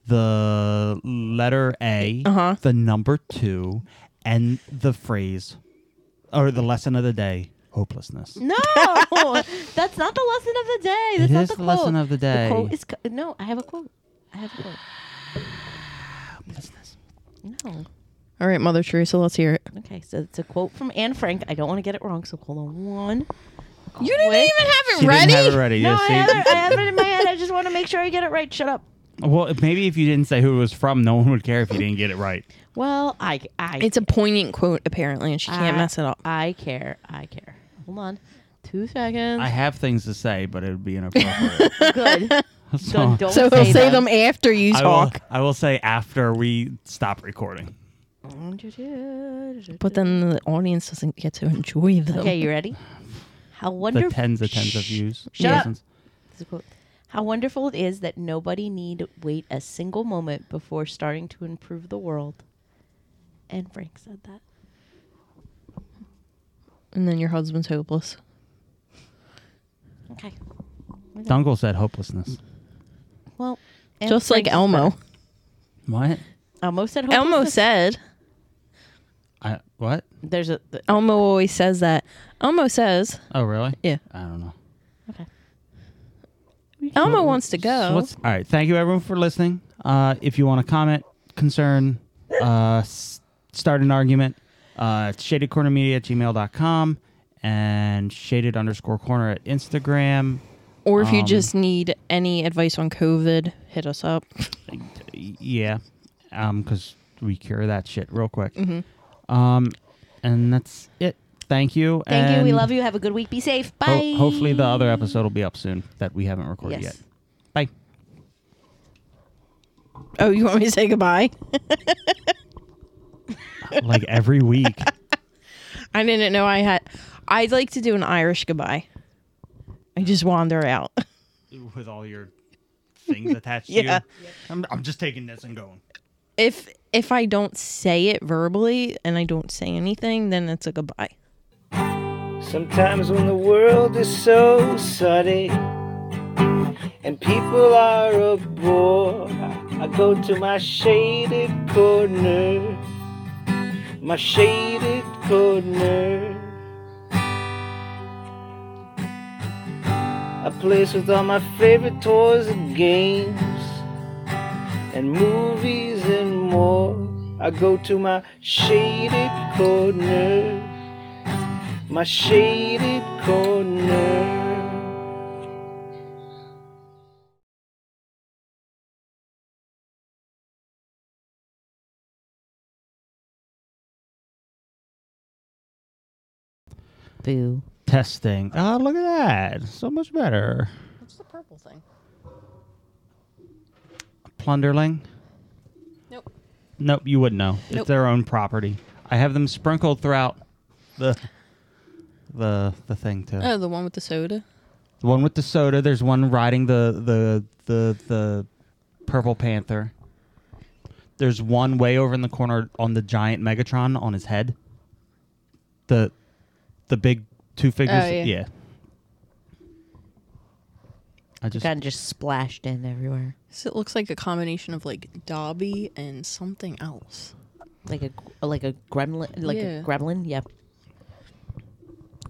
[SPEAKER 1] the letter A,
[SPEAKER 2] Uh-huh.
[SPEAKER 1] the number 2 and the phrase or the lesson of the day, hopelessness.
[SPEAKER 3] No, that's not the lesson of the day. That's
[SPEAKER 1] It
[SPEAKER 3] not
[SPEAKER 1] is the
[SPEAKER 3] the, quote.
[SPEAKER 1] lesson of the day.
[SPEAKER 3] The quote is co- no. I have a quote. I have a quote. No.
[SPEAKER 2] All right, Mother Teresa, let's hear it.
[SPEAKER 3] Okay, so it's a quote from Anne Frank. I don't want to get it wrong, so hold on one.
[SPEAKER 2] You didn't
[SPEAKER 3] Wait.
[SPEAKER 2] even have it
[SPEAKER 1] She
[SPEAKER 2] ready.
[SPEAKER 1] didn't have it ready.
[SPEAKER 3] No,
[SPEAKER 1] yeah,
[SPEAKER 3] I
[SPEAKER 1] see?
[SPEAKER 3] have, it, I have it in my head. I just want to make sure I get it right. Shut up.
[SPEAKER 1] Well, if- maybe if you didn't say who it was from, no one would care if you didn't get it right.
[SPEAKER 3] Well, I, I,
[SPEAKER 2] It's a poignant quote apparently, and she can't
[SPEAKER 3] I-
[SPEAKER 2] mess it up.
[SPEAKER 3] I care. I care. Hold on, two seconds.
[SPEAKER 1] I have things to say, but it would be inappropriate.
[SPEAKER 3] Good.
[SPEAKER 1] so
[SPEAKER 3] Don't, don't
[SPEAKER 2] So he'll
[SPEAKER 3] say,
[SPEAKER 2] say
[SPEAKER 3] them.
[SPEAKER 2] them after you
[SPEAKER 1] I will,
[SPEAKER 2] talk.
[SPEAKER 1] I will say after we stop recording.
[SPEAKER 2] But then the audience doesn't get to enjoy them.
[SPEAKER 3] Okay, you ready? How
[SPEAKER 1] The
[SPEAKER 3] wonderful.
[SPEAKER 1] tens of tens of views.
[SPEAKER 3] Shut up.
[SPEAKER 1] Thousands.
[SPEAKER 3] This is a quote. How wonderful it is that nobody need wait a single moment before starting to improve the world. And Frank said that.
[SPEAKER 2] And then your husband's hopeless.
[SPEAKER 3] Okay.
[SPEAKER 1] Dungle said hopelessness.
[SPEAKER 3] Well, and
[SPEAKER 2] Just like
[SPEAKER 3] Frank's-
[SPEAKER 2] Elmo.
[SPEAKER 1] What?
[SPEAKER 3] Elmo said.
[SPEAKER 2] Elmo
[SPEAKER 3] hopelessness.
[SPEAKER 2] said.
[SPEAKER 1] I, what?
[SPEAKER 3] There's a. th-
[SPEAKER 2] Elmo always says that. Elmo says.
[SPEAKER 1] Oh, really?
[SPEAKER 2] Yeah.
[SPEAKER 1] I don't know.
[SPEAKER 3] okay.
[SPEAKER 2] Elmo wants to
[SPEAKER 1] So
[SPEAKER 2] go.
[SPEAKER 1] what's- all right. Thank you, everyone, for listening. Uh, if you want to comment, concern, uh, s- start an argument, uh, it's shadedcornermedia at gmail.com and shaded underscore corner at Instagram.
[SPEAKER 2] or if you
[SPEAKER 1] um,
[SPEAKER 2] just need any advice on COVID, hit us up.
[SPEAKER 1] Yeah, because we cure that shit real quick.
[SPEAKER 3] Mm-hmm.
[SPEAKER 1] Um, and that's it. Thank you.
[SPEAKER 3] Thank you. We
[SPEAKER 1] and
[SPEAKER 3] love you. Have a good week. Be safe. Bye.
[SPEAKER 1] ho- hopefully, the other episode will be up soon that we haven't recorded
[SPEAKER 3] Yes.
[SPEAKER 1] yet. Bye.
[SPEAKER 2] Oh, you want me to say goodbye?
[SPEAKER 1] like every week.
[SPEAKER 2] I didn't know I had. I'd like to do an Irish goodbye. I just wander out.
[SPEAKER 1] with all your things attached
[SPEAKER 2] you. Yeah.
[SPEAKER 1] I'm, I'm just taking this and going.
[SPEAKER 2] If if I don't say it verbally and I don't say anything, then it's a goodbye.
[SPEAKER 4] Sometimes when the world is so sunny and people are a bore, I go to my shaded corner, my shaded corner. A place with all my favorite toys and games and movies and more. I go to my shaded corner my shaded corner.
[SPEAKER 5] Boo.
[SPEAKER 1] Testing. Oh, look at that. So much better.
[SPEAKER 2] What's the purple thing?
[SPEAKER 1] Plunderling?
[SPEAKER 2] Nope.
[SPEAKER 1] Nope, you wouldn't know.
[SPEAKER 2] Nope.
[SPEAKER 1] It's their own property. I have them sprinkled throughout the the the thing too.
[SPEAKER 2] Oh, the one with the soda.
[SPEAKER 1] the one with the soda. There's one riding the the the the purple panther. There's one way over in the corner on the giant Megatron on his head. The the big two figures.
[SPEAKER 2] Oh, yeah.
[SPEAKER 1] I just
[SPEAKER 3] Kind of just splashed in everywhere,
[SPEAKER 2] So it looks like a combination of like Dobby and something else.
[SPEAKER 3] like a like a gremlin, like
[SPEAKER 2] Yeah.
[SPEAKER 3] a gremlin. Yep.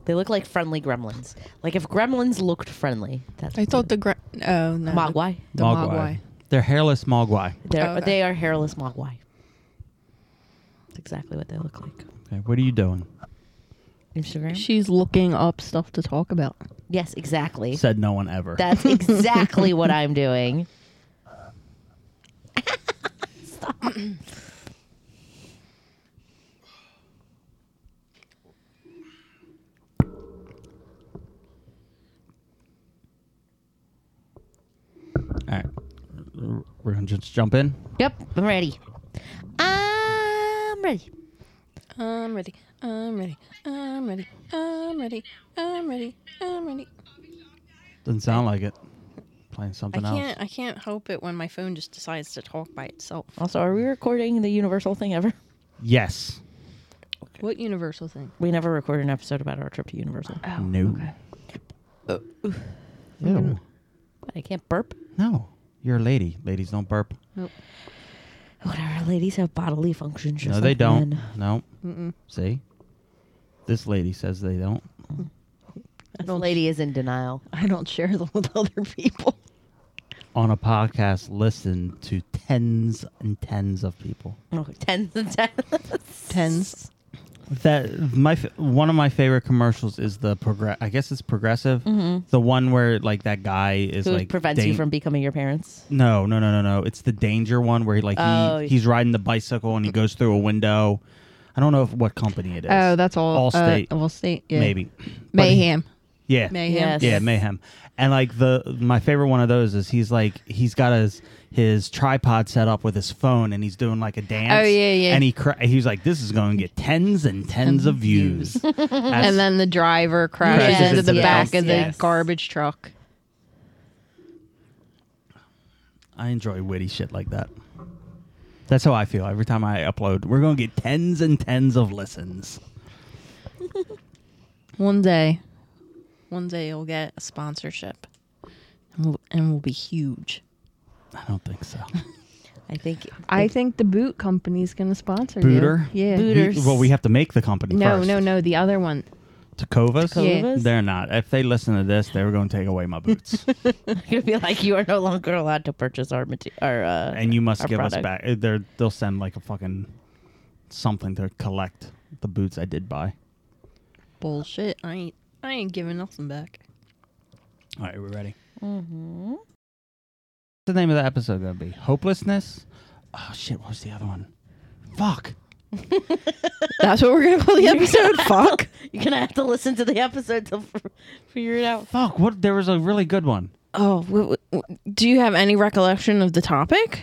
[SPEAKER 3] They look like friendly gremlins. Like if gremlins looked friendly, that's
[SPEAKER 2] I thought the gra- oh no
[SPEAKER 3] mogwai.
[SPEAKER 2] the Mogwai.
[SPEAKER 1] They're hairless Mogwai.
[SPEAKER 3] They're,
[SPEAKER 2] Oh, okay.
[SPEAKER 3] They are hairless mogwai. That's exactly what they look like.
[SPEAKER 1] Okay, what are you doing?
[SPEAKER 3] Instagram.
[SPEAKER 2] She's looking up stuff to talk about.
[SPEAKER 3] yes, exactly.
[SPEAKER 1] Said no one ever.
[SPEAKER 3] That's exactly what I'm doing.
[SPEAKER 1] All right. R- We're going to just jump in.
[SPEAKER 3] Yep, I'm ready. I'm ready.
[SPEAKER 2] I'm ready. I'm ready. I'm ready. I'm ready. I'm ready. I'm ready.
[SPEAKER 1] Doesn't sound like it. Playing
[SPEAKER 2] I
[SPEAKER 1] something else.
[SPEAKER 2] can't. I can't help it when my phone just decides to talk by itself.
[SPEAKER 3] Also, are we recording the universal thing ever?
[SPEAKER 1] Yes.
[SPEAKER 2] What universal thing?
[SPEAKER 3] We never recorded an episode about our trip to Universal.
[SPEAKER 1] no. Ew.
[SPEAKER 3] But I can't burp.
[SPEAKER 1] No. You're a lady. Ladies don't burp.
[SPEAKER 3] Whatever, ladies have bodily functions. Just
[SPEAKER 1] no, they
[SPEAKER 3] like
[SPEAKER 1] don't. No.
[SPEAKER 3] men.
[SPEAKER 1] See? This lady says they don't.
[SPEAKER 3] This lady is in denial.
[SPEAKER 2] I don't share them with other people.
[SPEAKER 1] On a podcast, listen to tens and tens of people.
[SPEAKER 3] Oh, tens and tens.
[SPEAKER 2] Tens.
[SPEAKER 1] That my f- one of my favorite commercials is the progress. I guess it's progressive. The one where like that guy is
[SPEAKER 3] Mm-hmm. Who
[SPEAKER 1] like
[SPEAKER 3] prevents you
[SPEAKER 1] dang-
[SPEAKER 3] from becoming your parents?
[SPEAKER 1] No, no, no, no, no. It's the danger one where he like
[SPEAKER 3] Oh.
[SPEAKER 1] he, he's riding the bicycle and he goes through a window. I don't know if, what company it is.
[SPEAKER 2] Oh, that's all.
[SPEAKER 1] Allstate,
[SPEAKER 2] Uh, Allstate. Yeah.
[SPEAKER 1] maybe. But he-
[SPEAKER 2] Mayhem.
[SPEAKER 1] yeah.
[SPEAKER 2] Mayhem.
[SPEAKER 3] Yes.
[SPEAKER 1] Yeah, mayhem. And like the my favorite one of those is he's like he's got his his tripod set up with his phone and he's doing like a dance.
[SPEAKER 2] Oh, yeah, yeah.
[SPEAKER 1] And he cra- he's like this is going to get tens and tens of views. That's-
[SPEAKER 2] And then the driver crashes
[SPEAKER 3] Crashes
[SPEAKER 2] into
[SPEAKER 3] into
[SPEAKER 2] the
[SPEAKER 3] the
[SPEAKER 2] back
[SPEAKER 3] dumpster.
[SPEAKER 2] of the
[SPEAKER 3] Yes.
[SPEAKER 2] garbage truck.
[SPEAKER 1] I enjoy witty shit like that. That's how I feel every time I upload. We're going to get tens and tens of listens.
[SPEAKER 2] One day, one day you'll get a sponsorship, and we'll, and we'll be huge.
[SPEAKER 1] I don't think so.
[SPEAKER 3] I think.
[SPEAKER 2] I think the boot company's gonna sponsor
[SPEAKER 1] Booter?
[SPEAKER 2] you. Yeah.
[SPEAKER 3] Boot-
[SPEAKER 1] We-
[SPEAKER 3] Hooters.
[SPEAKER 1] well, we have to make the company
[SPEAKER 2] no,
[SPEAKER 1] first.
[SPEAKER 2] no, no. The other one.
[SPEAKER 1] Tacovas?
[SPEAKER 2] Yeah.
[SPEAKER 3] Tacovas?
[SPEAKER 1] They're not. If they listen to this, they were going to take away my boots.
[SPEAKER 3] You'd be like, you are no longer allowed to purchase our material. Our, uh,
[SPEAKER 1] and you must
[SPEAKER 3] Our
[SPEAKER 1] give us
[SPEAKER 3] product.
[SPEAKER 1] back. uh, They're, they'll send like a fucking something to collect the boots I did buy.
[SPEAKER 2] Bullshit. I ain't. I ain't giving nothing back.
[SPEAKER 1] All right, we're ready. Mm-hmm. What's the name of the episode going to be? Hopelessness? Oh, shit. What was the other one? Fuck.
[SPEAKER 2] That's what we're gonna call the episode. Fuck.
[SPEAKER 3] you're gonna have to listen to the episode to f- figure it out.
[SPEAKER 1] Fuck. What? There was a really good one.
[SPEAKER 2] Oh, w- w- do you have any recollection of the topic?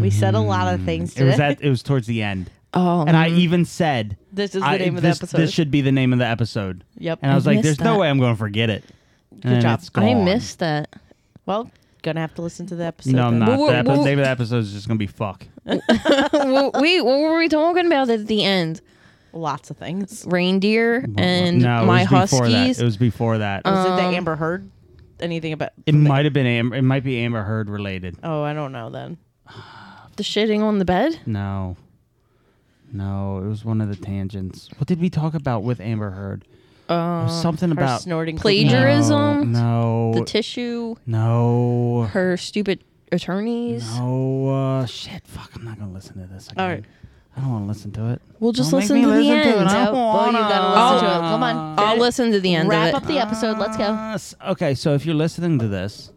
[SPEAKER 3] We said a lot of things
[SPEAKER 1] It
[SPEAKER 3] today. Um,
[SPEAKER 1] was at, it was towards the end,
[SPEAKER 2] Oh,
[SPEAKER 1] and I even said,
[SPEAKER 3] this is the
[SPEAKER 1] I-
[SPEAKER 3] name of the
[SPEAKER 1] this,
[SPEAKER 3] episode.
[SPEAKER 1] This should be the name of the episode."
[SPEAKER 3] yep.
[SPEAKER 1] And I was
[SPEAKER 2] I
[SPEAKER 1] like, "There's
[SPEAKER 2] missed
[SPEAKER 1] no
[SPEAKER 2] that.
[SPEAKER 1] way I'm going to forget it." Good
[SPEAKER 3] job.
[SPEAKER 2] I missed that.
[SPEAKER 3] well, gonna have to listen to the episode.
[SPEAKER 1] No, I'm
[SPEAKER 3] then.
[SPEAKER 1] not.
[SPEAKER 2] Well,
[SPEAKER 1] the
[SPEAKER 2] well,
[SPEAKER 1] epi-
[SPEAKER 2] well-
[SPEAKER 1] name of the episode is just going to be "fuck."
[SPEAKER 2] well, wait, what were we talking about at the end?
[SPEAKER 3] Lots of things.
[SPEAKER 2] Reindeer and
[SPEAKER 1] no, it
[SPEAKER 2] my
[SPEAKER 1] was before
[SPEAKER 2] huskies. um,
[SPEAKER 1] That. It was before that.
[SPEAKER 3] Was it the Amber Heard? Anything about?
[SPEAKER 1] it might have been Amber. It might be Amber Heard related.
[SPEAKER 3] Oh, I don't know then.
[SPEAKER 2] the shitting on the bed.
[SPEAKER 1] No, no, it was one of the tangents. What did we talk about with Amber Heard? It was something
[SPEAKER 3] Her
[SPEAKER 1] about
[SPEAKER 3] snorting
[SPEAKER 1] No,
[SPEAKER 2] plagiar- plagiarism,
[SPEAKER 1] No,
[SPEAKER 2] Um, The tissue.
[SPEAKER 1] no,
[SPEAKER 2] Her stupid attorneys.
[SPEAKER 1] No, uh, shit, fuck, I'm not gonna listen to this. Again.
[SPEAKER 3] All right.
[SPEAKER 1] I don't want to listen to it.
[SPEAKER 2] We'll just
[SPEAKER 1] Don't make
[SPEAKER 2] listen
[SPEAKER 1] me
[SPEAKER 2] to the
[SPEAKER 1] it.
[SPEAKER 2] end.
[SPEAKER 1] I don't
[SPEAKER 3] Well, you gotta listen to it. Come on.
[SPEAKER 1] wanna.
[SPEAKER 2] I'll listen to the end
[SPEAKER 3] Wrap
[SPEAKER 2] of
[SPEAKER 3] up
[SPEAKER 2] it.
[SPEAKER 3] the episode. Let's go.
[SPEAKER 1] Uh, s- okay, so if you're listening to this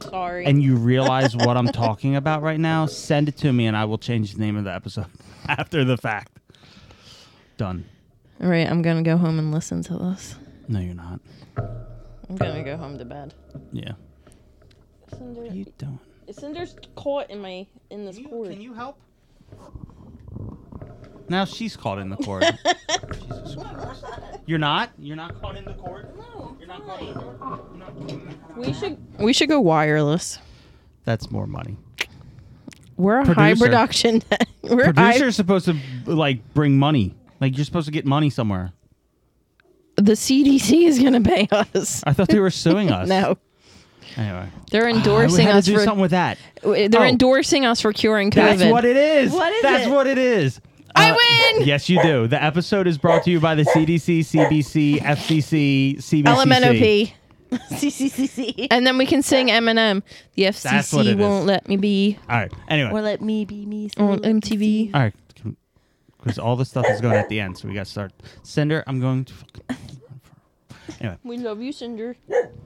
[SPEAKER 2] Sorry.
[SPEAKER 1] and you realize what I'm talking about right now, send it to me and I will change the name of the episode after the fact. Done.
[SPEAKER 2] All right, I'm gonna go home and listen to this.
[SPEAKER 1] No, you're not.
[SPEAKER 2] I'm gonna go home to bed.
[SPEAKER 1] Yeah.
[SPEAKER 2] Cinder,
[SPEAKER 1] What are you doing?
[SPEAKER 2] Cinder's caught in my in this cord.
[SPEAKER 1] you help? Now she's caught in the cord. Jesus Christ. You're not? You're not caught in the cord? No. You're not caught in the cord?
[SPEAKER 2] we should we should go wireless.
[SPEAKER 1] That's more money.
[SPEAKER 2] We're a high
[SPEAKER 1] Producer.
[SPEAKER 2] production. We're high.
[SPEAKER 1] Producer's supposed to like bring money. Like you're supposed to get money somewhere.
[SPEAKER 2] The CDC is gonna pay us.
[SPEAKER 1] I thought they were suing us.
[SPEAKER 2] No,
[SPEAKER 1] Anyway.
[SPEAKER 2] they're
[SPEAKER 1] I
[SPEAKER 2] endorsing
[SPEAKER 1] had
[SPEAKER 2] us
[SPEAKER 1] to do
[SPEAKER 2] for
[SPEAKER 1] something with that.
[SPEAKER 2] they're
[SPEAKER 1] Oh.
[SPEAKER 2] endorsing us for curing COVID.
[SPEAKER 1] That's what it is.
[SPEAKER 3] What is
[SPEAKER 1] That's
[SPEAKER 3] it?
[SPEAKER 1] what it is.
[SPEAKER 2] I
[SPEAKER 1] Uh,
[SPEAKER 2] win.
[SPEAKER 1] Yes, you do. The episode is brought to you by the CDC, CBC, FCC, CBCC.
[SPEAKER 2] LMNOP.
[SPEAKER 3] CCCC.
[SPEAKER 2] And then we can sing Eminem. The
[SPEAKER 1] That's what it
[SPEAKER 2] FCC
[SPEAKER 1] is.
[SPEAKER 2] won't let me be
[SPEAKER 1] All right. Anyway.
[SPEAKER 6] Or let me be me. so
[SPEAKER 2] on
[SPEAKER 6] let me
[SPEAKER 2] MTV.
[SPEAKER 1] All right, because all the stuff is going at the end, so we got to start. Cinder, I'm going to. fucking- Anyway,
[SPEAKER 2] We love you, Cinder.